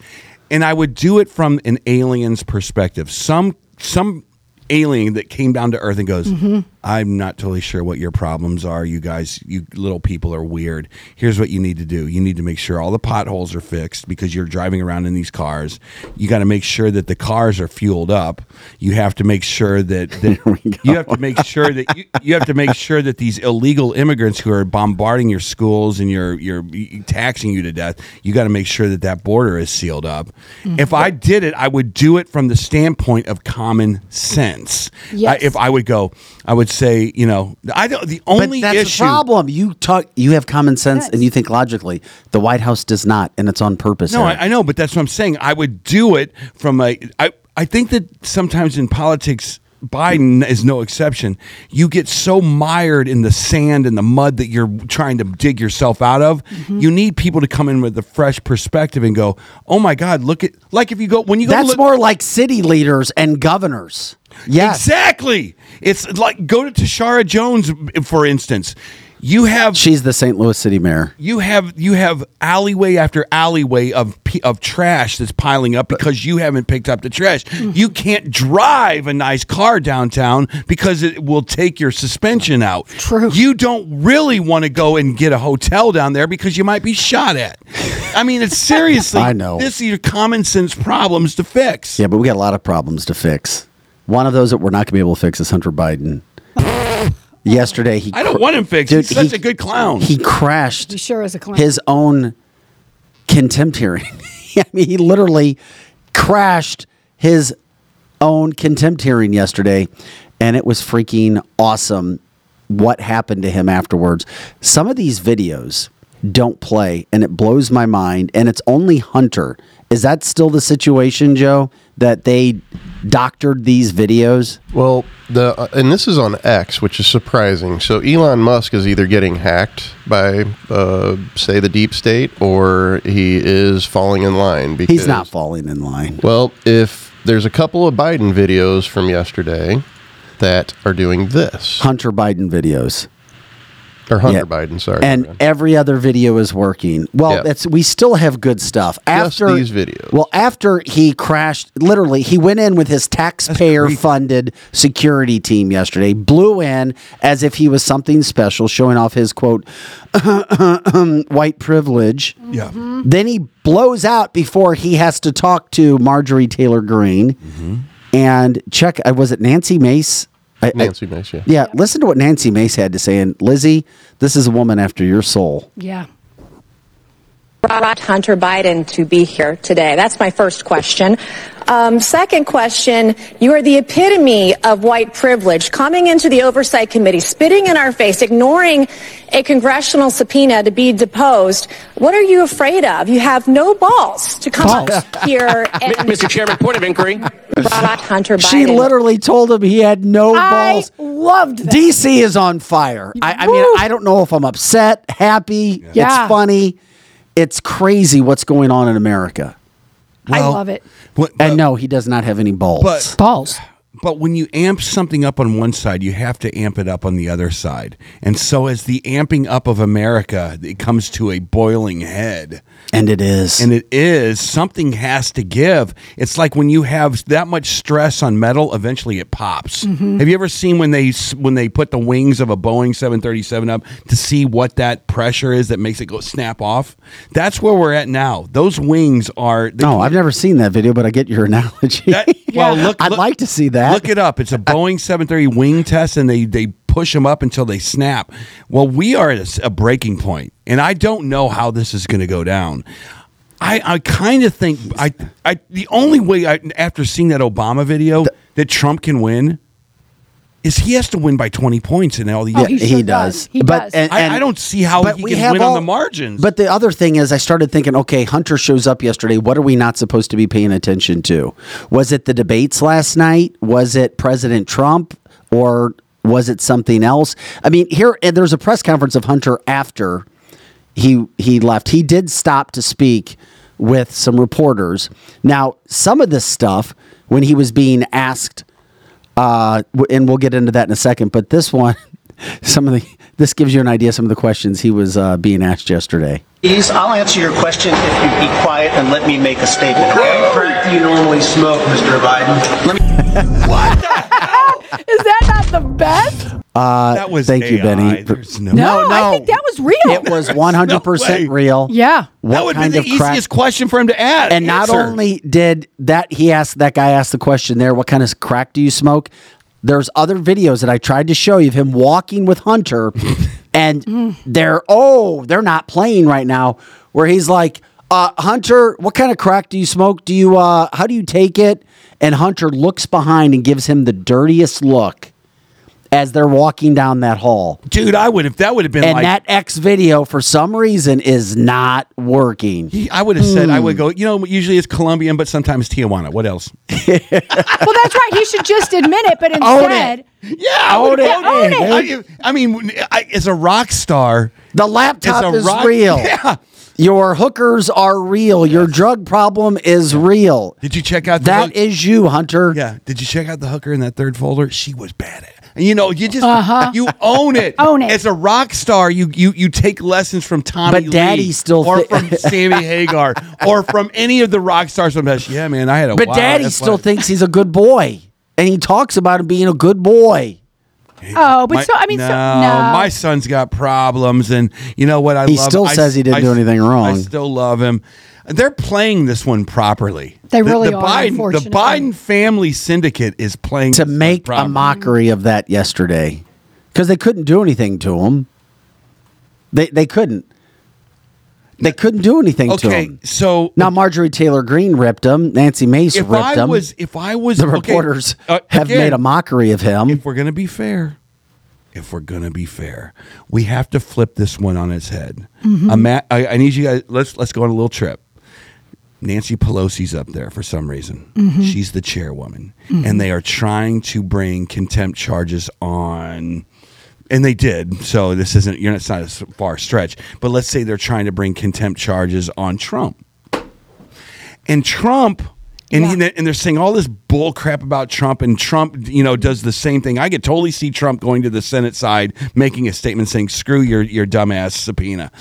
S3: and I would do it from an alien's perspective. Some some alien that came down to earth and goes,
S2: Mm-hmm.
S20: Mhm.
S3: I'm not totally sure what your problems are. You guys, you little people are weird. Here's what you need to do. You need to make sure all the potholes are fixed because you're driving around in these cars. You got to make sure that the cars are fueled up. You have to make sure that, that you have to make sure that you, you have to make sure that these illegal immigrants who are bombarding your schools and your your taxing you to death, you got to make sure that that border is sealed up. If I did it, I would do it from the standpoint of common sense.
S1: Yes.
S3: I, if I would go, I would say, you know, I don't. The only
S1: but that's
S3: issue.
S1: the problem. You talk. You have common sense and you think logically. The White House does not, and it's on purpose.
S3: No,
S1: Eric.
S3: I, I know, but that's what I'm saying. I would do it from a. I, I think that sometimes in politics, Biden is no exception. You get so mired in the sand and the mud that you're trying to dig yourself out of.
S1: Mm-hmm.
S3: You need people to come in with a fresh perspective and go, "Oh my God, look at like if you go when you go
S1: That's
S3: look,
S1: more like city leaders and governors. Yes.
S3: Exactly. It's like go to Tashara Jones, for instance. You have
S1: she's the St. Louis City Mayor.
S3: You have you have alleyway after alleyway of p- of trash that's piling up because you haven't picked up the trash. You can't drive a nice car downtown because it will take your suspension out. True. You don't really want to go and get a hotel down there because you might be shot at. I mean,
S1: *laughs*
S3: it's seriously.
S1: I know.
S3: This is your common sense problems to fix.
S1: Yeah, but we got a lot of problems to fix. One of those that we're not going to be able to fix is
S3: *laughs*
S1: Hunter Biden. Yesterday, he
S3: I don't want him fixed. He's such a good clown.
S1: He crashed.
S2: He sure is a clown.
S1: His own contempt hearing. *laughs* I mean, he literally crashed his own contempt hearing yesterday, and it was freaking awesome. What happened to him afterwards? Some of these videos don't play, and it blows my mind. And it's only Hunter. Is that still the situation, Joe? That they doctored these videos?
S8: Well, the uh, and this is on X, which is surprising. So Elon Musk is either getting hacked by, uh, say, the deep state, or he is falling in line. Because
S1: He's not falling in line.
S8: Well, if there's a couple of Biden videos from yesterday that are doing this,
S1: Hunter Biden videos.
S8: or Hunter
S1: Yeah.
S8: Biden, sorry,
S1: and every other video is working. Well, it's we still have good stuff after
S8: these videos.
S1: Well, after he crashed, literally, he went in with his taxpayer-funded security team yesterday, blew in as if he was something special, showing off his quote *clears throat* white privilege.
S3: Yeah.
S1: Then he blows out before he has to talk to Marjorie Taylor Greene,
S8: Mm-hmm.
S1: and check. uh, Was it Nancy Mace? I- I-
S8: Nancy Mace, yeah.
S1: yeah, listen to what Nancy Mace had to say. And Lizzie, this is a woman after your soul.
S2: Yeah.
S20: brought Hunter Biden to be here today? That's my first question. Um, second question, you are the epitome of white privilege, coming into the Oversight Committee, spitting in our face, ignoring a congressional subpoena to be deposed. What are you afraid of? You have no balls to come
S1: Balls.
S20: up here and
S22: Mr. Chairman, point of inquiry.
S20: brought Hunter Biden.
S1: She literally told him he had no balls.
S2: Loved that.
S1: DC is on fire. I, I mean, I don't know if I'm upset, happy.
S2: Yeah.
S1: It's funny. It's crazy what's going on in America.
S2: I love it.
S3: uh,
S1: and no, he does not have any balls.
S3: But-
S2: balls.
S3: But when you amp something up on one side, you have to amp it up on the other side. And so, as the amping up of America, it comes to a boiling head.
S1: And it is.
S3: And it is. Something has to give. It's like when you have that much stress on metal, eventually it pops. Have you ever seen when they s- when they put the wings of a Boeing 737 up to see what that pressure is that makes it go snap off? That's where we're at now. Those wings are
S1: no, I've never seen that video, but I get your analogy. *laughs*
S3: well, look,
S1: I'd
S3: look-
S1: like to see that.
S3: Look it up. It's a Boeing 730 wing test, and they they push them up until they snap. Well, we are at a s- a, breaking point, and I don't know how this is going to go down. I, I kind of think I I the only way I, after seeing that Obama video that Trump can win is he has to win by 20 points in all the
S2: Oh,
S1: Yeah, he, does. but and-
S3: I,
S1: and-
S3: I don't see how
S1: but
S3: he
S1: we
S3: can
S1: have
S3: win on
S1: all-
S3: the margins.
S1: But the other thing is, I started thinking, okay, Hunter shows up yesterday. What are we not supposed to be paying attention to? Was it the debates last night? Was it President Trump? Or was it something else? I mean, here and there's a press conference of Hunter after he he left. He did stop to speak with some reporters. Now, some of this stuff when he was being asked uh, w- and we'll get into that in a second. But this one, *laughs* some of the this gives you an idea. Some of the questions he was uh, being asked yesterday.
S22: Please, I'll answer your question if you be quiet and let me make a statement. What crack do you normally smoke, Mr. Biden? Let me.
S2: *laughs* Is that not the best?
S1: Uh, that was thank you, Benny.
S3: no,
S2: I think that was real.
S3: *laughs*
S1: It was one hundred percent real.
S2: Yeah.
S1: What
S3: that would be
S1: kind
S3: the
S1: of crack-
S3: easiest question for him to ask.
S1: And not
S3: answer.
S1: only did that, he asked that guy asked the question there. What kind of crack do you smoke? There's other videos that I tried to show you of him walking
S3: *laughs*
S1: with Hunter, and they're oh they're not playing right now. Where he's like, uh, Hunter, what kind of crack do you smoke? Do you uh, how do you take it? And Hunter looks behind and gives him the dirtiest look. as they're walking down that hall.
S3: Dude, I would if that would have been
S1: and
S3: like
S1: that X video for some reason is not working. Hmm.
S3: I would have said I would go, you know, usually it's Colombian, but sometimes Tijuana. What else?
S2: well, that's right. He should just admit it, but
S1: *laughs*
S3: Own it.
S2: instead,
S3: Yeah,
S2: Own
S3: would-
S2: it. Own it.
S3: I, mean, I mean, I, as a rock star,
S1: the laptop is real.
S3: *laughs* Yeah.
S1: Your hookers are real. Your drug problem is real.
S3: Did you check out the
S1: That is you, Hunter?
S3: Yeah. Did you check out the hooker in that third folder? She was bad at. It. You know, you just
S2: Uh-huh.
S3: you own it. own it. As a rock star, you you you take lessons from Tommy
S1: But Daddy
S3: Lee
S1: still
S3: or
S1: thi-
S3: from
S1: *laughs*
S3: Sammy Hagar or from any of the rock stars from that. Yeah, man, I had a
S1: But
S3: wild-
S1: Daddy
S3: that's
S1: still
S3: why-
S1: thinks he's a good boy, and he talks about him being a good boy.
S2: oh, but
S3: My-
S2: so I mean,
S3: no,
S2: so, no.
S3: my son's got problems, and you know what? I
S1: He
S3: love,
S1: still
S3: I
S1: says
S3: s-
S1: he didn't
S3: I
S1: do
S3: s-
S1: anything wrong.
S3: I still love him. They're playing this one properly.
S2: They
S3: The-
S2: really
S3: the
S2: are,
S3: Biden, the
S2: unfortunately.
S3: Biden family syndicate is playing
S1: to make a mockery of that yesterday because they couldn't do anything to him. They they couldn't. They couldn't do anything to
S3: Okay,
S1: him.
S3: so
S1: now Marjorie Taylor Greene ripped him. Nancy Mace
S3: If
S1: ripped
S3: I
S1: him.
S3: was, if I was,
S1: the
S3: okay,
S1: reporters
S3: uh,
S1: have
S3: again,
S1: made a mockery of him.
S3: If we're gonna be fair, if we're gonna be fair, we have to flip this one on its head.
S2: Mm-hmm.
S4: Mhm.
S3: Ima- I, I need you guys. Let's let's go on a little trip. Nancy Pelosi's up there for some reason.
S2: Mm-hmm.
S4: Mhm.
S3: She's the chairwoman,
S4: Mhm.
S3: and they are trying to bring contempt charges on. And they did, so this isn't. You're not, it's not a s- far stretch. But let's say they're trying to bring contempt charges on Trump and Trump. And, he- and they're saying all this bull crap about Trump, and Trump, you know, does the same thing. I could totally see Trump going to the Senate side, making a statement saying, "Screw your your dumbass subpoena."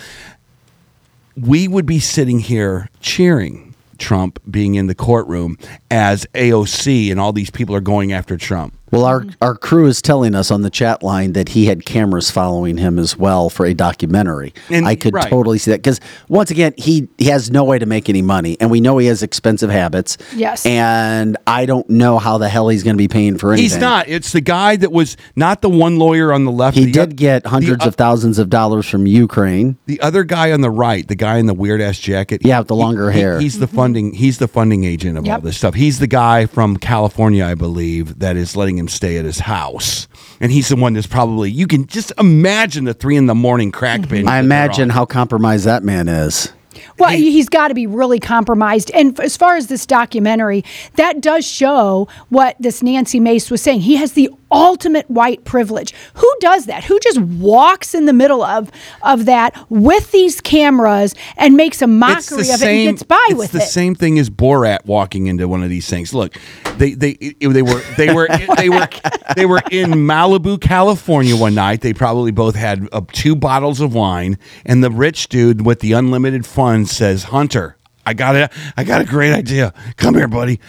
S3: We would be sitting here cheering Trump being in the courtroom as AOC, and all these people are going after Trump.
S1: well, our our crew is telling us on the chat line that he had cameras following him as well for a documentary.
S3: And-
S1: I could
S3: right.
S1: totally see that because once again, he he has no way to make any money, and we know he has expensive habits.
S3: Yes.
S1: and I don't know how the hell he's going to be paying for anything.
S3: He's not. It's the guy that was not the one lawyer on the left.
S1: He
S3: the
S1: did
S3: oth-
S1: get hundreds
S3: the,
S1: of thousands of dollars from Ukraine.
S3: The other guy on the right, the guy in the weird ass jacket, yeah, with
S1: the longer hair.
S3: he's the funding. He's the funding agent of all
S1: Yep.
S3: this stuff. He's the guy from California, I believe, that is letting him stay at his house, and he's the one that's probably. You can just imagine the three in the morning crack binge.
S1: I imagine how compromised that man is.
S2: Well, he, he's got to be really compromised. And f- as far as this documentary, that does show what this Nancy Mace was saying. He has the ultimate white privilege. Who does that? Who just walks in the middle of of that with these cameras and makes a mockery of it and gets by
S3: it's
S2: with
S3: the
S2: it?
S3: same thing as Borat walking into one of these things. Look, they they they were they
S2: *laughs*
S3: were they were they were in Malibu, California one night. They probably both had uh, two bottles of wine, and the rich dude with the unlimited funds says, "Hunter, I got a I got a great idea. Come here, buddy."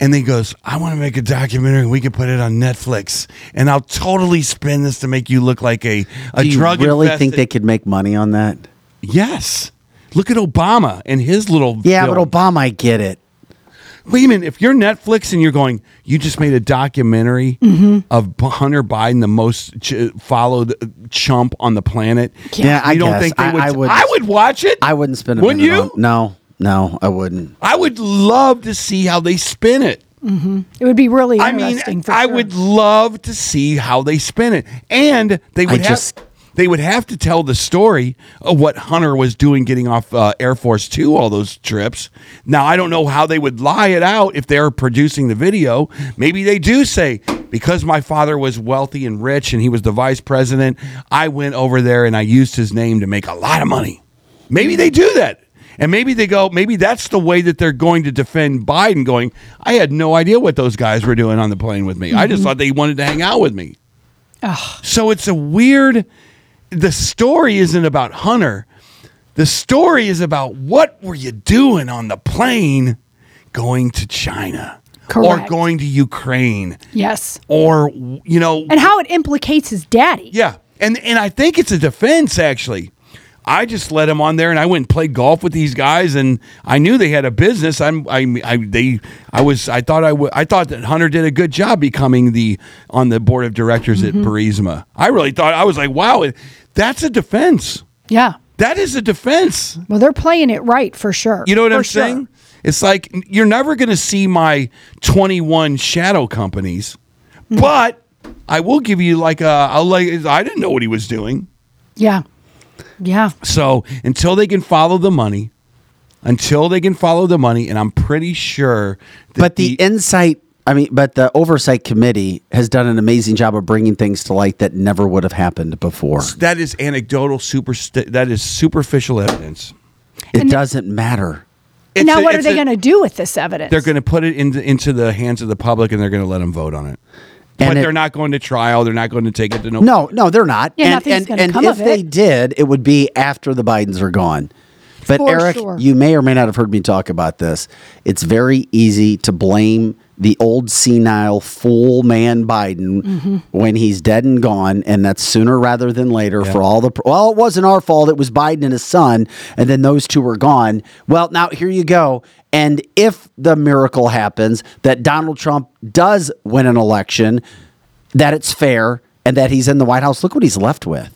S3: And he goes, I want to make a documentary. and We can put it on Netflix, and I'll totally spin this to make you look like a a
S1: Do you
S3: drug.
S1: really think
S3: infested-
S1: they could make money on that?
S3: Yes. Look at Obama and his little.
S1: Yeah, but Obama, I get it.
S3: Wait a minute. If you're Netflix and you're going, you just made a documentary
S1: Mm-hmm.
S3: of B- Hunter Biden, the most ch- followed chump on the planet.
S1: Yeah, I
S3: you don't
S1: guess.
S3: think they
S1: I-
S3: would?
S1: I would-
S3: I would watch it.
S1: I wouldn't spend. A
S3: Wouldn't
S1: minute
S3: you?
S1: on- no, no, I wouldn't.
S3: I would love to see how they spin it.
S2: hmm It would be really
S3: I
S2: interesting.
S3: mean, I would love to see how they spin it, and they would have,
S1: just-
S3: they would have to tell the story of what Hunter was doing getting off uh, Air Force Two all those trips. Now I don't know how they would lie it out if they're producing the video. Maybe they do say because my father was wealthy and rich, and he was the vice president. I went over there and I used his name to make a lot of money. Maybe they do that. And maybe they go, maybe that's the way that they're going to defend Biden, going, I had no idea what those guys were doing on the plane with me. I just
S2: Mm-hmm.
S4: Mhm.
S3: thought they wanted to hang out with me. So it's a weird, the story isn't about Hunter. The story is about what were you doing on the plane going to China or
S2: Correct.
S3: going to Ukraine
S2: yes,
S3: or, you know,
S2: and how it implicates his daddy.
S3: yeah, and and I think it's a defense actually. I just let him on there, and I went and played golf with these guys, and I knew they had a business. I'm, I, I, they, I was, I thought I would, I thought that Hunter did a good job becoming the on the board of directors
S2: Mm-hmm.
S3: at Burisma. I really thought I was like, wow, it- that's a defense.
S2: Yeah.
S3: That is a defense.
S2: Well, they're playing it right for sure.
S3: You know what
S2: For
S3: I'm
S2: sure.
S3: saying? It's like
S2: Mm-hmm.
S3: you're never going to see my 21 shadow companies, but I will give you like a. I'll like. I didn't know what he was doing.
S2: Yeah. Yeah.
S3: So until they can follow the money, until they can follow the money, and I'm pretty sure. That
S1: but the, insight, I mean, but the oversight committee has done an amazing job of bringing things to light that never would have happened before.
S3: that is anecdotal, super. That is superficial evidence.
S1: It doesn't matter.
S2: And now,
S3: It's a-
S2: what are
S3: it's
S2: they
S3: a-
S2: going to do with this evidence?
S3: They're going to put it into into the hands of the public, and they're going to let them vote on it. but they're not going to trial. They're not going to take it to no.
S1: No, no, they're not.
S2: Yeah,
S1: and
S2: nothing's
S1: and,
S2: gonna
S1: and
S2: come
S1: if
S2: of
S1: they
S2: it.
S1: did, it would be after the Bidens are gone. But
S2: For
S1: Eric,
S2: sure.
S1: you may or may not have heard me talk about this. It's very easy to blame the old senile fool man Biden
S2: Mm-hmm.
S4: Mhm.
S1: when he's dead and gone, and that's sooner rather than later for all the. Well, it wasn't our fault. It was Biden and his son, and then those two were gone. Well, now here you go. And if the miracle happens that Donald Trump does win an election, that it's fair and that he's in the White House, look what he's left with.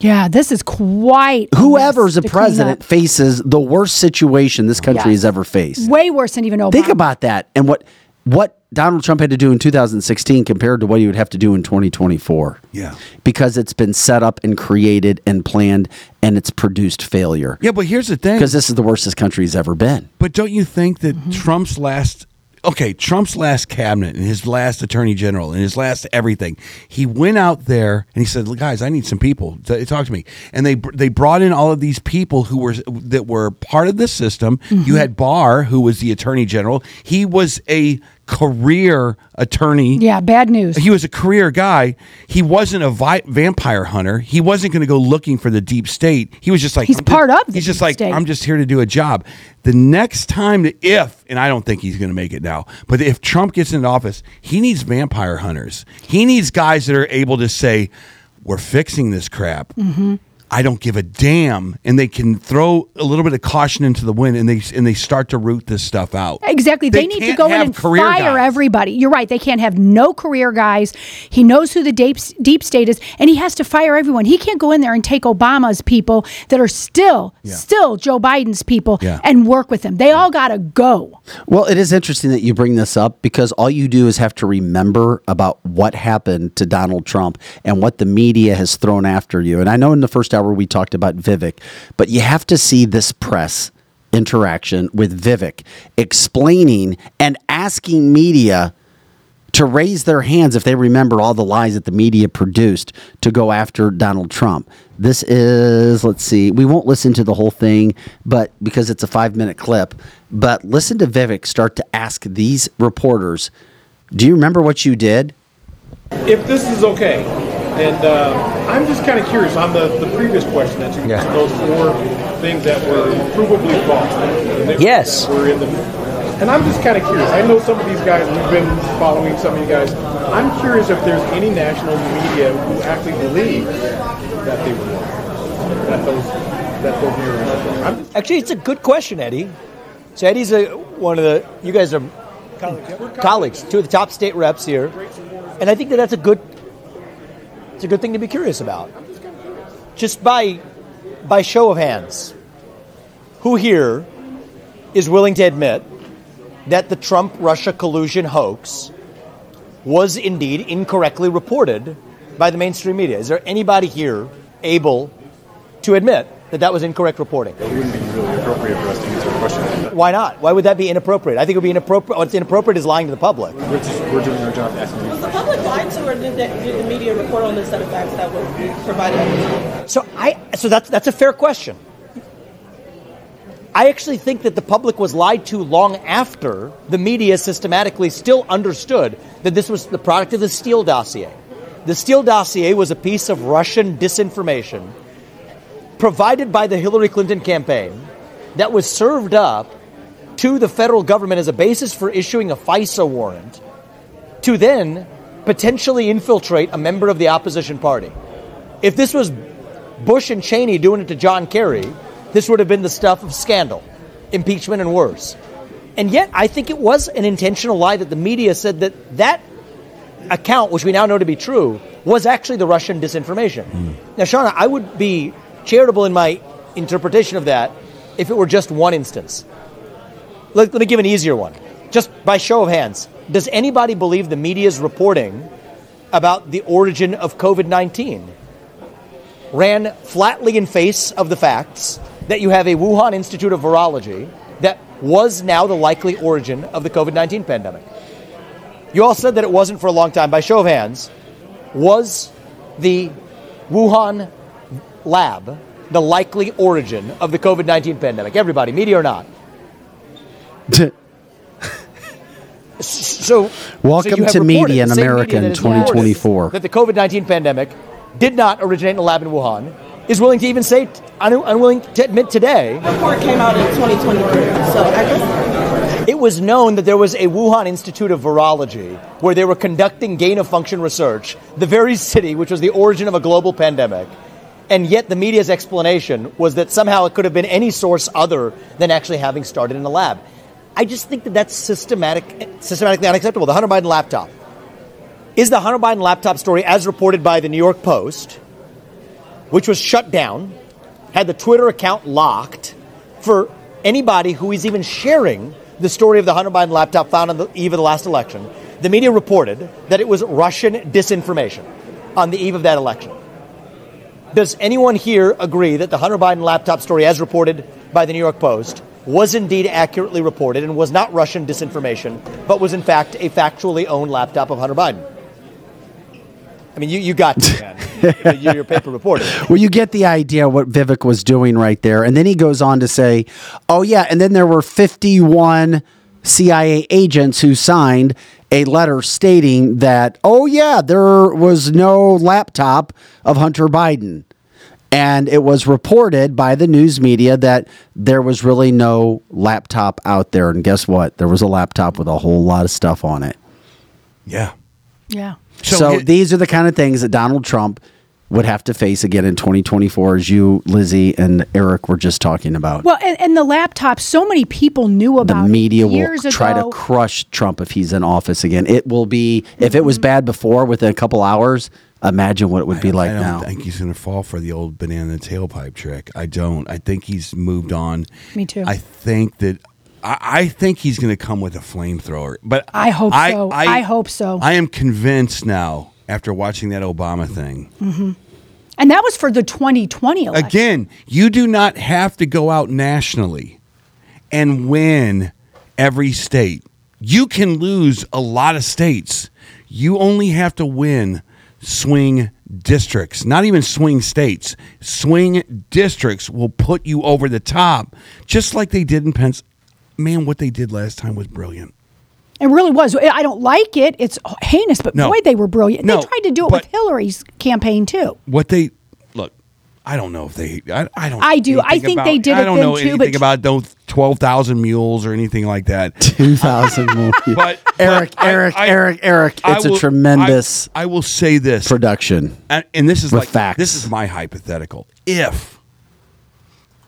S2: yeah, this is quite. a
S1: Whoever's
S2: mess
S1: the
S2: to clean
S1: president faces the worst situation this country has
S2: Yeah.
S1: ever faced.
S2: up. Way worse than even Obama.
S1: Think about that and what what Donald Trump had to do in 2016 compared to what he would have to do in 2024.
S3: Yeah.
S1: Because it's been set up and created and planned and it's produced failure.
S3: Yeah, but here's the thing.
S1: Because this is the worst this country's ever been.
S3: But don't you think that Trump's last okay, Trump's last cabinet and his last attorney general and his last everything, he went out there and he said, "Look, "Guys, I need some people to talk to me." And they br- they brought in all of these people who were that were part of the system. You had Barr, who was the attorney general. He was a career attorney.
S2: Yeah, bad news.
S3: He was a career guy. He wasn't a vi- vampire hunter. He wasn't going to go looking for the deep state. He was just like he's part of. The he's just like I'm just here to do a job. The next time, that if and I don't think he's going to make it now, but if Trump gets into office, he needs vampire hunters. He needs guys that are able to say, "We're fixing this crap."
S4: Mm-hmm.
S3: I don't give a damn, and they can throw a little bit of caution into the wind, and they and they start to root this stuff out.
S2: Exactly. They, need to
S3: can't
S2: go in
S3: have
S2: and
S3: career
S2: fire
S3: guys.
S2: everybody. You're right. They can't have no career guys. He knows who the deep, deep state is, and he has to fire everyone. He can't go in there and take Obama's people that are still,
S1: Yeah.
S2: still Joe Biden's people
S1: Yeah.
S2: and work with them. They all got to go.
S1: Well, it is interesting that you bring this up because all you do is have to remember about what happened to Donald Trump and what the media has thrown after you. And I know in the first hour we talked about Vivek, but you have to see this press interaction with Vivek explaining and asking media to raise their hands if they remember all the lies that the media produced to go after Donald Trump. This is, let's see, we won't listen to the whole thing, but because it's a five minute clip, but listen to Vivek start to ask these reporters, do you remember what you did?
S6: If this is okay, and uh, I'm just kind of curious on the, the previous question that you
S1: Yeah.
S6: those four things that were provably false. and they
S17: Yes.
S6: Were in the, and I'm just kind of curious. I know some of these guys. We've been following some of you guys. I'm curious if there's any national media who actually believe that they were wrong, that those that those mirrors. were wrong. I'm
S17: Actually, it's a good question, Eddie. So Eddie's a, one of the you guys are colleagues, two of the top state reps here, and I think that that's a good it's a good thing to be curious about. Just by by show of hands, who here is willing to admit that the Trump Russia collusion hoax was indeed incorrectly reported by the mainstream media? Is there anybody here able to admit that that was incorrect reporting?
S6: It wouldn't be really appropriate for us to answer a question like that.
S17: Why not? Why would that be inappropriate? I think it would be inappropriate. What's inappropriate is lying to the public.
S6: We're just we're doing our job asking you.
S23: The public lied to, or did, that, did the media report on the set of facts that were provided?
S17: So I, so that's that's a fair question. I actually think that the public was lied to long after the media systematically still understood that this was the product of the Steele dossier. The Steele dossier was a piece of Russian disinformation provided by the Hillary Clinton campaign that was served up to the federal government as a basis for issuing a FISA warrant to then potentially infiltrate a member of the opposition party. If this was Bush and Cheney doing it to John Kerry, this would have been the stuff of scandal, impeachment, and worse. And yet, I think it was an intentional lie that the media said that that account, which we now know to be true, was actually the Russian disinformation. Now, Shauna, I would be charitable in my interpretation of that if it were just one instance. Let, let me give an easier one. Just by show of hands, does anybody believe the media's reporting about the origin of COVID 19 ran flatly in face of the facts that you have a Wuhan Institute of Virology that was now the likely origin of the COVID 19 pandemic. You all said that it wasn't for a long time. By show of hands, was the Wuhan lab the likely origin of the COVID 19 pandemic? Everybody, media or not? S- so,
S1: Welcome
S17: so you have
S1: to
S17: reported,
S1: media in
S17: the same
S1: America in
S17: that has reported
S1: 2024.
S17: That the COVID 19 pandemic did not originate in a lab in Wuhan is willing to even say, un- unwilling to admit today.
S23: Report came out in 2023, so I guess
S17: It was known that there was a Wuhan Institute of Virology where they were conducting gain of function research, the very city which was the origin of a global pandemic. And yet the media's explanation was that somehow it could have been any source other than actually having started in a lab. I just think that that's systematic, systematically unacceptable. The Hunter Biden laptop. Is the Hunter Biden laptop story, as reported by the New York Post, which was shut down, had the Twitter account locked for anybody who is even sharing the story of the Hunter Biden laptop found on the eve of the last election. The media reported that it was Russian disinformation on the eve of that election. Does anyone here agree that the Hunter Biden laptop story, as reported by the New York Post, was indeed accurately reported and was not Russian disinformation, but was in fact a factually owned laptop of Hunter Biden? I mean, you, you got me, man. You're a paper reporter.
S1: Well, you get the idea what Vivek was doing right there. And then he goes on to say, oh, yeah. And then there were 51 CIA agents who signed a letter stating that, oh, yeah, there was no laptop of Hunter Biden. And it was reported by the news media that there was really no laptop out there. And guess what? There was a laptop with a whole lot of stuff on it.
S3: Yeah.
S2: Yeah.
S1: So, these are the kind of things that Donald Trump would have to face again in 2024, as you, Lizzie, and Eric were just talking about.
S2: Well, and, and the laptop, so many people knew
S1: the
S2: about. it
S1: media will
S2: years
S1: try to
S2: ago.
S1: crush Trump if he's in office again. It will be if it
S2: Mm-hmm.
S1: was bad before within a couple hours. Imagine what it would be like
S3: I don't
S1: now.
S3: think he's going to fall for the old banana tailpipe trick. I don't. I think he's moved on.
S2: Me too.
S3: I think that. I, I think he's going to come with a flamethrower. But
S2: I hope so. I hope so.
S3: I am convinced now after watching that Obama thing.
S2: Mhm. And that was for the 2020 election.
S3: Again, you do not have to go out nationally and win every state. You can lose a lot of states. You only have to win swing districts, not even swing states. Swing districts will put you over the top, just like they did in Pence. Man, what they did last time was brilliant.
S2: It really was. I don't like it. It's heinous, but
S3: No.
S2: boy, they were brilliant.
S3: No,
S2: they tried to do it with Hillary's campaign too.
S3: What they look, I don't know if they. I, I don't.
S2: I do. I
S3: anything
S2: think they
S3: about-
S2: did
S3: I
S2: it
S3: don't
S2: then
S3: know
S2: too,
S3: anything
S2: but-
S3: about those twelve thousand mules or anything like that.
S1: *laughs* Two thousand mules.
S3: *laughs* But
S1: Eric,
S3: but I-
S1: Eric,
S3: I-
S1: Eric, Eric.
S3: I
S1: It's
S3: will-
S1: a tremendous.
S3: I, will say this
S1: production.
S3: and, and this is
S1: With
S3: like this is my hypothetical. If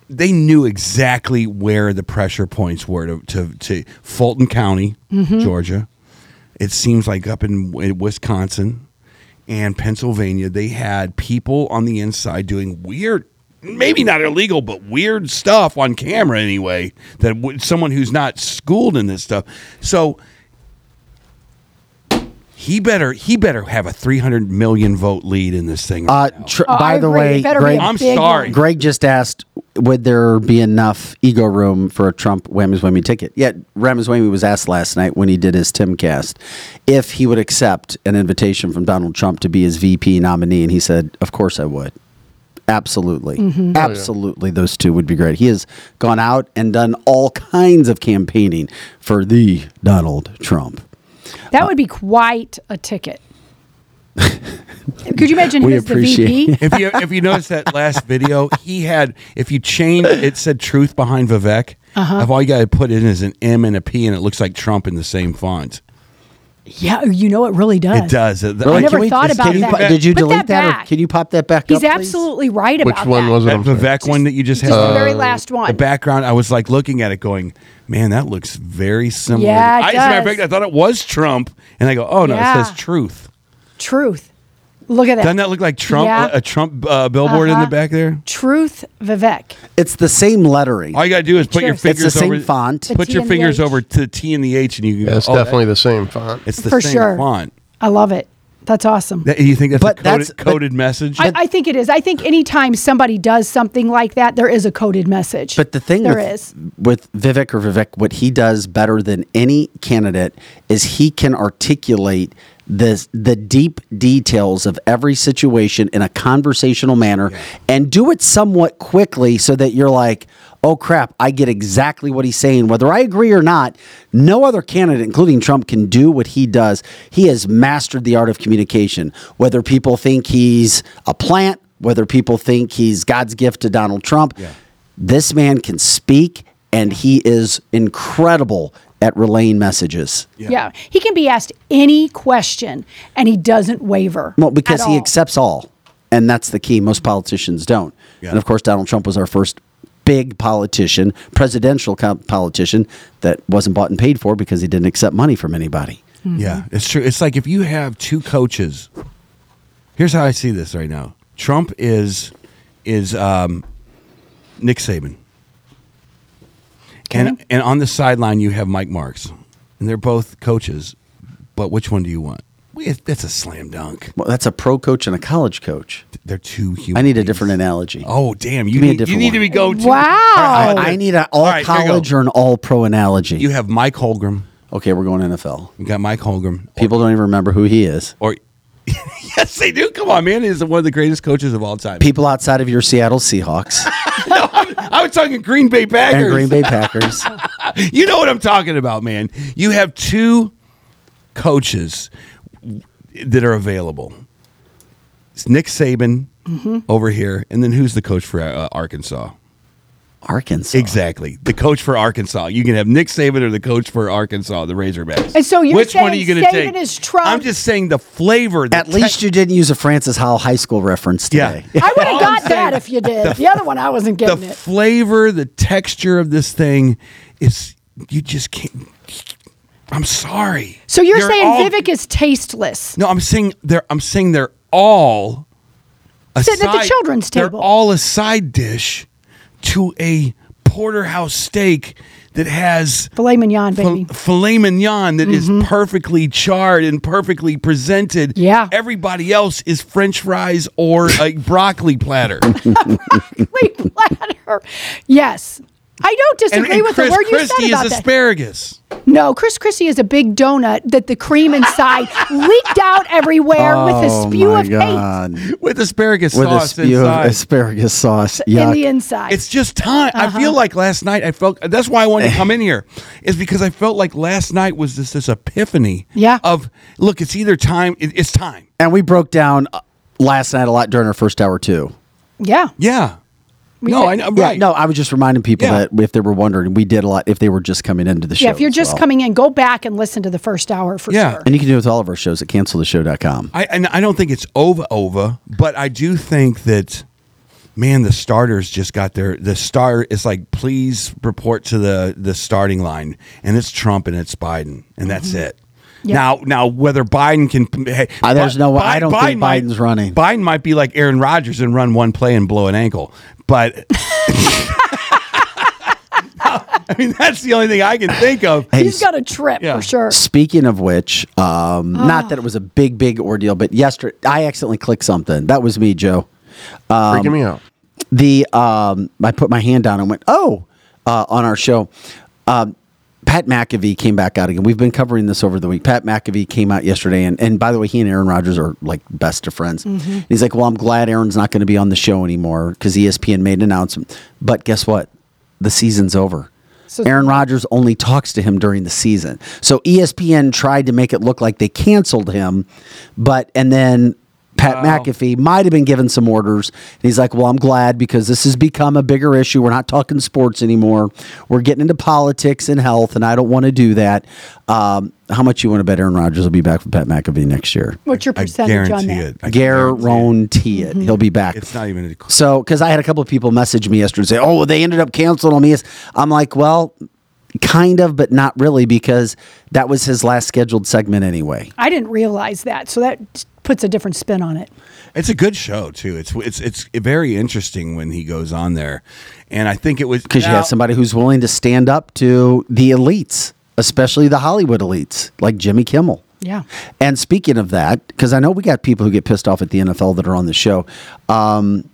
S3: they knew exactly where the pressure points were to to, to Fulton County,
S4: Mhm.
S3: Georgia, it seems like up in, in Wisconsin and Pennsylvania, they had people on the inside doing weird. Maybe not illegal, but weird stuff on camera anyway. That w- someone who's not schooled in this stuff. So he better he better have a 300 million vote lead in this thing.
S1: Uh, tr-
S3: Oh,
S1: by
S3: I
S1: the
S3: agree.
S1: way,
S3: It better be
S1: Greg,
S3: a I'm big sorry. one.
S1: Greg just asked, would there be enough ego room for a Trump Ramaswamy ticket? Yet Ramaswamy was asked last night when he did his Timcast if he would accept an invitation from Donald Trump to be his VP nominee, and he said, "Of course I would." Absolutely.
S3: Mm-hmm.
S4: Mhm. Oh, yeah.
S1: Absolutely. Those two would be great. He has gone out and done all kinds of campaigning for the Donald Trump.
S3: Uh,
S2: That would be quite
S3: *laughs*
S2: a ticket. Could you imagine
S3: We
S2: his the
S3: *laughs*
S2: VP?
S3: if you if you notice that last video, he had if you change it said truth behind Vivek.
S2: Uh-huh.
S3: If all you got to put in is an M and a P, and it looks like Trump in the same font.
S2: Yeah, you know it really does.
S3: It does. It-
S2: I
S3: I-
S2: never
S3: Can we
S2: thought
S3: just-
S2: about
S3: can you
S2: that.
S3: put- did you
S2: Put
S3: delete that or
S2: back.
S1: Can you pop that back
S2: He's
S1: up? please?
S2: absolutely right about
S1: Which one
S2: that.
S1: was it?
S3: That
S1: I'm sorry.
S3: Vivek one that you just had.
S2: Just the very Uh, last one.
S3: The background. I was like looking at it, going, "Man, that looks very similar."
S2: Yeah, it
S3: I, as a matter of
S2: does.
S3: fact, I thought it was Trump, and I go, "Oh no,
S2: Yeah.
S3: it says truth."
S2: Truth. Look at that.
S3: Doesn't that look like Trump?
S2: Yeah.
S3: A Trump uh, billboard in
S2: Uh-huh.
S3: the back there.
S2: Truth Vivek.
S1: It's the same lettering.
S3: All you gotta do is put your
S2: It's the
S3: fingers
S1: same
S3: over
S1: font. The
S3: Put
S2: T
S3: your
S2: and the
S3: fingers
S2: H.
S3: over to the T and the H, and you. Can
S8: Yeah, it's definitely the same font.
S3: It's the
S2: For
S3: same
S2: sure.
S3: font.
S2: I love it. That's awesome.
S3: That- you think that's
S1: But
S3: a coded,
S1: that's- but-
S3: coded message?
S2: I, I think it is. I think anytime somebody does something like that, there is a coded message.
S1: But the thing
S2: there
S1: with,
S2: is.
S1: with Vivek or Vivek, what he does better than any candidate is he can articulate the the deep details of every situation in a conversational manner and do it somewhat quickly so that you're like, oh crap, I get exactly what he's saying, whether I agree or not. No other candidate, including Trump, can do what he does. He has mastered the art of communication. Whether people think he's a plant, whether people think he's God's gift to Donald Trump this man can speak and he is incredible at relaying messages.
S2: Yeah. He can be asked any question and he doesn't waver.
S1: Well, because
S2: at
S1: he
S2: all.
S1: accepts all. And that's the key. Most politicians don't. And of course, Donald Trump was our first big politician, presidential co- politician that wasn't bought and paid for because he didn't accept money from anybody.
S2: hmm.
S3: Yeah, it's true. It's like if you have two coaches. Here's how I see this right now. Trump is is um, Nick Saban, and and on the sideline you have Mike Marks, and they're both coaches. But which one do you want? We, that's a slam dunk.
S1: Well, that's a pro coach and a college coach.
S3: They're two human.
S1: I need a different analogy.
S3: Oh damn! You
S1: Give me a
S3: need, you
S1: different
S3: need
S1: one.
S3: to be go to.
S2: Wow.
S1: I, I need an all,
S3: right, here you go.
S1: college or an all pro analogy.
S3: You have Mike Holgram.
S1: okay, we're going NFL.
S3: We got Mike Holgram.
S1: People don't even remember who he is.
S3: Or yes, they do. Come on, man! He's one of the greatest coaches of all time.
S1: People outside of your
S3: *laughs*
S1: Seattle Seahawks
S3: I was talking Green Bay Packers.
S1: and
S3: *laughs*
S1: Green Bay Packers.
S3: you know what I'm talking about, man. You have two coaches that are available. It's Nick Saban
S2: Mm-hmm.
S3: over here, and then who's the coach for uh, Arkansas?
S1: Arkansas.
S3: Exactly, the coach for Arkansas. You can have Nick Saban or the coach for Arkansas, the Razorbacks.
S2: And so you're
S3: which one are
S2: saying
S3: you going to
S2: Saban
S3: take?
S2: is Trump?
S3: I'm just saying the flavor. The
S1: At least you didn't use a Francis Howell High School
S3: *laughs*
S1: reference today.
S2: I
S1: *laughs*
S2: would have got that if you did. The other one, I wasn't
S3: the
S2: getting it.
S3: flavor, the texture of this thing is you just can't. I'm sorry.
S2: So you're
S3: They're
S2: saying
S3: all-
S2: Vivek is tasteless.
S3: No, I'm saying they're. I'm saying they're all a
S2: Sitting at the children's
S3: they're
S2: table.
S3: all a side dish to a porterhouse steak that has
S2: Filet mignon,
S3: fil-
S2: baby. Mm-hmm.
S3: filet mignon that is perfectly charred and perfectly presented.
S2: Yeah.
S3: Everybody else is French fries or a broccoli platter.
S2: *laughs* Broccoli platter. Yes. I don't disagree with
S3: Chris
S2: the word
S3: Christie
S2: you said
S3: is
S2: about that.
S3: asparagus.
S2: No, Chris Christie is a big donut that the cream
S3: *laughs*
S2: inside leaked out everywhere with
S1: Um,
S2: a spew of hate
S3: with asparagus
S1: Oh With a
S3: sauce
S1: spew
S3: inside.
S1: of asparagus sauce.
S2: in
S1: Yuck.
S2: the inside.
S3: It's just time. I
S2: Uh-huh.
S3: feel like last night I felt that's why I wanted to come in here is because I felt like last night was this this epiphany.
S2: Yeah.
S3: Of look, it's either time. It, it's time.
S1: and we broke down uh, last night a lot during our first hour too.
S2: yeah.
S3: Yeah.
S2: We
S3: no,
S2: did.
S3: I know.
S1: Yeah,
S3: Right.
S1: no, I was just reminding people
S3: Yeah.
S1: that if they were wondering, we did a lot if they were just coming into the show.
S2: Yeah, if you're
S1: as
S2: just
S1: well.
S2: coming in, go back and listen to the first hour for
S3: Yeah.
S2: sure.
S1: And you can do it with all of our shows at canceltheshow.com.
S3: I and I don't think it's over over, but I do think that man, the starters just got their the star it's like please report to the the starting line and it's Trump and it's Biden and that's it.
S2: Mm-hmm. Yeah.
S3: Now now whether Biden can hey,
S1: Uh,
S3: Bi-
S1: there's no-
S3: Bi-
S1: I don't think
S3: might-
S1: Biden's running.
S3: Biden might be like Aaron Rodgers and run one play and blow an ankle. But *laughs* *laughs* I mean that's the only thing I can think of.
S2: *laughs* He's got a trip
S3: Yeah.
S2: for sure.
S1: Speaking of which, um,
S2: Ah.
S1: not that it was a big, big ordeal, but yesterday I accidentally clicked something. That was me, Joe. Um,
S8: Freaking me out.
S1: the um, I put my hand down and went, oh, uh, on our show. Um, Pat McAfee came back out again. We've been covering this over the week. Pat McAfee came out yesterday, and, and by the way, he and Aaron Rodgers are like best of friends.
S2: Mm-hmm.
S1: He's like, well, I'm glad Aaron's not going to be on the show anymore E because ESPN made an announcement. But guess what? The season's over.
S2: So-
S1: Aaron Rodgers only talks to him during the season. So E ESPN tried to make it look like they canceled him, but and then Pat
S3: Wow.
S1: McAfee might have been given some orders. And he's like, "Well, I'm glad because this has become a bigger issue. We're not talking sports anymore. We're getting into politics and health, and I don't want to do that." Um, how much you want to bet Aaron Rodgers will be back with Pat McAfee next year?
S2: What's your
S3: I
S2: percentage on
S3: guarantee
S2: that?
S3: it. I
S1: Guarantee it. He'll be back.
S3: It's not even a
S1: So, because I had a couple of people message me yesterday and say, "Oh, well, they ended up canceling on me." I'm like, "Well, kind of, but not really, because that was his last scheduled segment anyway."
S2: I didn't realize that. So that puts a different spin on it.
S3: It's a good show too. It's it's it's very interesting when he goes on there, and I think it was
S1: Because you
S3: Now-
S1: have somebody who's willing to stand up to the elites, especially the Hollywood elites, like Jimmy Kimmel.
S2: Yeah.
S1: And speaking of that, because I know we got people who get pissed off at the NFL that are on the show. Um,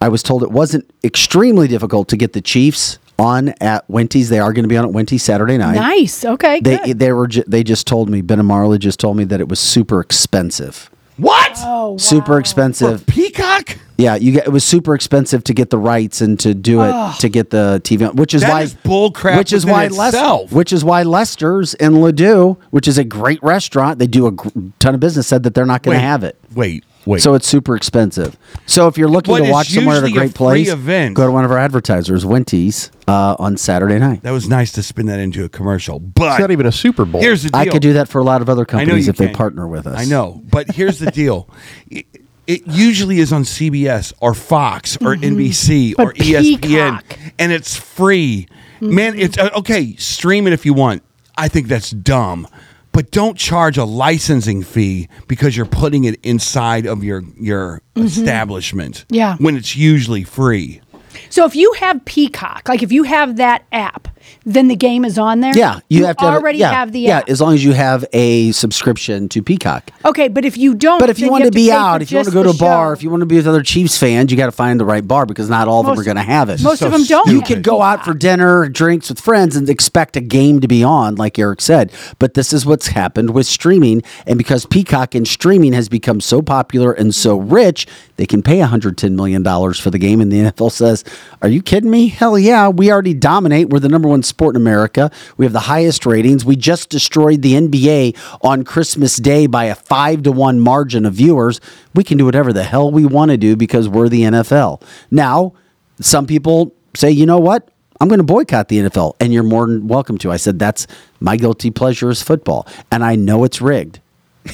S1: I was told it wasn't extremely difficult to get the Chiefs on at Wenty's. They are going to be on at Wenty's Saturday night.
S2: Nice. Okay.
S1: They
S2: good.
S1: they were ju- they just told me Ben and Marley just told me that it was super expensive.
S3: What?
S2: Oh,
S1: Super expensive.
S3: Peacock?
S1: Yeah, you get, it was super expensive to get the rights and to do it
S3: Ugh.
S1: to get the TV, on- which is
S3: That
S1: why
S3: is bull crap
S1: Which is
S3: within
S1: why
S3: itself.
S1: Lester, which is why Lester's in Ladue, which is a great restaurant, they do a gr- ton of business, said that they're not going
S3: Wait,
S1: to have it.
S3: Wait, wait.
S1: So it's super expensive. So if you're looking
S3: What
S1: to
S3: is
S1: watch somewhere at a
S3: usually a
S1: great
S3: free
S1: place,
S3: event.
S1: go to one of our advertisers, Wenty's, uh, on Saturday night.
S3: that was nice to spin that into a commercial, but
S8: it's not even a Super Bowl.
S3: Here's the deal.
S1: I could do that for a lot of other
S3: I know
S1: companies
S3: you
S1: if they
S3: can.
S1: partner with us.
S3: I know, but here's the deal.
S1: *laughs*
S3: It, it usually is on CBS or Fox or NBC
S2: Mm-hmm. But
S3: or E ESPN,
S2: Peacock. Mm-hmm.
S3: and it's free. Man, it's uh, okay. Stream it if you want. I think that's dumb, but don't charge a licensing fee because you're putting it inside of your your establishment.
S2: Mm-hmm. Yeah.
S3: when it's usually free.
S2: So if you have Peacock, like if you have that app, then the game is on there.
S1: Yeah, you, have to have a-
S2: already
S1: yeah,
S2: have the
S1: yeah.
S2: app.
S1: As long as you have a subscription to Peacock.
S2: okay, but if you don't,
S1: But if you
S2: then
S1: want to
S2: have
S1: be
S2: pay for
S1: out, if you want to
S2: just
S1: go to a
S2: the
S1: bar,
S2: show.
S1: if you want to be with other Chiefs fans, you got to find the right bar because not all of them
S2: Most-
S1: are going to have it.
S2: most
S3: So
S2: of them don't.
S1: you
S2: have
S1: could
S2: it.
S1: go out for dinner, drinks with friends, and expect a game to be on, like Eric said. But this is what's happened with streaming, and because Peacock and streaming has become so popular and so rich, they can pay 110 million dollars for the game, and the NFL says, "Are you kidding me? Hell yeah! We already dominate. We're the number one sport in America. We have the highest ratings. We just destroyed the NBA on Christmas Day by a five to one margin of viewers. We can do whatever the hell we want to do because we're the NFL." Now some people say, you know what? I'm going to boycott the NFL, and you're more than welcome to. I said, that's my guilty pleasure is football, and I know it's rigged.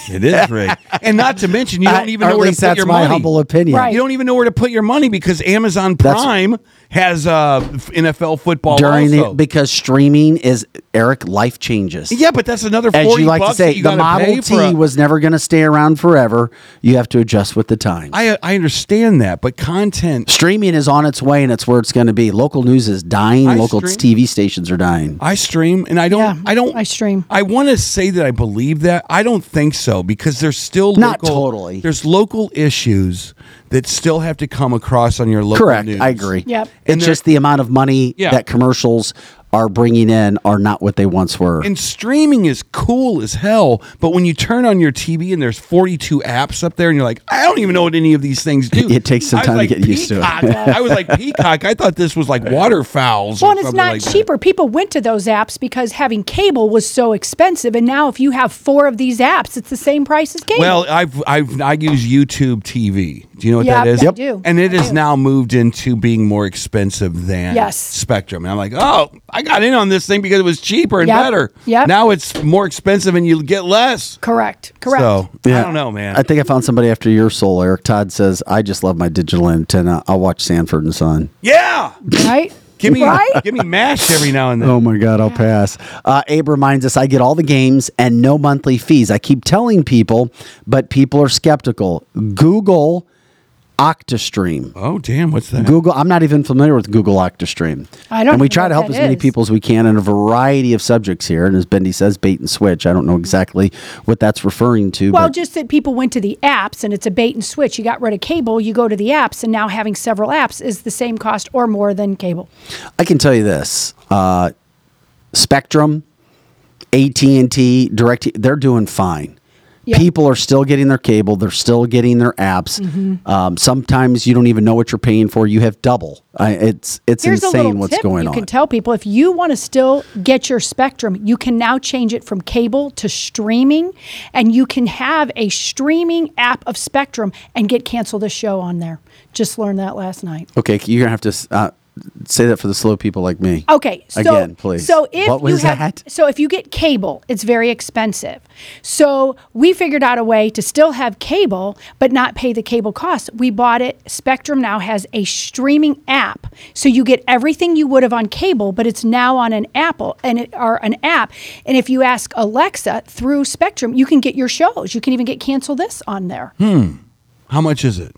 S3: It *laughs* is rigged, and not to mention you
S1: Uh,
S3: don't even
S1: or
S3: know
S1: at
S3: where to
S1: least
S3: put
S1: that's
S3: your
S1: my
S3: money.
S1: humble opinion. Right.
S3: You don't even know where to put your money because Amazon
S1: That's-
S3: Prime has uh, NFL football
S1: During
S3: also.
S1: the, because streaming is Eric life changes.
S3: Yeah, but that's another forty
S1: As you like to
S3: bucks that
S1: say,
S3: you
S1: the
S3: gotta pay
S1: Model
S3: for a-
S1: T was never going to stay around forever. You have to adjust with the times.
S3: I I understand that, but content.
S1: streaming is on its way, and it's where it's going to be. Local news is dying.
S3: I
S1: Local
S3: stream-
S1: TV stations are dying.
S3: I stream, and I don't.
S2: Yeah,
S3: I don't.
S2: I stream.
S3: I want to say that I believe that. I don't think so because there's still
S1: Not
S3: local-
S1: totally.
S3: There's local issues that still have to come across on your local.
S1: Correct.
S3: news.
S1: I agree.
S2: Yep.
S3: And
S1: It's
S3: there-
S1: just the amount of money
S3: Yeah.
S1: that commercials are bringing in are not what they once were.
S3: And streaming is cool as hell, but when you turn on your TV and there's 42 apps up there, and you're like, I don't even know what any of these things do.
S1: It takes some
S3: I was
S1: time to
S3: like,
S1: get used to it.
S3: "Peacock." I was like, Peacock. I thought this
S1: *laughs*
S3: was like waterfowls.
S2: Well,
S3: or
S2: and it's
S3: something
S2: not
S3: like that.
S2: cheaper. People went to those apps because having cable was so expensive, and now if you have four of these apps, it's the same price as cable.
S3: Well, I've I've I use YouTube TV. Do you know what
S2: Yeah,
S3: that is?
S2: I Yep. do.
S3: And it
S2: I
S3: has
S2: do.
S3: now moved into being more expensive than
S2: Yes.
S3: Spectrum. And I'm like, oh, I got in on this thing because it was cheaper and
S2: Yep.
S3: better.
S2: Yep.
S3: Now it's more expensive and you get less.
S2: correct, correct.
S3: So I don't know, man.
S1: I think I found somebody after your soul, Eric. Todd says, I just love my digital antenna. I'll watch Sanford and Son.
S3: yeah.
S2: right?
S3: Give me
S2: right?
S3: give me mash every now and then.
S1: Oh my God, I'll pass. Uh, Abe reminds us I get all the games and no monthly fees. I keep telling people, but people are skeptical. Google Octastream.
S3: Oh damn, what's that?
S1: Google. I'm not even familiar with Google Octastream.
S2: I don't
S1: And we
S2: even
S1: try
S2: know
S1: to
S2: what
S1: help as
S2: that
S1: many
S2: is.
S1: people as we can in a variety of subjects here. And as Bendy says, bait and switch. I don't know exactly what that's referring to.
S2: Well,
S1: but
S2: just that people went to the apps and it's a bait and switch. You got rid of cable, you go to the apps, and now having several apps is the same cost or more than cable.
S1: I can tell you this: uh, Spectrum, AT and T, Direct. They're doing fine.
S2: Yeah.
S1: People are still getting their cable. They're still getting their apps.
S2: Mm-hmm.
S1: Um, sometimes you don't even know what you're paying for. You have double. I, it's it's
S2: Here's a
S1: insane
S2: little
S1: what's
S2: tip
S1: going
S2: you
S1: on.
S2: can tell people if you want to still get your spectrum, you can now change it from cable to streaming, and you can have a streaming app of Spectrum and get cancel the show on there. Just learned that last night.
S1: okay, you're gonna have to uh, say that for the slow people like me.
S2: Okay. So,
S1: Again, please.
S2: So if
S1: What was
S2: you have,
S1: that?
S2: So if you get cable, it's very expensive. So we figured out a way to still have cable, but not pay the cable costs. We bought it. Spectrum now has a streaming app, so you get everything you would have on cable, but it's now on an Apple and it, or an app. And if you ask Alexa through Spectrum, you can get your shows. You can even get cancel this on there.
S3: Hmm. How much is it?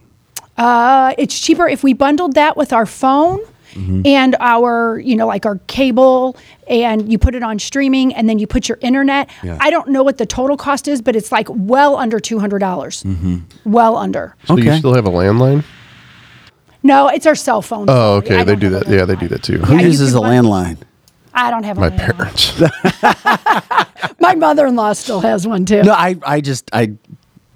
S2: Uh, it's cheaper if we bundled that with our phone.
S3: Mhm.
S2: and our, you know, like our cable, and you put it on streaming, and then you put your internet.
S3: Yeah.
S2: I don't know what the total cost is, but it's like well under two hundred dollars.
S8: Mm-hmm.
S2: Well under.
S8: So you still have a landline?
S2: No, it's our cell phone.
S8: Oh, okay. They do that. Yeah, they do that too.
S2: Who Yeah, you uses
S8: a
S1: landline?
S2: I don't have
S8: My
S2: one.
S8: parents.
S2: *laughs* My mother-in-law still has one too.
S1: No, I, I just, I,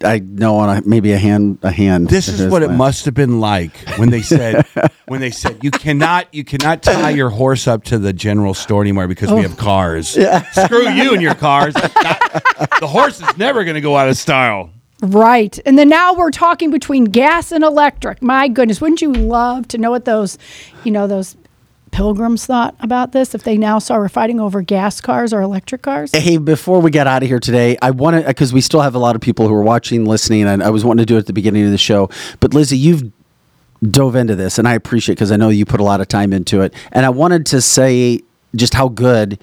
S1: I know on a, maybe a hand, a hand.
S3: This is what it must have been like when they
S2: *laughs*
S3: said when they said you cannot you cannot tie your horse up to the general store anymore because
S2: Oh.
S3: we have cars. Screw you and your cars. *laughs* the horse is never going to go out of style.
S2: Right. And then now we're talking between gas and electric. My goodness, wouldn't you love to know what those, you know, those pilgrims thought about this if they now saw we're fighting over gas cars or electric cars?
S1: Hey, before we get out of here today, I want to because we still have a lot of people who are watching, listening, and I was wanting to do it at the beginning of the show. But Lizzie, you've dove into this, and I appreciate because I know you put a lot of time into it. And I wanted to say just how good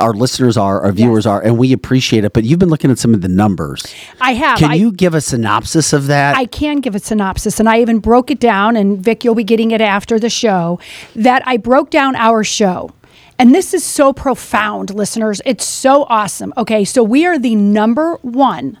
S1: our listeners are, our viewers are, and we appreciate it. But you've been looking at some of the numbers.
S2: I have.
S1: Can
S2: I,
S1: you give a synopsis of that?
S2: I can give a synopsis, and I even broke it down. And Vic, you'll be getting it after the show. That I broke down our show. And this is so profound, listeners. It's so awesome. Okay, so we are the number one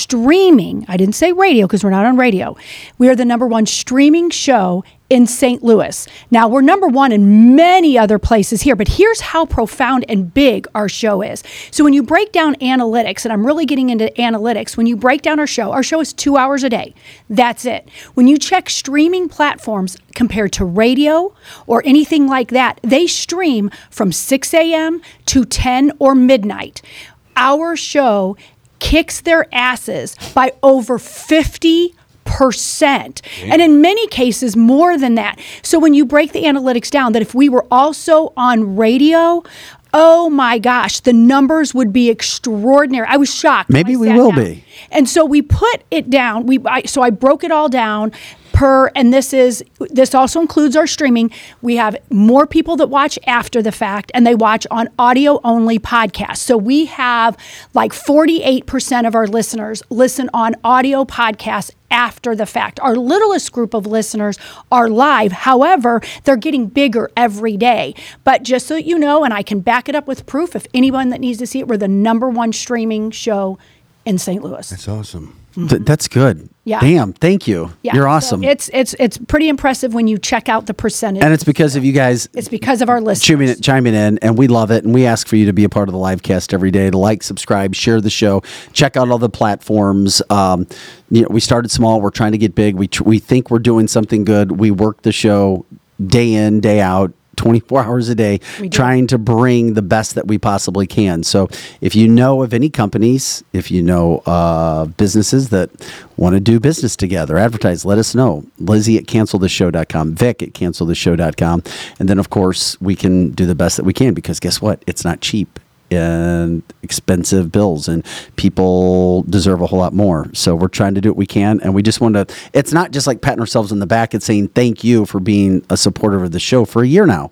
S2: streaming, I didn't say radio because we're not on radio. We are the number one streaming show in St. Louis. Now, we're number one in many other places here, but here's how profound and big our show is. So, when you break down analytics, and I'm really getting into analytics, when you break down our show, our show is two hours a day. That's it. When you check streaming platforms compared to radio or anything like that, they stream from 6 a.m. to 10 or midnight. Our show kicks their asses by over 50 percent and in many cases more than that so when you break the analytics down that if we were also on radio oh my gosh the numbers would be extraordinary i was shocked when
S1: Maybe
S2: I
S1: we
S2: sat
S1: will
S2: down.
S1: be.
S2: and so we put it down we I, so i broke it all down per and this is this also includes our streaming we have more people that watch after the fact and they watch on audio only podcasts so we have like 48% of our listeners listen on audio podcasts after the fact our littlest group of listeners are live however they're getting bigger every day but just so that you know and i can back it up with proof if anyone that needs to see it we're the number one streaming show in st louis
S3: That's awesome.
S1: Th- that's good.
S2: Yeah.
S1: Damn. Thank you.
S2: yeah,
S1: You're
S2: so
S1: awesome.
S2: it's it's it's pretty impressive when you check out the percentage.
S1: and it's because of you guys
S2: it's because of our listeners.
S1: chiming in, chiming in, and we love it. And we ask for you to be a part of the live cast every day to like, subscribe, share the show, check out all the platforms. Um, you know, we started small. We're trying to get big. We tr- we think we're doing something good. We work the show day in, day out. 24 *laughs* hours a day
S4: We do.
S1: trying to bring the best that we possibly can. So, if you know of any companies, if you know uh, businesses that want to do business together, advertise, let us know. Lizzie at canceltheshow.com, Vic at canceltheshow.com. And then, of course, we can do the best that we can because guess what? It's not cheap and expensive bills and people deserve a whole lot more so we're trying to do what we can and we just want to it's not just like patting ourselves on the back it's saying thank you for being a supporter of the show for a year now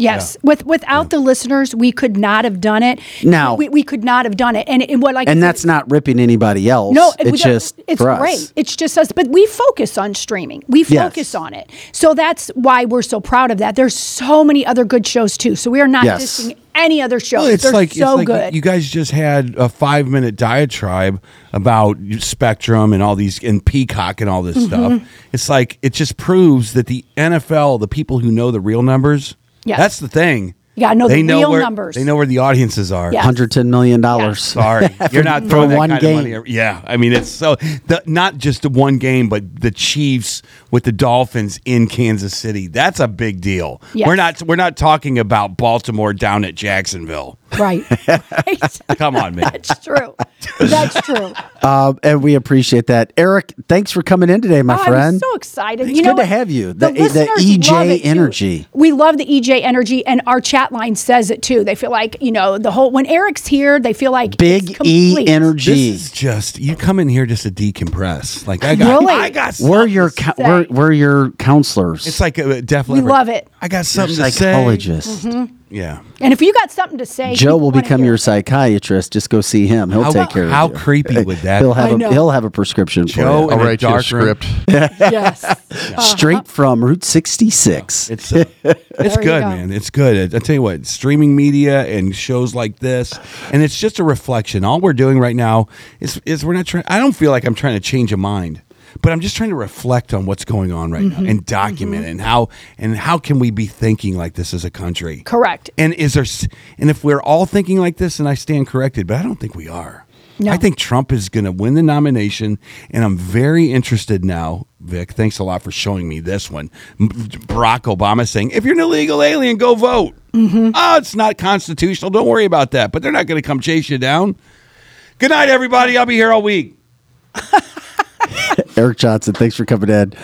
S2: Yes, with without the listeners, we could not have done it.
S1: No.
S2: we, we could not have done it. And, and what like
S1: and that's not ripping anybody else
S2: no, it- we
S1: it's
S2: don't-
S1: just
S2: it's
S1: for
S2: great.
S1: us
S2: It's just us, but we focus on streaming. We
S1: Yes.
S2: focus on it, so that's why we're so proud of that. There's so many other good shows too. So we are not
S3: Yes.
S2: dissing any other show.
S3: Well, it's
S2: They're
S3: like
S2: so
S3: it's like
S2: good.
S3: You guys just had a five minute diatribe about Spectrum and all these and Peacock and all this
S2: Mhm.
S3: stuff. It's like it just proves that the NFL, the people who know the real numbers,
S2: Yes.
S3: that's the thing.
S2: You gotta know the real
S3: where,
S2: numbers.
S3: They know where the audiences are.
S2: Yes.
S1: $110 million dollars
S2: *laughs*
S3: Sorry, you're not
S1: For
S3: throwing that
S1: one
S3: kind
S1: game.
S3: Of money. every- Yeah, I mean it's so the, not just the one game, but the Chiefs with the Dolphins in Kansas City. That's a big deal.
S2: Yes.
S3: We're not we're not talking about Baltimore down at Jacksonville.
S2: right? *laughs*
S3: Come on, man.
S2: That's
S1: *laughs*
S2: true. That's true.
S1: uh, and we appreciate that eric thanks for coming in today my
S2: Oh,
S1: friend
S2: I'm so excited.
S1: it's
S2: you know
S1: good to
S2: what?
S1: have you
S2: The
S1: the, the,
S2: listeners love
S1: ej
S2: it, too.
S1: energy
S2: We love the EJ energy, and our chat line says it too. They feel like you know the whole when Eric's here, they feel like
S1: Big
S2: it's
S1: E
S2: complete.
S1: energy.
S3: This is just you come in here just to decompress. Like I got,
S2: Really?
S3: I got.
S1: We're your co-
S2: say.
S1: we're, we're your counselors.
S3: It's like a Def
S2: We
S3: Leppard.
S2: love it.
S3: I got something
S1: You're
S3: to say.
S1: psychologist.
S2: Mhm.
S3: Yeah.
S2: And if you got something to say,
S1: Joe will become your psychiatrist. Just go see him. He'll
S3: How-
S1: take care of
S3: how
S1: you.
S3: creepy would that
S1: He'll
S3: be?
S1: have
S3: I
S1: a
S3: know.
S1: he'll have a prescription for
S3: Joe
S1: you.
S3: in I'll a write your dark room.
S15: *laughs*
S2: yes.
S1: Straight from Route 66.
S3: It's uh, it's
S1: *laughs*
S2: There Uh-huh. you
S3: good,
S2: go.
S3: man. It's good. I, I tell you what, streaming media and shows like this, and it's just a reflection. All we're doing right now is is we're not trying. I don't feel like I'm trying to change a mind, but I'm just trying to reflect on what's going on right
S2: Mm-hmm.
S3: now and document it and how and how can we be thinking like this as a country?
S2: Correct.
S3: And is there s- and if we're all thinking like this, and I stand corrected, but I don't think we are.
S2: No.
S3: I think Trump is going to win the nomination, and I'm very interested now. Vic, thanks a lot for showing me this one. M- Barack Obama saying, "If you're an illegal alien, go vote."
S2: Mm-hmm.
S3: Oh, it's not constitutional. Don't worry about that. But they're not going to come chase you down. Good night, everybody. I'll be here all week.
S1: *laughs* Eric Johnson, thanks for coming in.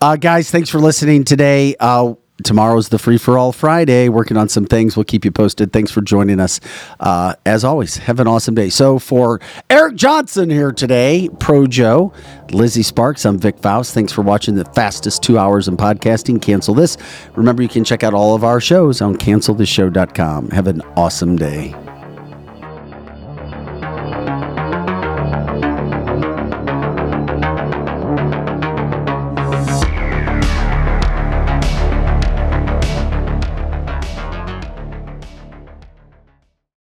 S1: Uh, guys, thanks for listening today. Uh, tomorrow's the free for all Friday. Working on some things. We'll keep you posted. Thanks for joining us. Uh, as always, have an awesome day. So, for Eric Johnson here today, Pro Joe, Lizzie Sparks, I'm Vic Faust. Thanks for watching the fastest two hours in podcasting. Cancel this. Remember, you can check out all of our shows on canceltheshow.com. Have an awesome day.